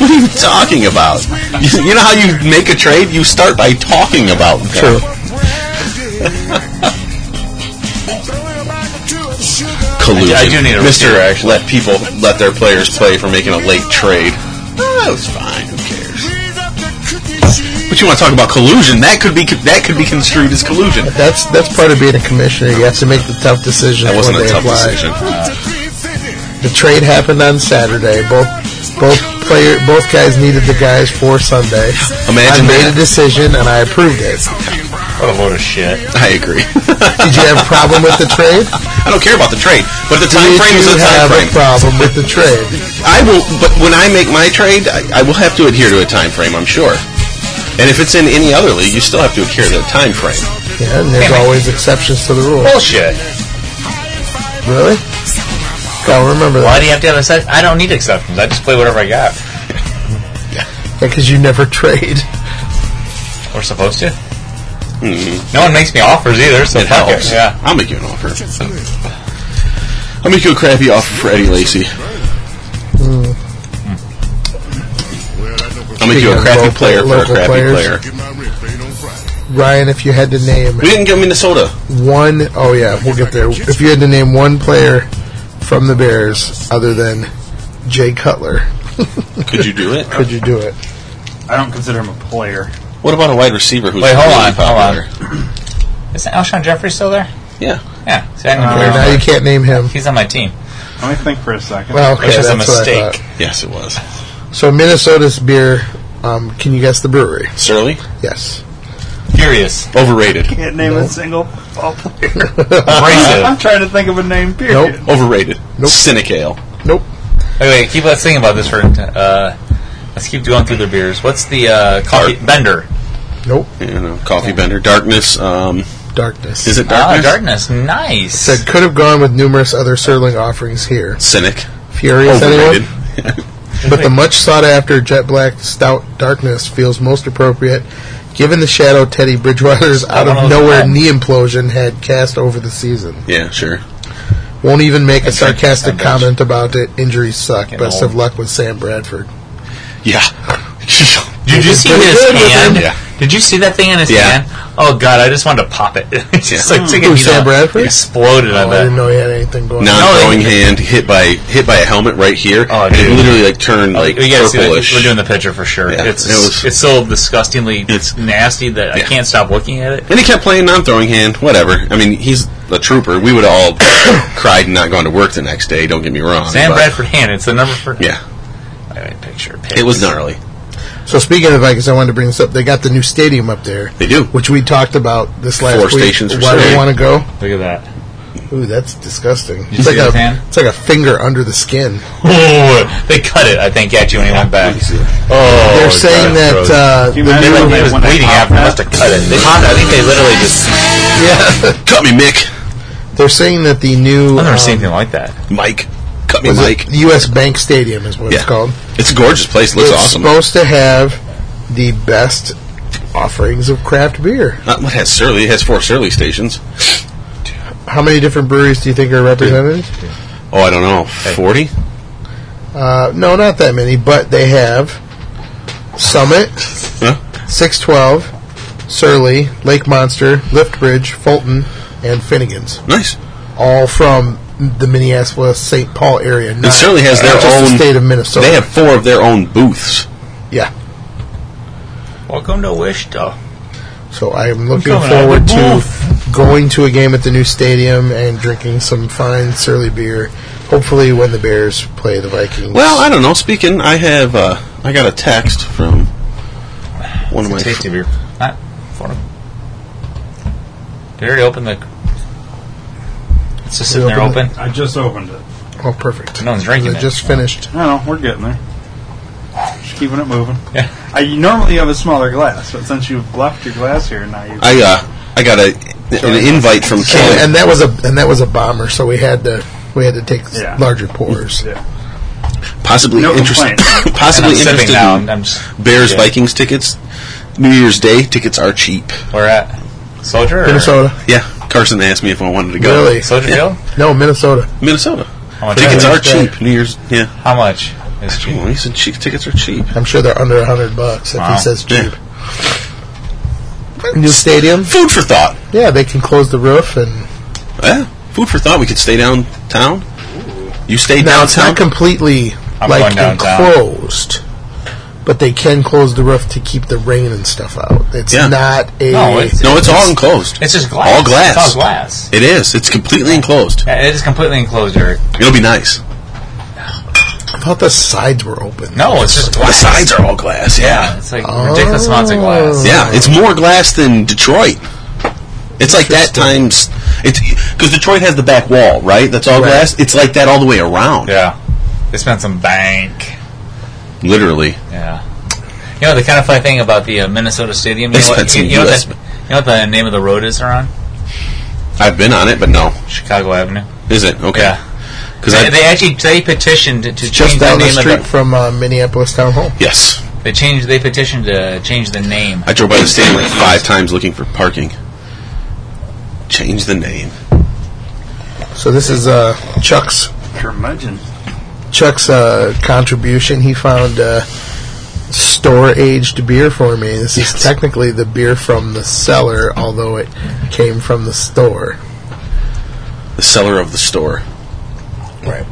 Speaker 5: What are you talking about? You, you know how you make a trade? You start by talking about them.
Speaker 1: True.
Speaker 5: Collusion.
Speaker 6: I do- I do need a
Speaker 5: Mr.
Speaker 6: receiver, actually.
Speaker 5: Let people let their players play for making a late trade. Oh, it's fine. Who cares? But you want to talk about collusion? That could be that could be construed as collusion.
Speaker 1: that's that's part of being a commissioner. You have to make the tough decisions
Speaker 5: That wasn't
Speaker 1: when
Speaker 5: a
Speaker 1: they
Speaker 5: tough
Speaker 1: apply.
Speaker 5: decision.
Speaker 1: The trade happened on Saturday. Both both player both guys needed the guys for Sunday.
Speaker 5: Imagine
Speaker 1: I made a
Speaker 5: that.
Speaker 1: decision and I approved it.
Speaker 6: What a load of shit.
Speaker 5: I agree.
Speaker 1: Did you have a problem with the trade?
Speaker 5: I don't care about the trade, but the time
Speaker 1: Did
Speaker 5: frame is
Speaker 1: you
Speaker 5: the time
Speaker 1: have
Speaker 5: frame.
Speaker 1: a problem with the trade?
Speaker 5: I will, but when I make my trade, I, I will have to adhere to a time frame. I'm sure. And if it's in any other league, you still have to adhere to the time frame.
Speaker 1: Yeah, and there's always exceptions to the rule.
Speaker 6: Bullshit.
Speaker 1: Really? Gotta remember
Speaker 6: Why
Speaker 1: that.
Speaker 6: do you have to have exceptions? I don't need exceptions. I just play whatever I got.
Speaker 1: Because you never trade.
Speaker 6: We're supposed to. No one makes me offers either, so
Speaker 5: Mm-hmm. It
Speaker 6: fuck it.
Speaker 5: helps.
Speaker 6: Yeah.
Speaker 5: I'll make you an offer. I'll make you a crappy offer for Eddie Lacy.
Speaker 1: Hmm.
Speaker 5: I'll make you
Speaker 1: Speaking
Speaker 5: a
Speaker 1: of
Speaker 5: crappy
Speaker 1: local-
Speaker 5: player for a
Speaker 1: local
Speaker 5: crappy
Speaker 1: players.
Speaker 5: player.
Speaker 1: Ryan, if you had to name
Speaker 5: We didn't go Minnesota.
Speaker 1: one, oh yeah, we'll get there. If you had to name one player from the Bears other than Jay Cutler,
Speaker 5: Could you do it?
Speaker 1: could you do it?
Speaker 3: I don't consider him a player.
Speaker 5: What about a wide receiver who's
Speaker 6: Wait, hold
Speaker 5: really
Speaker 6: on, hold
Speaker 5: popular?
Speaker 6: Isn't Alshon Jeffrey still there?
Speaker 5: Yeah.
Speaker 6: Yeah. See, I didn't
Speaker 1: Or Uh, now
Speaker 6: remember.
Speaker 1: you can't name him.
Speaker 6: He's on my team,
Speaker 3: Let me think for a second.
Speaker 1: Well, okay,
Speaker 6: which is
Speaker 1: that's
Speaker 6: a
Speaker 1: what I
Speaker 6: mistake.
Speaker 5: Yes, it was.
Speaker 1: thought. So Minnesota's beer, um, can you guess the brewery?
Speaker 5: Surly?
Speaker 1: Yes.
Speaker 6: Furious.
Speaker 5: Overrated.
Speaker 3: Can't name a single ball player.
Speaker 6: Abrasive.
Speaker 3: I'm trying to think of a name, period.
Speaker 5: Overrated.
Speaker 1: Nope.
Speaker 5: Cynic ale.
Speaker 1: Note.
Speaker 6: Wait, wait. Keep let's think about this for. Uh, let's keep going through their beers. What's the uh, coffee Bender?
Speaker 1: Nope.
Speaker 5: You know, coffee bender. Darkness. Um,
Speaker 1: Darkness.
Speaker 5: is it
Speaker 6: Ah,
Speaker 5: darkness?
Speaker 6: darkness. Nice.
Speaker 1: Said could have gone with numerous other Serling offerings here.
Speaker 5: Cynic.
Speaker 1: Furious
Speaker 5: Overrated.
Speaker 1: anyone? But the much sought after jet black stout darkness feels most appropriate given the shadow Teddy Bridgewater's out
Speaker 6: one
Speaker 1: of
Speaker 6: of those
Speaker 1: nowhere
Speaker 6: guys.
Speaker 1: knee implosion had cast over the season.
Speaker 5: yeah, sure.
Speaker 1: Won't even make a
Speaker 6: That's right.
Speaker 1: sarcastic
Speaker 6: That does.
Speaker 1: comment about it. Injuries suck.
Speaker 6: Getting
Speaker 1: Best
Speaker 6: old.
Speaker 1: of luck with Sam Bradford.
Speaker 5: Yeah.
Speaker 6: Did you
Speaker 1: He's
Speaker 6: see
Speaker 1: pretty
Speaker 6: his
Speaker 1: good with
Speaker 6: hand?
Speaker 5: him. Yeah.
Speaker 6: Did you see that thing in his
Speaker 5: Yeah.
Speaker 6: hand? Oh god, I just wanted to pop it. it's just like taking
Speaker 1: Who,
Speaker 6: you
Speaker 1: Sam
Speaker 6: know,
Speaker 1: Bradford?
Speaker 6: exploded
Speaker 1: Oh,
Speaker 6: on
Speaker 1: I didn't
Speaker 6: that.
Speaker 1: know he had anything going on.
Speaker 5: Non-throwing hand hit by hit by a helmet right here.
Speaker 6: Oh,
Speaker 5: and it
Speaker 6: dude. Oh,
Speaker 5: literally like turned like
Speaker 6: you gotta see that.
Speaker 5: purplish.
Speaker 6: We're doing the picture for sure.
Speaker 5: Yeah,
Speaker 6: it's
Speaker 5: it was-
Speaker 6: it's so disgustingly
Speaker 5: It's-
Speaker 6: nasty that I
Speaker 5: Yeah.
Speaker 6: can't stop looking at it.
Speaker 5: And he kept playing non-throwing hand, whatever. I mean, he's a trooper. We would have all cried and not gone to work the next day. Don't get me wrong.
Speaker 6: Sam
Speaker 5: but-
Speaker 6: Bradford hand. It's the number for
Speaker 5: Yeah,
Speaker 6: Wait, wait, picture.
Speaker 5: it was gnarly.
Speaker 1: So speaking of Vikings, I wanted to bring this up. They got the new stadium up there,
Speaker 5: They do.
Speaker 1: which we talked about this last
Speaker 5: Four
Speaker 1: week.
Speaker 5: stations or
Speaker 1: Why do we
Speaker 5: something.
Speaker 1: want to go?
Speaker 6: Look at that.
Speaker 1: Ooh, that's disgusting.
Speaker 6: You
Speaker 1: It's
Speaker 6: see
Speaker 1: like
Speaker 6: his hand?
Speaker 1: a it's like a finger under the skin.
Speaker 6: Oh, they cut it. I think at you and he went back. Oh,
Speaker 1: They're saying that uh,
Speaker 3: Can
Speaker 1: the
Speaker 3: you imagine
Speaker 1: new
Speaker 3: when
Speaker 6: he was
Speaker 3: when they
Speaker 6: bleeding
Speaker 3: pop
Speaker 6: after.
Speaker 3: that?
Speaker 6: Must have cut it. They popped. I think they literally just.
Speaker 1: yeah,
Speaker 5: Cut me, Mick.
Speaker 1: they're saying that the new
Speaker 6: I've never
Speaker 1: um,
Speaker 6: seen anything like that.
Speaker 5: Mike. Cut me,
Speaker 1: was it
Speaker 5: Mike.
Speaker 1: the U.S. Bank Stadium is what
Speaker 5: Yeah.
Speaker 1: it's called.
Speaker 5: It's a gorgeous place. Looks
Speaker 1: it's
Speaker 5: awesome.
Speaker 1: supposed to have the best offerings of craft beer.
Speaker 5: Not what has Surly. It has four Surly stations.
Speaker 1: How many different breweries do you think are represented?
Speaker 5: Oh, I don't know. Forty.
Speaker 1: Uh, no, not that many, but they have Summit.
Speaker 5: Huh?
Speaker 1: 612, Surly, Lake Monster, Liftbridge, Fulton, and Finnegan's.
Speaker 5: Nice.
Speaker 1: All from the Minneapolis St. Paul area.
Speaker 5: It
Speaker 1: not
Speaker 5: Surly has their
Speaker 1: just the
Speaker 5: own
Speaker 1: state of Minnesota.
Speaker 5: They have four of their own booths.
Speaker 1: yeah.
Speaker 6: Welcome to Wichita.
Speaker 1: So I am looking
Speaker 6: coming out
Speaker 1: forward
Speaker 6: with
Speaker 1: to going to a game at the new stadium and drinking some fine Surly beer. Hopefully, when the Bears play the Vikings.
Speaker 5: Well, I don't know. Speaking, I have. Uh, I got a text from one of my.
Speaker 6: It's a tasty beer. Not Ah, for him. Did you already open the? It's just sitting
Speaker 1: We
Speaker 6: there open.
Speaker 1: opened
Speaker 3: I just opened it.
Speaker 1: oh, perfect.
Speaker 6: No one's drinking
Speaker 1: They
Speaker 6: it.
Speaker 1: just finished.
Speaker 3: No, no, we're getting there. keeping it moving. I you normally have a smaller glass, but since you've left your glass here, now you.
Speaker 5: I uh, I got a, an invite from Ken.
Speaker 1: and, and that was a and that was a bomber, so we had to we had to take s-
Speaker 3: Yeah.
Speaker 1: larger pours.
Speaker 5: possibly
Speaker 1: No
Speaker 5: interested,
Speaker 1: complaint.
Speaker 5: possibly
Speaker 1: And I'm sipping
Speaker 5: interested
Speaker 1: now,
Speaker 5: in
Speaker 1: and I'm just-
Speaker 5: Bears
Speaker 1: yeah.
Speaker 5: Vikings tickets. New Year's Day tickets are cheap.
Speaker 6: Where at? Soldier. or-
Speaker 1: Minnesota.
Speaker 5: Yeah, Carson asked me if I wanted to go.
Speaker 1: Really?
Speaker 6: Soldier
Speaker 5: yeah.
Speaker 6: Field?
Speaker 1: No, Minnesota.
Speaker 5: Minnesota.
Speaker 6: much
Speaker 5: Tickets
Speaker 6: is it?
Speaker 5: are cheap. New Year's. Yeah.
Speaker 6: How much is cheap?
Speaker 5: Well, he said cheap tickets are cheap.
Speaker 1: I'm sure they're under a hundred bucks if
Speaker 5: Wow.
Speaker 1: he says cheap.
Speaker 5: Yeah.
Speaker 1: New stadium.
Speaker 5: Food for thought.
Speaker 1: Yeah, they can close the roof and
Speaker 5: Yeah. Food for thought. We could stay downtown. You stay
Speaker 1: now it's
Speaker 5: downtown.
Speaker 1: not completely
Speaker 5: I'm
Speaker 1: like
Speaker 5: going downtown.
Speaker 1: enclosed, but they can close the roof to keep the rain and stuff out. It's
Speaker 5: Yeah.
Speaker 1: not a
Speaker 5: No, it's- No, it's all enclosed.
Speaker 6: It's just glass.
Speaker 5: All glass.
Speaker 6: It's all glass.
Speaker 5: It is. It's completely enclosed.
Speaker 6: Yeah, it is completely enclosed, Eric.
Speaker 5: It'll be nice.
Speaker 1: I thought the sides were open.
Speaker 6: No, it's just
Speaker 5: The
Speaker 6: glass.
Speaker 5: sides are all glass. Yeah.
Speaker 6: It's like ridiculous amounts of glass.
Speaker 5: Yeah, it's more glass than Detroit. It's like that times it's because Detroit has the back wall, right? That's all glass. It's like that all the way around.
Speaker 6: Yeah, they spent some bank.
Speaker 5: Literally.
Speaker 6: Yeah. You know the kind of funny thing about the uh, Minnesota Stadium. You
Speaker 5: They
Speaker 6: know, what,
Speaker 5: spent
Speaker 6: you,
Speaker 5: some
Speaker 6: you know what
Speaker 5: US
Speaker 6: the, you know what the name of the road is around?
Speaker 5: I've been on it, but no.
Speaker 6: Chicago Avenue.
Speaker 5: Is it okay?
Speaker 6: Yeah.
Speaker 5: Because
Speaker 6: they,
Speaker 5: I
Speaker 6: they actually they petitioned to change
Speaker 1: just
Speaker 6: the
Speaker 1: down the
Speaker 6: name
Speaker 1: street
Speaker 6: of
Speaker 1: from uh, Minneapolis Town Hall.
Speaker 5: yes,
Speaker 6: the. They changed. They petitioned to change the name.
Speaker 5: I drove by the stadium like five times looking for parking. Change the name.
Speaker 1: So this is uh, Chuck's
Speaker 3: Curmudgeon.
Speaker 1: Chuck's uh, contribution. He found uh, store aged beer for me. This is technically the beer from the cellar, although it came from the store.
Speaker 5: The seller of the store.
Speaker 1: Right.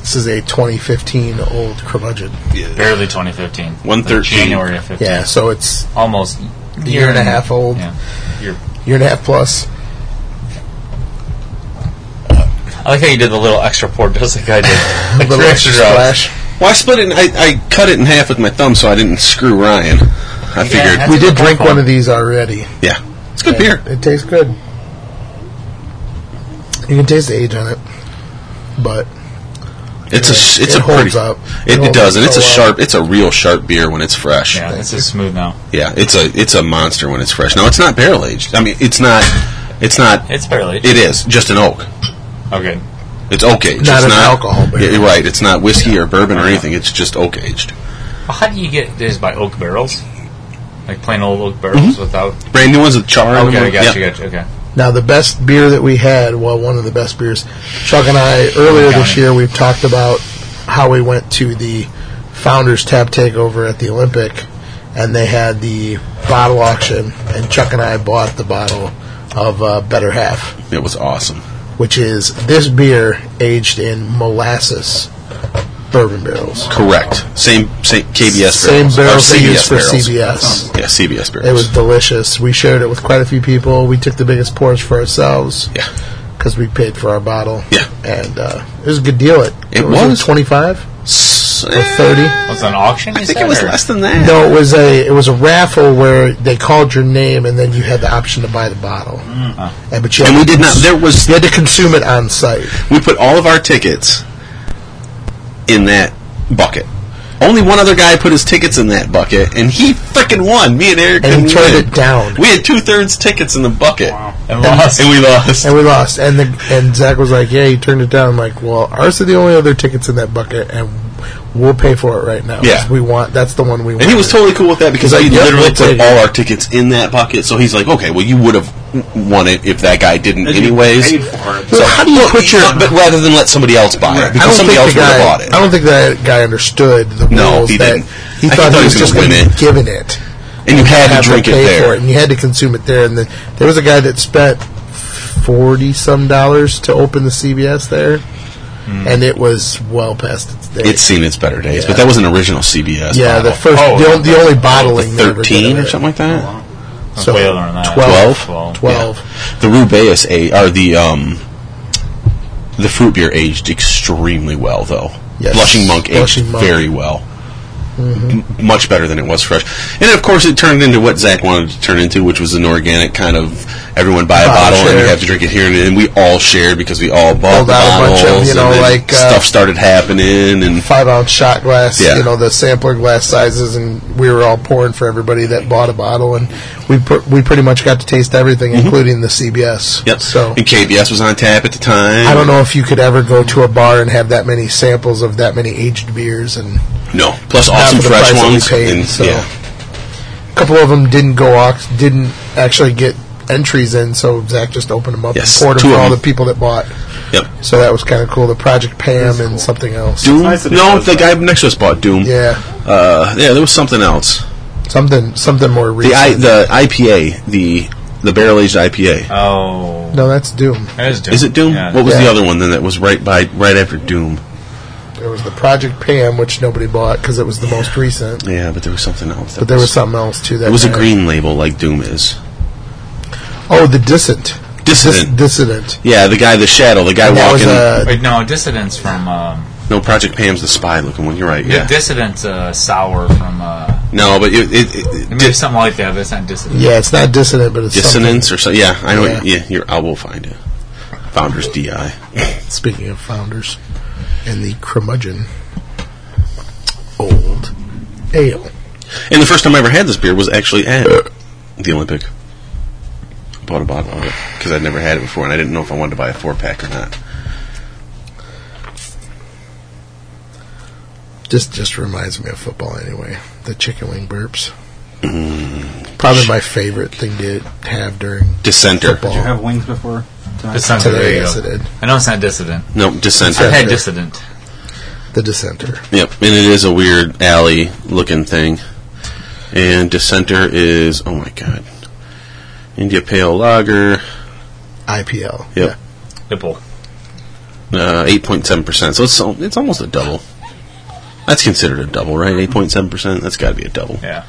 Speaker 1: This is a 2015 old curmudgeon.
Speaker 6: Barely 2015.
Speaker 5: 113.
Speaker 6: Like January of 15.
Speaker 1: Yeah, so it's
Speaker 6: almost
Speaker 1: a year and a half old.
Speaker 6: Yeah. Year.
Speaker 1: Year and a half plus.
Speaker 6: I like how you did the little extra pour just like I did. Like
Speaker 1: Little
Speaker 6: three
Speaker 1: extra
Speaker 6: drops.
Speaker 1: splash.
Speaker 5: Well, I split it. In, I, I cut it in half with my thumb so I didn't screw Ryan. I figured
Speaker 1: we did drink one of these already.
Speaker 5: Yeah, it's good beer.
Speaker 1: It tastes good. You can taste the age on it, but
Speaker 5: It's a sh- it's
Speaker 1: It
Speaker 5: a
Speaker 1: holds
Speaker 5: pretty,
Speaker 1: up. It
Speaker 5: It, it
Speaker 1: holds
Speaker 5: does,
Speaker 1: up
Speaker 5: and it's
Speaker 1: so
Speaker 5: a
Speaker 1: well.
Speaker 5: sharp. It's a real sharp beer when it's fresh.
Speaker 6: Yeah, this is smooth now.
Speaker 5: Yeah, it's a it's a monster when it's fresh. Now it's not barrel aged. I mean, it's not. It's not.
Speaker 6: It's oh, barrel aged.
Speaker 5: It is just an oak.
Speaker 6: Okay.
Speaker 5: It's oak aged.
Speaker 1: Not
Speaker 5: it's
Speaker 1: an alcohol barrel.
Speaker 5: Yeah, you're right. It's not whiskey or bourbon or anything. It's just oak aged.
Speaker 6: Well, how do you get this by oak barrels? Like plain old oak barrels without.
Speaker 5: Brand new ones with char. in
Speaker 6: Okay,
Speaker 5: them.
Speaker 6: I got
Speaker 5: Mm-hmm.
Speaker 6: you,
Speaker 5: Yeah.
Speaker 6: got you. Okay.
Speaker 1: Now, the best beer that we had, well, one of the best beers, Chuck and I, earlier this year, we've talked about how we went to the Founders Tap Takeover at the Olympic, and they had the bottle auction, and Chuck and I bought the bottle of uh, Better Half,
Speaker 5: It was awesome.
Speaker 1: which is this beer aged in molasses bourbon barrels.
Speaker 5: Correct. Same same KBS
Speaker 1: Same
Speaker 5: barrels. Or
Speaker 1: barrels they
Speaker 5: CBS
Speaker 1: use for
Speaker 5: barrels.
Speaker 1: CBS.
Speaker 5: Yeah, CBS barrels.
Speaker 1: It was delicious. We shared it with quite a few people. We took the biggest pours for ourselves.
Speaker 5: Yeah.
Speaker 1: Because we paid for our bottle.
Speaker 5: Yeah.
Speaker 1: And uh, it was a good deal. It,
Speaker 5: It was.
Speaker 1: 25
Speaker 5: S-
Speaker 1: or 30.
Speaker 6: Was it an auction?
Speaker 5: I think it was less than that.
Speaker 1: No, it was a it was a raffle where they called your name and then you had the option to buy the bottle. And but you had
Speaker 5: Ah. And we
Speaker 1: to
Speaker 5: did not.
Speaker 1: cons-
Speaker 5: There was
Speaker 1: you had to consume it on site.
Speaker 5: we put all of our tickets in that bucket. Only one other guy put his tickets in that bucket, and he freaking won. Me and Eric
Speaker 1: And he
Speaker 5: didn't
Speaker 1: turned
Speaker 5: win.
Speaker 1: it down.
Speaker 5: We had two thirds tickets in the bucket,
Speaker 6: And lost.
Speaker 5: and we lost.
Speaker 1: And we lost. And the, and Zach was like, "Yeah, you turned it down." I'm like, "Well, ours are the only other tickets in that bucket, and we'll pay for it right now. 'cause
Speaker 5: Yeah.
Speaker 1: we want that's the one we want."
Speaker 5: And he was totally cool with that because I
Speaker 1: He's like, "Yep,
Speaker 5: literally
Speaker 1: we'll
Speaker 5: put
Speaker 1: take it."
Speaker 5: all our tickets in that bucket. So he's like, "Okay, well, you would have won it if that guy didn't,
Speaker 3: you
Speaker 5: anyways."
Speaker 3: paid for it.
Speaker 1: Well,
Speaker 5: So
Speaker 1: how do you
Speaker 5: Well,
Speaker 1: put your?
Speaker 5: uh, But rather than let somebody else buy it, because somebody else
Speaker 1: the
Speaker 5: would
Speaker 1: guy,
Speaker 5: have bought it.
Speaker 1: I don't think that guy understood the
Speaker 5: No,
Speaker 1: rules.
Speaker 5: he
Speaker 1: that
Speaker 5: didn't.
Speaker 1: He
Speaker 5: I
Speaker 1: thought, he was
Speaker 5: gonna
Speaker 1: just
Speaker 5: win
Speaker 1: gonna be
Speaker 5: it.
Speaker 1: given it,
Speaker 5: And you had to
Speaker 1: have
Speaker 5: drink it
Speaker 1: pay
Speaker 5: there.
Speaker 1: for it, and you had to consume it there. And then there was a guy that spent forty some dollars to open the CBS there,
Speaker 6: Hmm.
Speaker 1: and it was well past its date.
Speaker 5: It's seen its better days, but
Speaker 1: Yeah.
Speaker 5: that was an original CBS.
Speaker 1: yeah, the
Speaker 5: bottle.
Speaker 1: first,
Speaker 6: Oh,
Speaker 1: the, on- the only
Speaker 5: The
Speaker 1: bottling, they ever did
Speaker 5: thirteen
Speaker 1: of
Speaker 5: or
Speaker 1: it.
Speaker 5: something like that.
Speaker 1: So
Speaker 6: Way older than that.
Speaker 1: 12,
Speaker 6: 12.
Speaker 1: 12.
Speaker 5: The Rubeus a or the um the fruit beer aged extremely well though.
Speaker 1: Yes.
Speaker 5: Blushing Monk aged
Speaker 1: Blushing Monk. Mm-hmm.
Speaker 5: very well. m- much better than it was fresh. And of course, it turned into what Zach wanted to turn into, which was an organic kind of everyone buy a
Speaker 1: Bottle
Speaker 5: bottle and
Speaker 1: share.
Speaker 5: you have to drink it here, and, and we all shared because we all bought
Speaker 1: Pulled
Speaker 5: the
Speaker 1: out a
Speaker 5: bottles.
Speaker 1: bunch of, you know,
Speaker 5: and then
Speaker 1: like, uh,
Speaker 5: stuff started happening, and
Speaker 1: five ounce shot glass,
Speaker 5: Yeah.
Speaker 1: you know, the sampler glass sizes, and we were all pouring for everybody that bought a bottle, and we pr- we pretty much got to taste everything, including the CBS.
Speaker 5: Mm-hmm. yep.
Speaker 1: So
Speaker 5: and KBS was on tap at the time.
Speaker 1: I don't know if you could ever go to a bar and have that many samples of that many aged beers, and
Speaker 5: No, plus
Speaker 1: Not
Speaker 5: awesome
Speaker 1: for the
Speaker 5: fresh
Speaker 1: price that we
Speaker 5: ones.
Speaker 1: paid,
Speaker 5: and,
Speaker 1: so.
Speaker 5: Yeah,
Speaker 1: a couple of them didn't go ox, didn't actually get entries in, so Zach just opened them up
Speaker 5: Yes,
Speaker 1: and poured
Speaker 5: two
Speaker 1: them for
Speaker 5: of
Speaker 1: all
Speaker 5: them.
Speaker 1: the people that bought.
Speaker 5: yep.
Speaker 1: So that was kind of cool. The Project Pam and something else.
Speaker 5: Doom. no, the guy next to us bought Doom.
Speaker 1: Yeah.
Speaker 5: Uh, yeah, there was something else.
Speaker 1: Something something more
Speaker 5: The
Speaker 1: recent.
Speaker 5: I, the IPA, the the barrel aged IPA.
Speaker 6: Oh,
Speaker 1: no, that's Doom.
Speaker 5: Is it Doom?
Speaker 6: Yeah.
Speaker 5: What was the
Speaker 1: Yeah.
Speaker 5: other one then that was right by right after Doom?
Speaker 1: There was the Project Pam, which nobody bought because it was the most recent.
Speaker 5: Yeah, but there was something else. that
Speaker 1: But there was something else too. That
Speaker 5: It was a
Speaker 1: night.
Speaker 5: green label like Doom is.
Speaker 1: Oh, the Dissent.
Speaker 5: Dissident.
Speaker 1: Dis- dissident.
Speaker 5: Yeah, the guy, the shadow, the guy
Speaker 1: And that was
Speaker 5: walking.
Speaker 1: a-
Speaker 6: Wait, no, Dissident's from um,
Speaker 5: no, Project Pam's the spy looking one. You're right. Yeah.
Speaker 6: Dissident's uh, sour from uh,
Speaker 5: no, but it, it, it-
Speaker 6: maybe it's something like that, but it's not Dissident.
Speaker 1: Yeah, it's not Dissident, but it's
Speaker 5: dissonance or something. Yeah, I know.
Speaker 1: Yeah.
Speaker 5: Yeah, you're, I will find it. Founders DI.
Speaker 1: something. Speaking of founders and the curmudgeon, old ale.
Speaker 5: And the first time I ever had this beer was actually at the Olympic. I bought a bottle of it because I'd never had it before, and I didn't know if I wanted to buy a four pack or not.
Speaker 1: Just just reminds me of football anyway. The chicken wing burps.
Speaker 6: Mm-hmm.
Speaker 1: Probably my favorite thing to have during
Speaker 5: Dissenter.
Speaker 1: football.
Speaker 3: Did you have wings before? tonight?
Speaker 6: Dissenter,
Speaker 1: Today,
Speaker 6: there you
Speaker 1: yes,
Speaker 6: go.
Speaker 1: it did.
Speaker 6: I know it's not Dissident.
Speaker 5: No, dissenter.
Speaker 6: I've had Dissident.
Speaker 1: The dissenter.
Speaker 5: Yep, and it is a weird alley looking thing. And dissenter is oh my god, India Pale Lager.
Speaker 1: IPL.
Speaker 5: Yep, uh,
Speaker 6: Nipple.
Speaker 5: eight point seven percent. So it's al- it's almost a double. That's considered a double, right? Eight point seven percent. That's got to be a double.
Speaker 6: Yeah.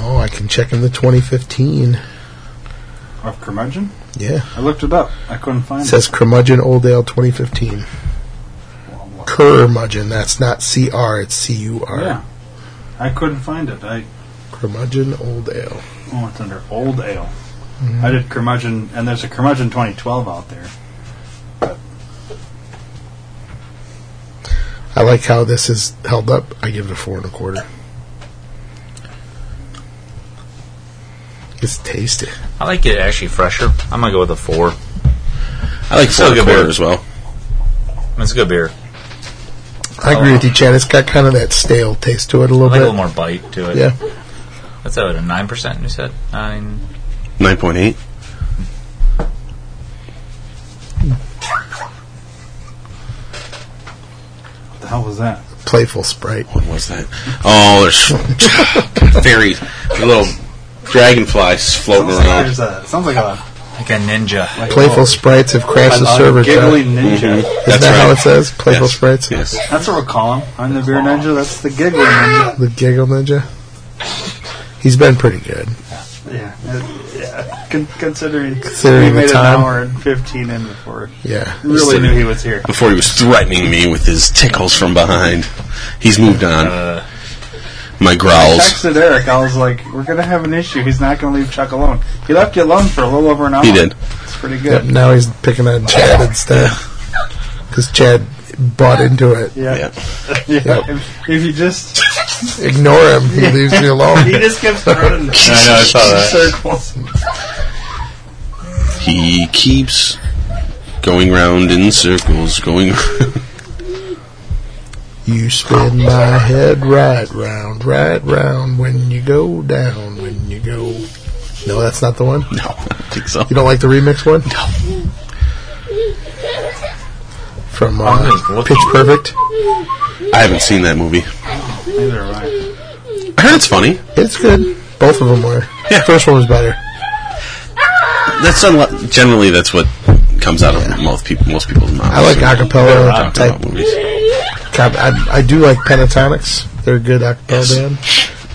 Speaker 1: Oh, I can check in the 2015.
Speaker 3: Of curmudgeon?
Speaker 1: Yeah.
Speaker 3: I looked it up. I couldn't find
Speaker 1: It
Speaker 3: it.
Speaker 1: says curmudgeon old ale 2015. Curmudgeon. That's not C R. It's C U R.
Speaker 3: Yeah. I couldn't find it. I
Speaker 1: Curmudgeon old ale.
Speaker 3: Oh, it's under Old Ale. I did curmudgeon, and there's a curmudgeon 2012 out there.
Speaker 1: I like how this is held up. I give it a four and a quarter. It's tasty.
Speaker 6: I like it actually fresher. I'm gonna go with a four.
Speaker 5: I like
Speaker 6: It's
Speaker 5: four
Speaker 6: still a
Speaker 5: and a
Speaker 6: good
Speaker 5: quarter
Speaker 6: beer.
Speaker 5: as well.
Speaker 6: It's a good beer.
Speaker 1: I agree with you, Chad. It's got kind of that stale taste to it a
Speaker 6: I
Speaker 1: little
Speaker 6: like a
Speaker 1: bit.
Speaker 6: little more bite to it.
Speaker 1: Yeah.
Speaker 6: That's at a nine percent. You said nine.
Speaker 5: Nine point eight.
Speaker 3: What the hell was that?
Speaker 1: Playful Sprite.
Speaker 5: What was that? Oh, there's fairy little dragonflies floating
Speaker 3: Sounds like
Speaker 5: around.
Speaker 3: there's a, sounds like a
Speaker 6: Like a ninja.
Speaker 3: like
Speaker 1: Playful
Speaker 3: oh,
Speaker 1: Sprites have crashed the
Speaker 3: a
Speaker 1: server. Chad.
Speaker 3: Giggly
Speaker 1: Isn't
Speaker 3: ninja.
Speaker 5: That's
Speaker 1: that how
Speaker 5: right.
Speaker 1: it says? Playful
Speaker 5: Yes.
Speaker 1: Sprites?
Speaker 5: Yes.
Speaker 3: That's what we're calling. I'm the beer ninja. That's the giggly ninja.
Speaker 1: The Giggle Ninja? He's been pretty good.
Speaker 3: Yeah, it- yeah. Con- considering,
Speaker 1: Considering
Speaker 3: we
Speaker 1: the
Speaker 3: made
Speaker 1: time.
Speaker 3: an hour and fifteen in before.
Speaker 1: Yeah.
Speaker 3: we really knew he was here.
Speaker 5: Before he was threatening me with his tickles from behind. He's moved on.
Speaker 6: Uh,
Speaker 5: My
Speaker 3: I
Speaker 5: growls.
Speaker 3: texted Eric. I was like, "We're gonna have an issue. He's not gonna leave Chuck alone. He left you alone for a little over an hour.
Speaker 5: He did.
Speaker 3: It's pretty
Speaker 1: Yep,
Speaker 3: good.
Speaker 1: now he's picking on Chad instead. Because Chad bought into it.
Speaker 3: Yeah. Yeah.
Speaker 1: Yep.
Speaker 3: If, if you just
Speaker 1: Ignore him. He leaves me alone.
Speaker 3: he just keeps running.
Speaker 6: I know, I saw
Speaker 3: in
Speaker 6: that.
Speaker 3: Circles.
Speaker 5: He keeps going round in circles, going.
Speaker 1: You spin my head right round, right round when you go down, when you go. No, that's not the one.
Speaker 5: no, I don't think so.
Speaker 1: You don't like the remix one? No. From uh, Pitch Perfect.
Speaker 5: I haven't seen that movie.
Speaker 3: Neither am I.
Speaker 5: I heard it's funny.
Speaker 1: It's good. Both of them were.
Speaker 5: Yeah.
Speaker 1: First one was better.
Speaker 5: That's unlo- generally that's what comes out of most people. Most people's mouths.
Speaker 1: I like acapella
Speaker 5: Talking
Speaker 1: type.
Speaker 5: about movies.
Speaker 1: God, I, I do like pentatonics. They're a good acapella band.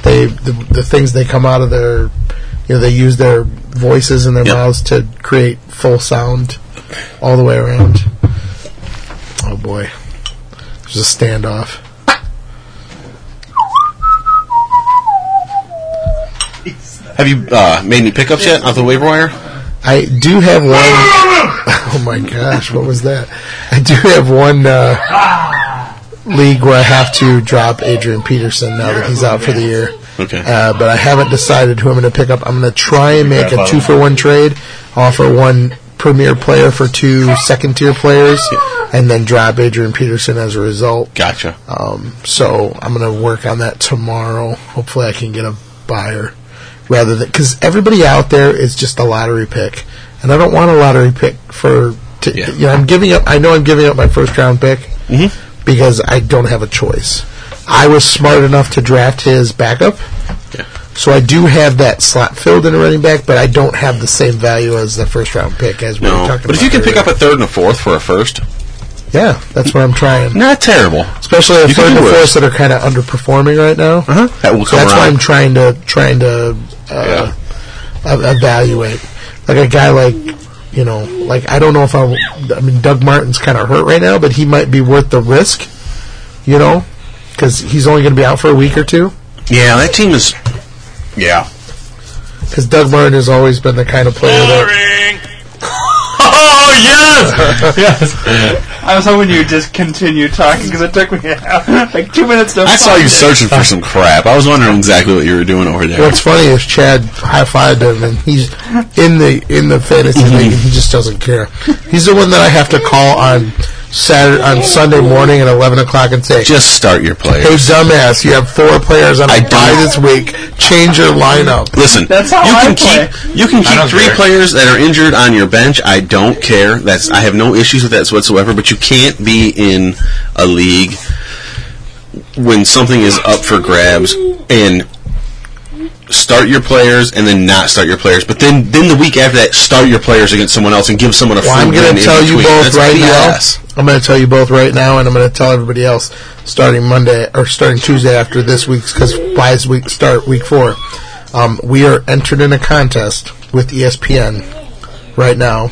Speaker 1: They the, the things they come out of their, you know, they use their voices and their
Speaker 5: Yep.
Speaker 1: mouths to create full sound, all the way around. Oh boy, there's a standoff.
Speaker 5: Have you uh, made any pickups yet off the waiver wire?
Speaker 1: I do have one. Oh my gosh, what was that? I do have one uh, league where I have to drop Adrian Peterson now that he's out for the year.
Speaker 5: Okay.
Speaker 1: Uh, but I haven't decided who I'm going to pick up. I'm going to try and make a two for one trade, offer one premier player for two second tier players, and then drop Adrian Peterson as a result.
Speaker 5: Gotcha.
Speaker 1: Um, so I'm going to work on that tomorrow. Hopefully, I can get a buyer rather than because everybody out there is just a lottery pick, and I don't want a lottery pick for. To,
Speaker 5: Yeah. Mm-hmm.
Speaker 1: You know, I'm giving up. I know I'm giving up my first round pick because I don't have a choice. I was smart enough to draft his backup, so I do have that slot filled in a running back, but I don't have the same value as the first round pick as we were
Speaker 5: No.
Speaker 1: talking
Speaker 5: But if
Speaker 1: about.
Speaker 5: you can pick
Speaker 1: earlier.
Speaker 5: up a third and a fourth for a first,
Speaker 1: yeah, that's what I'm trying.
Speaker 5: Not terrible.
Speaker 1: Especially if
Speaker 5: You can
Speaker 1: third
Speaker 5: do
Speaker 1: and
Speaker 5: worse.
Speaker 1: fourths that are kind of underperforming right now. Uh-huh.
Speaker 5: That will
Speaker 1: so
Speaker 5: come
Speaker 1: that's why
Speaker 5: around.
Speaker 1: I'm trying to trying to
Speaker 5: Yeah.
Speaker 1: uh, ev- evaluate. Like a guy like you know, like I don't know if I. will- I mean, Doug Martin's kind of hurt right now, but he might be worth the risk. You know, because he's only going to be out for a week or two.
Speaker 5: yeah, that team is. Yeah.
Speaker 1: Because Doug Martin has always been the kind of player that.
Speaker 3: Oh yes, yes. I was hoping you would just continue talking because it took me like two minutes to.
Speaker 5: I saw
Speaker 3: find
Speaker 5: you
Speaker 3: it.
Speaker 5: searching for some crap. I was wondering exactly what you were doing over there.
Speaker 1: What's funny is Chad high fived him, and he's in the in the fantasy league, and he just doesn't care. He's the one that I have to call on Saturday on Sunday morning at eleven o'clock and say,
Speaker 5: Just start your players.
Speaker 1: "Hey, dumbass, you have four players on a bye this week. Change your lineup."
Speaker 5: Listen,
Speaker 1: That's how
Speaker 5: you
Speaker 1: I
Speaker 5: can
Speaker 1: play.
Speaker 5: keep you can
Speaker 1: I don't
Speaker 5: keep three
Speaker 1: care.
Speaker 5: players that are injured on your bench. I don't care. That's I have no issues with that whatsoever. But you can't be in a league when something is up for grabs and start your players and then not start your players. But then then the week after that, start your players against someone else and give someone a
Speaker 1: Well,
Speaker 5: free
Speaker 1: I'm
Speaker 5: win
Speaker 1: going to
Speaker 5: in
Speaker 1: tell you
Speaker 5: between.
Speaker 1: both
Speaker 5: That's
Speaker 1: right
Speaker 5: BS.
Speaker 1: now. I'm going to tell you both right now, and I'm going to tell everybody else starting Monday or starting Tuesday after this week's because buys week start week four. Um, we are entered in a contest with E ESPN right now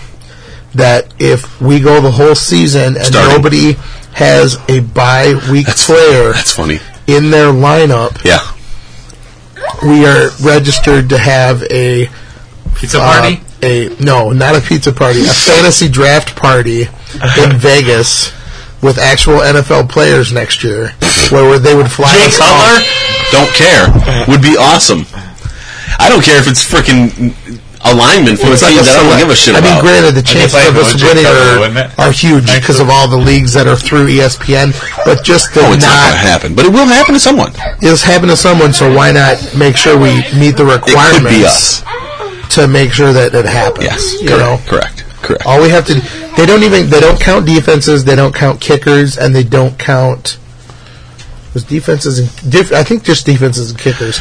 Speaker 1: that if we go the whole season and
Speaker 5: Starting.
Speaker 1: nobody has a bye week player
Speaker 5: That's funny.
Speaker 1: in their lineup,
Speaker 5: Yeah.
Speaker 1: we are registered to have a pizza
Speaker 6: party?
Speaker 1: a no, not a pizza party, a fantasy draft party in Vegas with actual NFL players next year, where they would fly
Speaker 5: Jay
Speaker 1: us
Speaker 5: Cutler?
Speaker 1: all-
Speaker 5: Don't care. Would be awesome. I don't care if it's freaking alignment for
Speaker 1: Well,
Speaker 5: a
Speaker 1: it's like
Speaker 5: team
Speaker 1: a
Speaker 5: that I don't
Speaker 1: select-
Speaker 5: give a shit
Speaker 1: I mean,
Speaker 5: about.
Speaker 1: granted, the chances of us winning are, are huge because of all the leagues that are through E ESPN, but just the
Speaker 5: Oh, it's not
Speaker 1: not
Speaker 5: gonna happen, but it will happen to someone.
Speaker 1: It's happened to someone, so why not make sure we meet the requirements
Speaker 5: us.
Speaker 1: to make sure that it happens?
Speaker 5: Yes,
Speaker 1: you know?
Speaker 5: correct, correct, correct.
Speaker 1: All we have to they don't even they don't count defenses, they don't count kickers, and they don't count was defenses and dif, I think just defenses and kickers.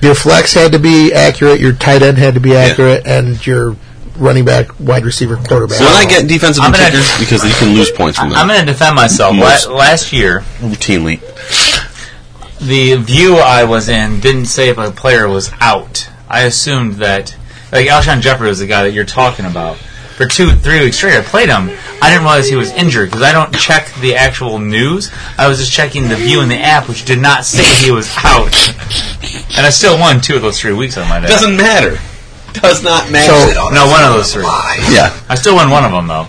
Speaker 1: Your flex had to be accurate, your tight end had to be accurate, and your running back, wide receiver, quarterback.
Speaker 5: So when I get defensive
Speaker 6: I'm
Speaker 5: and
Speaker 6: gonna-
Speaker 5: kickers, because you can lose points from that.
Speaker 6: I'm going to defend myself.
Speaker 5: Most-
Speaker 6: La- last year,
Speaker 5: routinely.
Speaker 6: the view I was in didn't say if a player was out. I assumed that, like Alshon Jeffrey was the guy that you're talking about. For two, three weeks straight, I played him. I didn't realize he was injured because I don't check the actual news. I was just checking the view in the app, which did not say he was out. And I still won two of those three weeks on my day.
Speaker 5: Doesn't matter. Does not matter.
Speaker 6: So, no, one of those three.
Speaker 5: Yeah,
Speaker 6: I still won one of them though.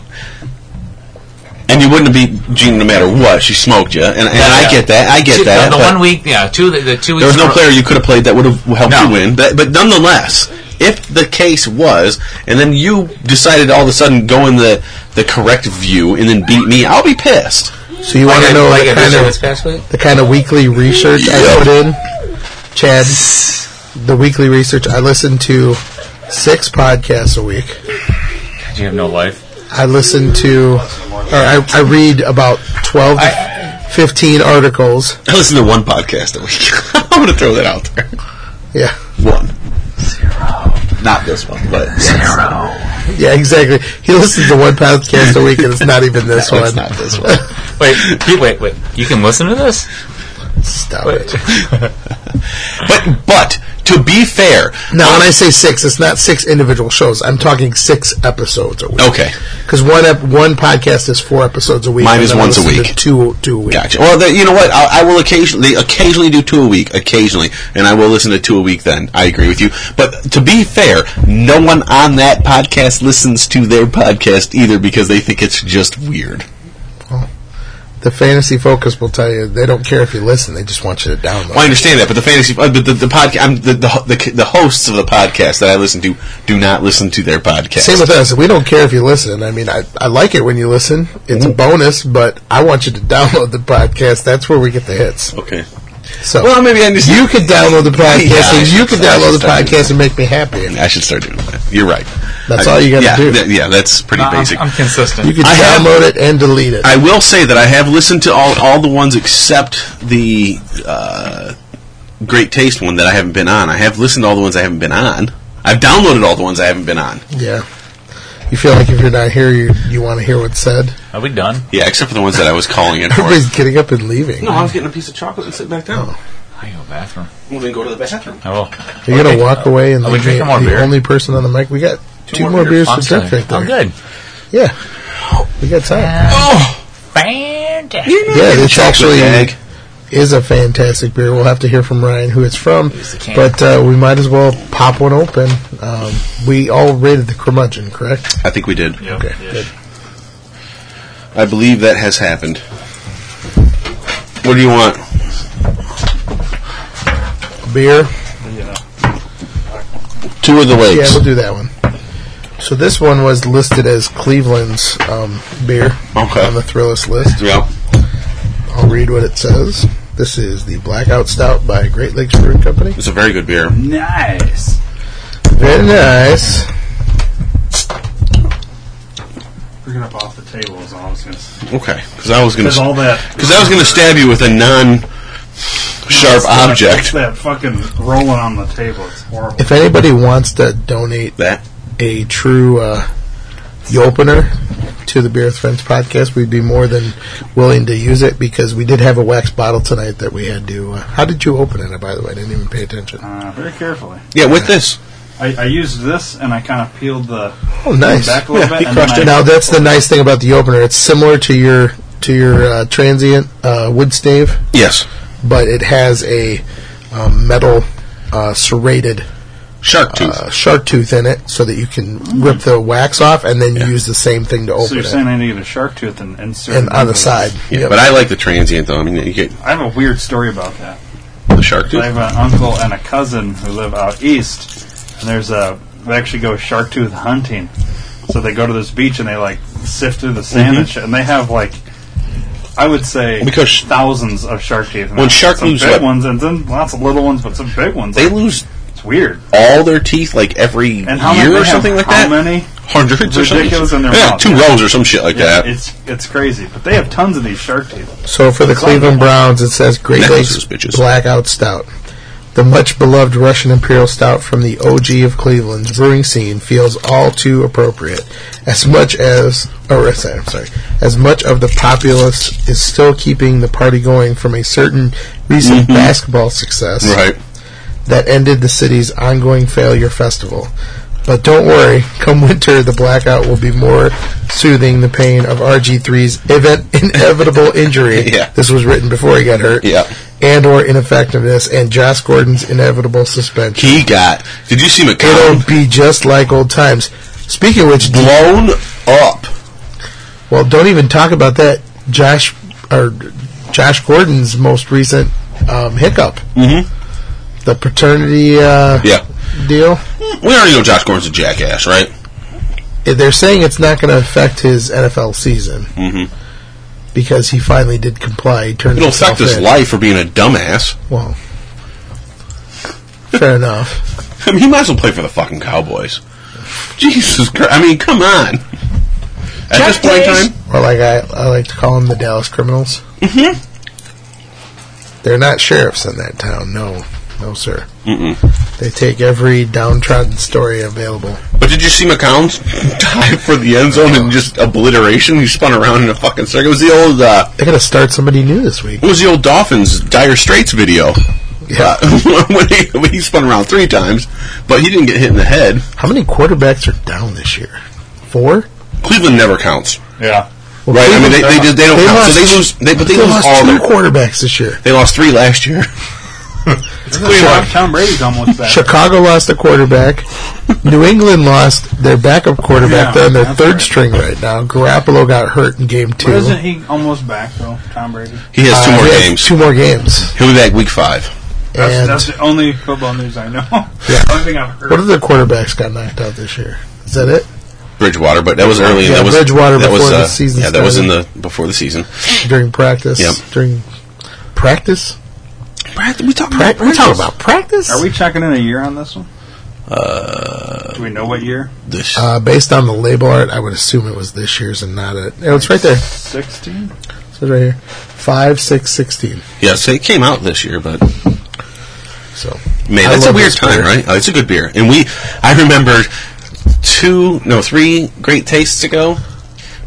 Speaker 5: and you wouldn't have beat Gina no matter what. She smoked you, and, and I get that. I get
Speaker 6: Two-
Speaker 5: that.
Speaker 6: The, the
Speaker 5: but-
Speaker 6: one week, yeah, two. The, the two weeks.
Speaker 5: There was
Speaker 6: in a
Speaker 5: no
Speaker 6: row-
Speaker 5: player you could have played that would have helped
Speaker 6: No.
Speaker 5: you win. But, but nonetheless, if the case was, and then you decided all of a sudden go in the, the correct view and then beat me, I'll be pissed.
Speaker 1: So you want to know the kind of the kind of weekly research I put in, Chad? The weekly research I listen to six podcasts a week.
Speaker 6: God, you have no life.
Speaker 1: I listen to, or I, I read about 12 to 15 articles.
Speaker 5: I listen to one podcast a week. I'm going to throw that out there.
Speaker 1: Yeah.
Speaker 5: One. Not this one, but zero.
Speaker 1: Yeah, exactly. He listens to one podcast a week, and it's not even this
Speaker 5: No,
Speaker 1: one.
Speaker 5: it's not this one.
Speaker 6: Wait, you- wait, wait. You can listen to this?
Speaker 1: Stop it.
Speaker 5: but but to be fair,
Speaker 1: Now, when I say six, it's not six individual shows. I'm talking six episodes a week.
Speaker 5: Okay.
Speaker 1: Because one ep- one podcast is four episodes a week.
Speaker 5: Mine
Speaker 1: and
Speaker 5: is
Speaker 1: then I
Speaker 5: once a
Speaker 1: listen to
Speaker 5: week.
Speaker 1: Two two a week.
Speaker 5: Gotcha. Well, the, you know what? I, I will occasionally occasionally do two a week, occasionally, and I will listen to two a week. Then I agree with you. But to be fair, no one on that podcast listens to their podcast either because they think it's just weird.
Speaker 1: The fantasy focus will tell you they don't care if you listen; they just want you to download.
Speaker 5: Well, I understand that, but the fantasy, uh, but the, the podcast, the, the the the hosts of the podcast that I listen to do not listen to their podcast.
Speaker 1: Same with us. We don't care if you listen. I mean, I, I like it when you listen. It's a bonus, but I want you to download the podcast. That's where we get the hits.
Speaker 5: Okay.
Speaker 1: So
Speaker 5: well, maybe I just
Speaker 1: you could download the podcast.
Speaker 5: Yeah, I
Speaker 1: and you
Speaker 5: should-
Speaker 1: could
Speaker 5: I should
Speaker 1: download the
Speaker 5: start doing
Speaker 1: podcast and make me happy.
Speaker 5: I should start doing that. You're right.
Speaker 1: That's
Speaker 5: I-
Speaker 1: all you gotta
Speaker 5: yeah,
Speaker 1: do.
Speaker 5: th- yeah, that's pretty
Speaker 6: Nah, Uh, I'm-
Speaker 5: basic.
Speaker 6: I'm consistent.
Speaker 1: You can
Speaker 5: I have-
Speaker 1: download it and delete it.
Speaker 5: I will say that I have listened to all, all the ones except the uh, Great Taste one that I haven't been on. I have listened to all the ones I haven't been on. I've downloaded all the ones I haven't been on.
Speaker 1: Yeah. You feel like if you're not here, you you want to hear what's said.
Speaker 6: Are we done?
Speaker 5: Yeah, except for the ones that I was calling in for.
Speaker 1: Everybody's getting up and leaving.
Speaker 5: I was getting a piece of chocolate and sitting back down.
Speaker 6: I go bathroom.
Speaker 5: Well, then go to the bathroom.
Speaker 6: I will.
Speaker 1: You're gonna walk away and
Speaker 6: Are we
Speaker 1: leave
Speaker 6: drinking
Speaker 1: me
Speaker 6: more
Speaker 1: the
Speaker 6: beer?
Speaker 1: only person on the mic. We got two, more, beers to drink right there.
Speaker 6: I'm good.
Speaker 1: Yeah, we got time.
Speaker 6: Oh, fantastic!
Speaker 1: yeah, it's
Speaker 5: chocolate
Speaker 1: actually
Speaker 5: bag.
Speaker 1: is a fantastic beer. We'll have to hear from Ryan who it's from,
Speaker 6: can.
Speaker 1: but uh, we might as well pop one open. Um, we all rated the curmudgeon, correct?
Speaker 5: I think we did.
Speaker 1: Okay, good.
Speaker 5: I believe that has happened. What do you want?
Speaker 1: Beer,
Speaker 5: Two of the
Speaker 1: yeah,
Speaker 5: lakes.
Speaker 1: we'll do that one. So this one was listed as Cleveland's um, beer
Speaker 5: Okay.
Speaker 1: on the Thrillist list.
Speaker 5: Yeah.
Speaker 1: I'll read what it says. This is the Blackout Stout by Great Lakes Brewing Company.
Speaker 5: It's a very good beer.
Speaker 3: Nice.
Speaker 1: Very nice.
Speaker 3: Bring it up off the table is all I was going to say.
Speaker 5: Okay, because I was gonna
Speaker 3: There's all that.
Speaker 5: because I was gonna stab you with a non-sharp
Speaker 3: That-
Speaker 5: object.
Speaker 3: That fucking rolling on the table. It's horrible.
Speaker 1: If anybody wants to donate
Speaker 5: That
Speaker 1: a true uh, opener to the Beer with Friends podcast, we'd be more than willing to use it because we did have a wax bottle tonight that we had to. Uh, how did you open it? By the way, I didn't even pay attention.
Speaker 3: Uh, very carefully.
Speaker 5: yeah, with this.
Speaker 3: I, I used this and I kind of peeled the
Speaker 1: Oh, nice.
Speaker 3: back a little
Speaker 5: Yeah,
Speaker 3: bit.
Speaker 5: he
Speaker 3: and
Speaker 5: crushed
Speaker 3: then I-
Speaker 1: Now that's the nice thing about the opener. It's similar to your to your uh, transient uh, wood stave,
Speaker 5: Yes,
Speaker 1: but it has a um, metal uh, serrated
Speaker 5: shark tooth.
Speaker 1: uh, shark tooth in it so that you can
Speaker 5: Mm.
Speaker 1: rip the wax off and then you use the same thing to
Speaker 3: So
Speaker 1: open
Speaker 3: you're saying
Speaker 1: it.
Speaker 3: I need to get a shark tooth and insert
Speaker 1: And
Speaker 3: it
Speaker 1: on
Speaker 3: into
Speaker 1: the
Speaker 3: this.
Speaker 1: side.
Speaker 5: Mm. yeah,
Speaker 1: Yep.
Speaker 5: but I like the transient though. I mean, you get
Speaker 3: I have a weird story about that.
Speaker 5: the shark
Speaker 3: I
Speaker 5: tooth.
Speaker 3: have an uncle and a cousin who live out east, and there's a they actually go shark tooth hunting. So they go to this beach and they like sift through the sand and shit, and they have like. I would say
Speaker 5: Mm-hmm. Because-
Speaker 3: thousands of shark teeth.
Speaker 5: When shark
Speaker 3: some
Speaker 5: moves
Speaker 3: big
Speaker 5: what?
Speaker 3: ones, and then lots of little ones, but some big ones.
Speaker 5: They lose
Speaker 3: it's weird.
Speaker 5: all their teeth like every
Speaker 3: And how many?
Speaker 5: year
Speaker 3: they
Speaker 5: or
Speaker 3: have
Speaker 5: something like
Speaker 3: how
Speaker 5: that.
Speaker 3: many?
Speaker 5: Hundreds or something.
Speaker 3: Ridiculous in their
Speaker 5: yeah,
Speaker 3: mouth.
Speaker 5: two rows or some shit like
Speaker 3: Yeah,
Speaker 5: that.
Speaker 3: it's it's crazy, but they have tons of these shark teeth.
Speaker 1: So for the
Speaker 3: It's like-
Speaker 1: Cleveland Browns, it says Great
Speaker 5: Necklaces,
Speaker 1: Lakes
Speaker 5: bitches.
Speaker 1: Blackout Stout. The much beloved Russian Imperial Stout from the OG of Cleveland's brewing scene feels all too appropriate. As much as, or sorry, I'm sorry, as much of the populace is still keeping the party going from a certain recent basketball success.
Speaker 5: Mm-hmm. Right.
Speaker 1: that ended the city's ongoing failure festival. But don't worry, come winter, the blackout will be more soothing the pain of RG3's event inevitable injury.
Speaker 5: Yeah.
Speaker 1: This was written before he got hurt.
Speaker 5: Yeah.
Speaker 1: And or ineffectiveness and Josh Gordon's inevitable suspension.
Speaker 5: He got. Did you see
Speaker 1: It'll
Speaker 5: McCown
Speaker 1: be just like old times. Speaking of which,
Speaker 5: blown up?
Speaker 1: well, don't even talk about that. Josh or Josh Gordon's most recent um, hiccup,
Speaker 5: Mm-hmm.
Speaker 1: the paternity uh,
Speaker 5: Yeah,
Speaker 1: deal.
Speaker 5: we already know Josh Gordon's a jackass, right?
Speaker 1: they're saying it's not going to affect his NFL season
Speaker 5: Mm-hmm.
Speaker 1: because he finally did comply. He turned
Speaker 5: It'll
Speaker 1: himself
Speaker 5: affect his
Speaker 1: in.
Speaker 5: life for being a dumbass.
Speaker 1: Well, fair enough.
Speaker 5: I mean, he might as well play for the fucking Cowboys. Jesus Christ. I mean, come on. At this point in time,
Speaker 1: Or like I, I like to call them the Dallas criminals. Mm-hmm. They're not sheriffs in that town. No, No, sir.
Speaker 5: Mm-mm.
Speaker 1: They take every downtrodden story available.
Speaker 5: But did you see McCown's dive for the end zone and just obliteration? He spun around in a fucking circle. It was the old. Uh,
Speaker 1: They're gonna start somebody new this week.
Speaker 5: It was the old Dolphins Dire Straits video. Yeah, when, he, when he spun around three times, but he didn't get hit in the head.
Speaker 1: How many quarterbacks are down this year? Four.
Speaker 5: Cleveland never counts.
Speaker 3: Yeah.
Speaker 5: right. I mean, they, they, just, they don't count. So they lose.
Speaker 1: lost-
Speaker 5: They, but they, lose
Speaker 1: lost
Speaker 5: all
Speaker 1: two
Speaker 5: their.
Speaker 1: quarterbacks this year.
Speaker 5: They lost three last year.
Speaker 3: It's Cleveland. Tom Brady's almost back.
Speaker 1: Chicago lost a quarterback. New England lost their backup quarterback.
Speaker 3: Yeah,
Speaker 1: They're on their
Speaker 3: that's
Speaker 1: third
Speaker 3: right.
Speaker 1: string right now. Garoppolo got hurt in game
Speaker 3: But
Speaker 1: two.
Speaker 3: isn't he almost back though, Tom Brady?
Speaker 5: He has two
Speaker 1: Uh,
Speaker 5: more
Speaker 1: he has
Speaker 5: games.
Speaker 1: Two more games.
Speaker 5: He'll be back week five.
Speaker 3: That's,
Speaker 1: And
Speaker 3: that's the only football news I know.
Speaker 1: Yeah.
Speaker 3: only thing I've heard.
Speaker 1: what other quarterbacks got knocked out this year? Is that it?
Speaker 5: Bridgewater, but that was early.
Speaker 1: Yeah,
Speaker 5: that was
Speaker 1: Bridgewater
Speaker 5: that
Speaker 1: before
Speaker 5: was,
Speaker 1: the
Speaker 5: uh,
Speaker 1: season
Speaker 5: Yeah, that was in the before the season.
Speaker 1: During practice.
Speaker 5: Yep.
Speaker 1: During practice.
Speaker 5: Practice. We talk
Speaker 1: Prac- we talk about practice.
Speaker 3: Are we checking in a year on this one? Uh, Do we know what year?
Speaker 5: This
Speaker 1: Uh, based on the label art, I would assume it was this year's and not it. Oh, it's right there. It
Speaker 3: Sixteen.
Speaker 1: says right here, five, six, sixteen.
Speaker 5: Yeah, so it came out this year, but
Speaker 1: So
Speaker 5: man,
Speaker 1: I
Speaker 5: that's a
Speaker 1: love
Speaker 5: weird
Speaker 1: this
Speaker 5: time,
Speaker 1: beer.
Speaker 5: right? Oh, it's a good beer, and we I remember two, no, three great tastes ago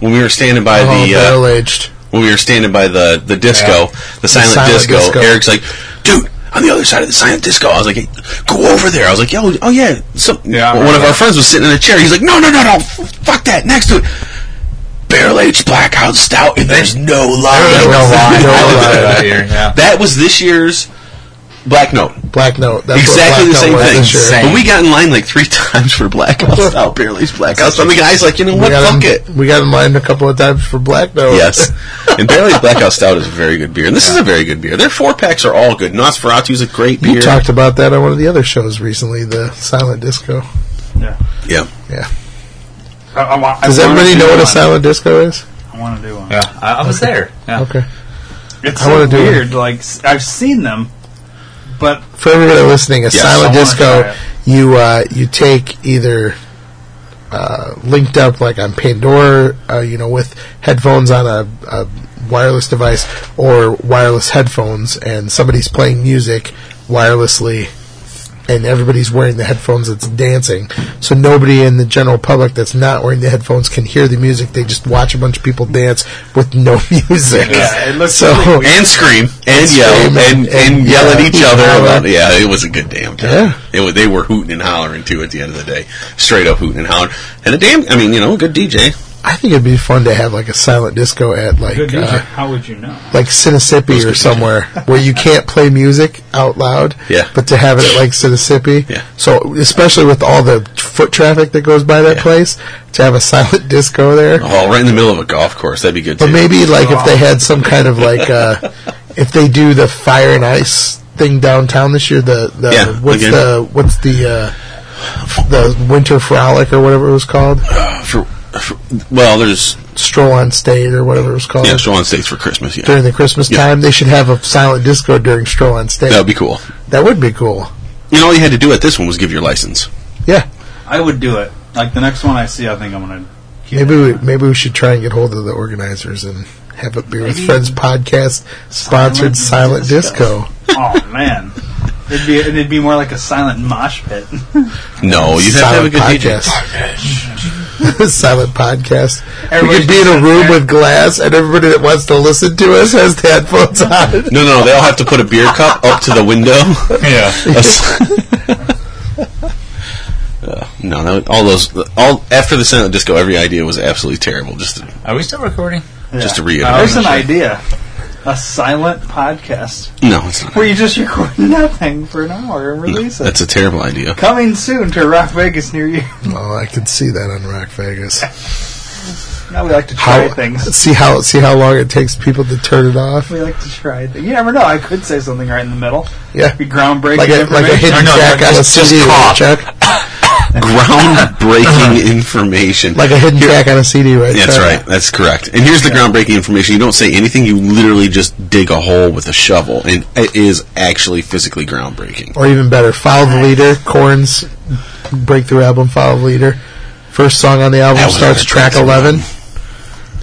Speaker 5: when we were standing by
Speaker 1: Oh,
Speaker 5: the
Speaker 1: barrel
Speaker 5: uh,
Speaker 1: aged.
Speaker 5: when we were standing by the the disco, the silent,
Speaker 1: silent
Speaker 5: disco.
Speaker 1: disco.
Speaker 5: Eric's like, dude. On the other side of the silent disco, I was like, hey, "Go over there." I was like, "Yo, oh yeah." So
Speaker 3: Yeah, I
Speaker 5: one of
Speaker 3: remember
Speaker 5: our friends was sitting in a chair. He's like, "No, no, no, no, f- fuck that." Next to it, barrel aged blackout stout, and there's no line.
Speaker 1: There's no line, no
Speaker 5: I looked at
Speaker 1: line.
Speaker 5: it.
Speaker 6: That year, yeah.
Speaker 5: That was this year's Black Note.
Speaker 1: Black Note. That's
Speaker 5: exactly
Speaker 1: what Black
Speaker 5: the same
Speaker 1: Note was
Speaker 5: thing.
Speaker 1: this year.
Speaker 6: Insane.
Speaker 5: But we got in line like three times for Black Ops. Out barely Black Ops. And the guy's like, you know
Speaker 1: We
Speaker 5: what?
Speaker 1: got
Speaker 5: Fuck
Speaker 1: in-
Speaker 5: it.
Speaker 1: We got in line a couple of times for Black Note.
Speaker 5: Yes. And Barely Black Ops Stout is a very good beer. And this is a very good beer. Their four packs are all good. Nosferatu is a great
Speaker 1: You
Speaker 5: beer.
Speaker 1: talked about that on one of the other shows recently, the Silent Disco.
Speaker 3: Yeah.
Speaker 5: yeah.
Speaker 1: Yeah.
Speaker 3: I, I, wa- I
Speaker 1: Does
Speaker 3: wanna
Speaker 1: everybody
Speaker 3: do
Speaker 1: know what a
Speaker 3: one.
Speaker 1: silent disco is?
Speaker 3: I want to do one.
Speaker 6: Yeah, I, I was there. Yeah.
Speaker 1: Okay.
Speaker 3: It's
Speaker 1: I
Speaker 3: so
Speaker 1: wanna do
Speaker 3: weird. Like s- I've seen them, but
Speaker 1: For everybody listening, a
Speaker 5: Yes.
Speaker 1: silent
Speaker 3: I wanna try
Speaker 1: disco,
Speaker 3: it.
Speaker 1: you uh, you take either uh, linked up like on Pandora, uh, you know, with headphones on a, a wireless device or wireless headphones, and somebody's playing music wirelessly. And everybody's wearing the headphones that's dancing. So nobody in the general public that's not wearing the headphones can hear the music. They just watch a bunch of people dance with no music.
Speaker 3: Yeah, it looks
Speaker 1: so,
Speaker 3: really
Speaker 5: And scream. And yell.
Speaker 1: scream
Speaker 5: And, and,
Speaker 1: Oh, and- and
Speaker 5: yell at
Speaker 1: yell.
Speaker 5: each other.
Speaker 1: Holler.
Speaker 5: about- yeah, it was a good damn time.
Speaker 1: Yeah.
Speaker 5: It wa- they were hooting and hollering too at the end of the day. Straight up hooting and hollering. And a damn, I mean, you know, a good DJ.
Speaker 1: I think it'd be fun to have like a silent disco at like
Speaker 3: good music.
Speaker 1: uh,
Speaker 3: How would you know?
Speaker 1: like Cinecippy or somewhere where you can't play music out loud.
Speaker 5: Yeah.
Speaker 1: But to have it at like Cinecippy.
Speaker 5: Yeah.
Speaker 1: So especially with all the foot traffic that goes by that
Speaker 5: Yeah.
Speaker 1: place, to have a silent disco there.
Speaker 5: Oh, right in the middle of a golf course. That'd be good too.
Speaker 1: But maybe like if they had some kind of like uh, if they do the fire and ice thing downtown this year, the, the
Speaker 5: Yeah,
Speaker 1: what's
Speaker 5: again.
Speaker 1: the what's the uh, the winter frolic or whatever it was called,
Speaker 5: Uh, for, for, well, there's
Speaker 1: stroll on state or whatever it was called.
Speaker 5: yeah, show on states for Christmas. Yeah,
Speaker 1: during the Christmas
Speaker 5: Yeah.
Speaker 1: time. They should have a silent disco during stroll on stage.
Speaker 5: that would be cool.
Speaker 1: that would be cool.
Speaker 5: And all you had to do at this one was give your license.
Speaker 1: Yeah,
Speaker 3: I would do it. Like the next one I see, I think I'm gonna. keep
Speaker 1: maybe
Speaker 3: it.
Speaker 1: we, maybe we should try and get hold of the organizers and have a beer with
Speaker 3: Maybe
Speaker 1: friends podcast sponsored silent,
Speaker 3: Silent
Speaker 1: disco.
Speaker 3: oh man, it'd be it'd be more like a silent mosh pit.
Speaker 5: No, you have to have a
Speaker 1: silent
Speaker 5: good DJ.
Speaker 1: podcast. silent podcast. we
Speaker 3: Everybody's
Speaker 1: could be in a
Speaker 3: just
Speaker 1: room
Speaker 3: sitting
Speaker 1: with glass, and everybody that wants to listen to us has the headphones on.
Speaker 5: No, no, they all have to put a beer cup up to the window.
Speaker 6: Yeah.
Speaker 5: Uh, no, that, would- all those all after the Senate disco, every idea was absolutely terrible. Just to,
Speaker 6: Are we still recording?
Speaker 5: Just to
Speaker 3: Yeah.
Speaker 5: reiterate.
Speaker 3: There's an idea. A silent podcast
Speaker 5: no, it's not.
Speaker 3: where you just record nothing for an hour and release it.
Speaker 5: That's a terrible idea.
Speaker 3: Coming soon to Rock Vegas near you.
Speaker 1: Oh, I can see that on Rock Vegas.
Speaker 3: Now we like to try
Speaker 1: How,
Speaker 3: things.
Speaker 1: see how see how long it takes people to turn it off.
Speaker 3: We like to try things. You never know. I could say something right in the middle.
Speaker 1: Yeah.
Speaker 3: Be groundbreaking.
Speaker 1: like a, like a
Speaker 3: information.
Speaker 1: hidden track on a CD. right, Chuck?
Speaker 5: Groundbreaking information.
Speaker 1: Like a hidden track on a CD, right?
Speaker 5: That's
Speaker 1: Chuck?
Speaker 5: right. That's correct. And here's the groundbreaking information. You don't say anything. You literally just dig a hole with a shovel, and it is actually physically groundbreaking.
Speaker 1: Or even better, Follow the Leader, Korn's breakthrough album, Follow the Leader. First song on the album
Speaker 5: That was
Speaker 1: starts
Speaker 5: our
Speaker 1: track
Speaker 5: breakthrough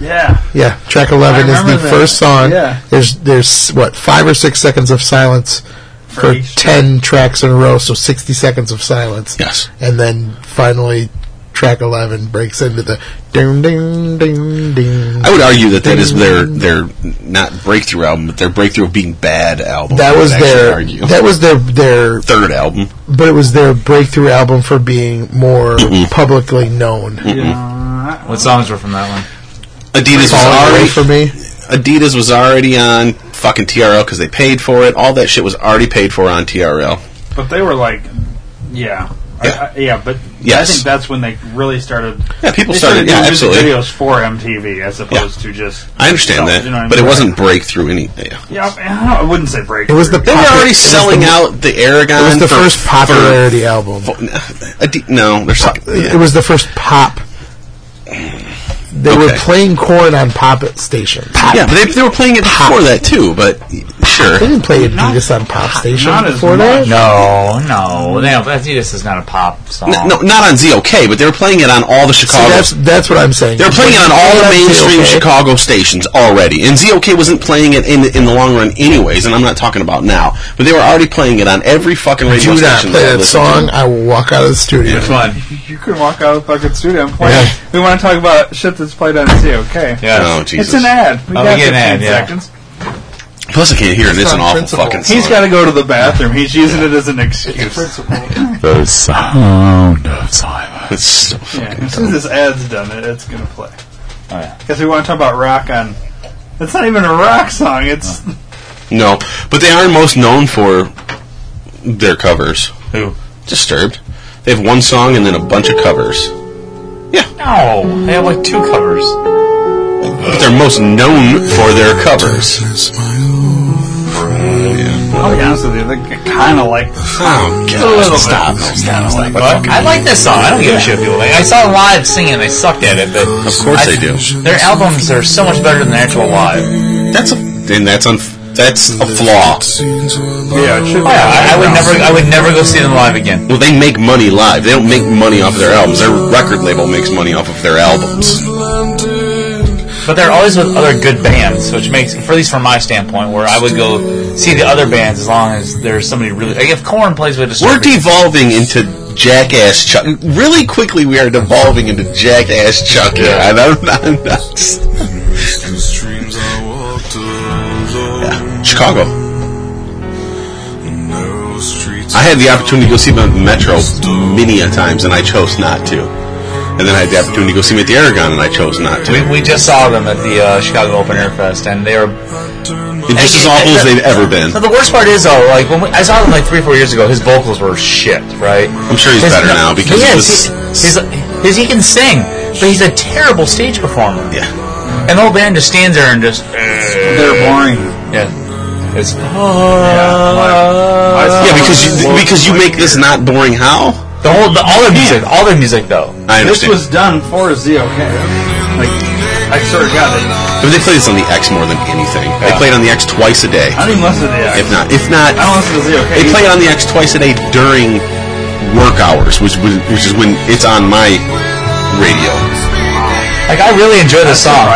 Speaker 1: 11.
Speaker 3: Yeah.
Speaker 1: Yeah, track 11 is the
Speaker 3: remember that.
Speaker 1: first song.
Speaker 3: Yeah.
Speaker 1: There's, there's, what, five or six seconds of silence for 10 tracks in a row, so 60 seconds of silence.
Speaker 5: Yes.
Speaker 1: And then finally, track 11 breaks into the ding, ding, ding, ding.
Speaker 5: I would argue that that is their their not breakthrough album, but their breakthrough of being bad album.
Speaker 1: That
Speaker 5: I would
Speaker 1: was
Speaker 5: actually
Speaker 1: their-
Speaker 5: argue.
Speaker 1: that was their- their
Speaker 5: third album.
Speaker 1: But it was their breakthrough album for being more
Speaker 5: Mm-hmm.
Speaker 1: publicly known.
Speaker 6: What songs were from that one?
Speaker 5: Adidas was
Speaker 6: Falling Away
Speaker 5: already
Speaker 1: for me.
Speaker 5: Adidas was already on fucking TRL because they paid for it. All that shit was already paid for on TRL.
Speaker 3: But they were like, yeah. Yeah, I, I, yeah but
Speaker 5: Yes.
Speaker 3: I think that's when they really started.
Speaker 5: Yeah, people
Speaker 3: they
Speaker 5: started- yeah,
Speaker 3: doing music
Speaker 5: absolutely.
Speaker 3: videos for MTV as opposed to just.
Speaker 5: I understand
Speaker 3: No,
Speaker 5: that,
Speaker 3: you know what I
Speaker 5: but it
Speaker 3: mean?
Speaker 5: wasn't breakthrough anything. Yeah.
Speaker 3: Yeah, I I wouldn't say break.
Speaker 1: It was the
Speaker 5: They were
Speaker 1: popu-
Speaker 5: already
Speaker 1: it was
Speaker 5: selling
Speaker 1: the-
Speaker 5: out the Aragon.
Speaker 1: It was the
Speaker 5: for-
Speaker 1: first popularity album.
Speaker 5: for- Adi- no, there's
Speaker 1: It was the first pop. They were
Speaker 5: Okay.
Speaker 1: playing corn on pop station.
Speaker 5: yeah, but they, they were playing it before that too. But sure,
Speaker 1: They didn't play Adidas on pop station before that.
Speaker 6: No, no. They don't, Adidas is not a pop song.
Speaker 5: N- no, not on ZOK, but they were playing it on all the Chicago.
Speaker 1: that's- that's what I'm saying.
Speaker 5: They were playing it on
Speaker 1: When
Speaker 5: all
Speaker 1: you
Speaker 5: the
Speaker 1: play it on
Speaker 5: mainstream
Speaker 1: ZOK.
Speaker 5: Chicago stations already, and ZOK wasn't playing it in the, in the long run, anyways. And I'm not talking about now, but they were already playing it on every fucking radio
Speaker 1: Do not
Speaker 5: station.
Speaker 1: play
Speaker 5: I
Speaker 1: that
Speaker 5: listened
Speaker 1: song.
Speaker 5: To. Oh,
Speaker 1: I will walk out of the studio.
Speaker 5: Which one?
Speaker 3: You can walk out of the fucking studio and play. it. We want to talk about shit that's played on C. Okay.
Speaker 5: Yeah. Oh, Jesus.
Speaker 3: It's an ad. We
Speaker 5: Oh, we
Speaker 3: got
Speaker 5: get
Speaker 3: 15
Speaker 5: an ad, yeah.
Speaker 3: Seconds.
Speaker 5: Plus, I can't hear it. It's an awful fucking song.
Speaker 3: He's got to go to the bathroom. He's using it as an excuse.
Speaker 5: the sound of silence. Oh, It's so
Speaker 3: Yeah,
Speaker 5: fucking
Speaker 3: as soon as this ad's done, it, it's gonna play.
Speaker 5: Oh,
Speaker 3: Because we want to talk about rock on. It's not even a rock song. It's
Speaker 5: No, but they are most known for their covers.
Speaker 6: Who?
Speaker 5: Disturbed. They have one song and then a bunch of covers.
Speaker 6: No, they have like two covers.
Speaker 5: But they're most known for their covers.
Speaker 3: I'll be honest with you. They kind of like the
Speaker 5: sound.
Speaker 3: Just a little
Speaker 5: stop.
Speaker 3: bit.
Speaker 6: But I like this song. I don't give a shit if people like. it. I saw them live singing. and They sucked at it, but
Speaker 5: Of course they
Speaker 6: I-
Speaker 5: do.
Speaker 6: Their albums are so much better than their actual live.
Speaker 5: That's a and that's un, that's a flaw.
Speaker 3: Yeah, it should
Speaker 6: be. I, I would never. I would never go see them live again.
Speaker 5: Well, they make money live. They don't make money off of their albums. Their record label makes money off of their albums.
Speaker 6: But they're always with other good bands, which makes, for at least from my standpoint, where I would go see the other bands as long as there's somebody really. Like if Corn plays with a
Speaker 5: We're devolving into jackass Chuck. Really quickly, we are devolving into jackass Chuck. Yeah, and I'm not. I'm not yeah, Chicago. I had the opportunity to go see them at the Metro many a times, and I chose not to. And then I had the opportunity to go see them at the Aragon, and I chose not to.
Speaker 6: we, we just saw them at the uh, Chicago Open Air Fest, and they were
Speaker 5: They're just as awful as they've ever been.
Speaker 6: But the worst part is though, like when we, I saw him like three, four years ago, his vocals were shit, right?
Speaker 5: I'm sure he's
Speaker 6: His-
Speaker 5: better now because
Speaker 6: he
Speaker 5: it was-
Speaker 6: is. He- he's, he's- he can sing, but he's a terrible stage performer.
Speaker 5: Yeah,
Speaker 6: and the whole band just stands there and just
Speaker 3: they're boring.
Speaker 6: Yeah, it's
Speaker 5: Yeah, because
Speaker 6: Uh,
Speaker 5: you, because you make this not boring. How?
Speaker 6: The whole the, all their music, all their music though.
Speaker 5: I
Speaker 3: This
Speaker 5: understand.
Speaker 3: was done for ZOK. Like, I sort of got it.
Speaker 5: I mean, they played this on the X more than anything. They
Speaker 3: Yeah.
Speaker 5: played on the X twice a day.
Speaker 3: I don't even listen to the X.
Speaker 5: If not, if not,
Speaker 3: I
Speaker 6: Oh,
Speaker 3: don't listen to ZOK.
Speaker 5: they play it on the X twice a day during work hours, which was- which is when it's on my radio.
Speaker 6: Like I really enjoy the song,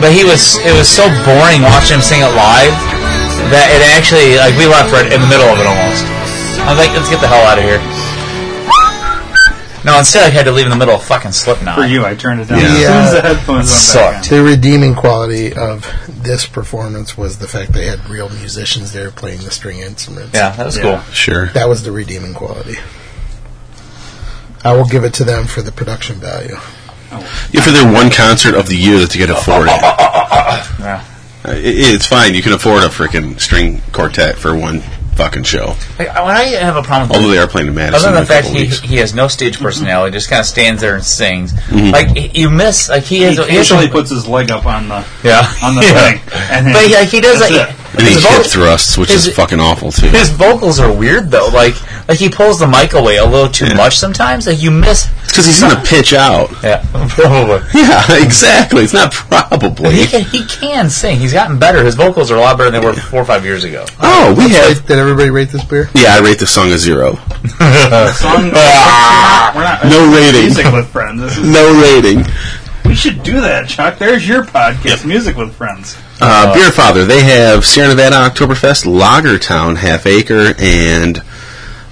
Speaker 6: but he was it was so boring watching him sing it live that it actually like we left right in the middle of it almost. I was like, let's get the hell out of here. No, instead I had to leave in the middle of fucking Slipknot.
Speaker 3: For you, I turned it down.
Speaker 6: Yeah.
Speaker 3: As soon as the headphones went back
Speaker 6: Sucked.
Speaker 1: The redeeming quality of this performance was the fact they had real musicians there playing the string instruments.
Speaker 6: Yeah, that was cool.
Speaker 5: Sure.
Speaker 1: That was the redeeming quality. I will give it to them for the production value.
Speaker 5: Yeah, for their one concert of the year that they could afford it.
Speaker 6: Yeah.
Speaker 5: Uh, it- It's fine. You can afford a freaking string quartet for one fucking show.
Speaker 6: Like, when I have a problem with
Speaker 5: Although they are playing in Madison
Speaker 6: other
Speaker 5: in
Speaker 6: than
Speaker 5: a
Speaker 6: the fact
Speaker 5: couple
Speaker 6: he,
Speaker 5: weeks.
Speaker 6: he has no stage
Speaker 3: Mm-hmm.
Speaker 6: personality, just kind of stands there and sings.
Speaker 5: Mhm.
Speaker 6: Like y- you miss, like he
Speaker 3: He
Speaker 6: has, he has
Speaker 3: occasionally
Speaker 6: some,
Speaker 3: puts his leg up on the
Speaker 6: Yeah.
Speaker 3: on the
Speaker 6: Yeah.
Speaker 3: thing, and then
Speaker 6: but he, like he does
Speaker 3: that's
Speaker 6: like
Speaker 3: it.
Speaker 5: And
Speaker 6: his
Speaker 5: these
Speaker 6: vocal-
Speaker 5: hip thrusts, which is
Speaker 6: his-
Speaker 5: fucking awful too.
Speaker 6: His vocals are weird though. Like like he pulls the mic away a little too much sometimes. Like you miss.
Speaker 5: Because he's gonna pitch out.
Speaker 6: Yeah, probably.
Speaker 5: Yeah, exactly. It's not probably.
Speaker 6: He can, he can sing. He's gotten better. His vocals are a lot better than they were four or five years ago.
Speaker 5: Oh, we have.
Speaker 1: Did everybody rate this beer?
Speaker 5: Yeah, I rate this song a zero.
Speaker 3: The song- we're not- we're not-
Speaker 5: Ah. No rating.
Speaker 3: Music with friends. This is
Speaker 5: No rating.
Speaker 3: We should do that, Chuck. There's your podcast, Music with Friends.
Speaker 5: Uh, Beer Father, they have Sierra Nevada Oktoberfest, Lagertown Half Acre, and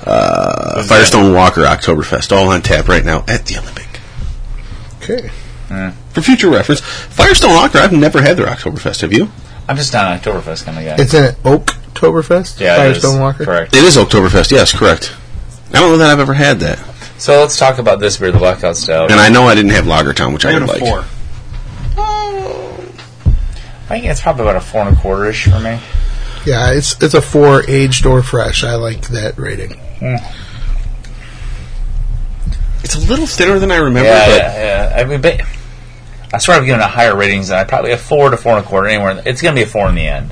Speaker 5: uh, Firestone Walker Oktoberfest, all on tap right now at the Olympic.
Speaker 1: Okay.
Speaker 5: For future reference, Firestone Walker, I've never had their Oktoberfest, have you?
Speaker 6: I'm just not an Oktoberfest kind of guy.
Speaker 1: It's an Oaktoberfest?
Speaker 6: Yeah, it is.
Speaker 1: Firestone Walker?
Speaker 6: Correct.
Speaker 5: It is Oktoberfest, yes, correct. I don't know that I've ever had that.
Speaker 6: So let's talk about this beer, the Blackout Stout.
Speaker 5: And I know I didn't have Lagertown, which I,
Speaker 6: I
Speaker 5: would
Speaker 6: got a
Speaker 5: like.
Speaker 6: four. I think it's probably about a four and a quarter ish for me.
Speaker 1: Yeah, it's it's a four aged or fresh. I like that rating.
Speaker 5: It's a little thinner than I remember,
Speaker 6: yeah,
Speaker 5: but
Speaker 6: yeah, yeah. I mean, but I swear I've given it higher ratings than I probably a four to four and a quarter anywhere. in the- It's going to be a four in the end.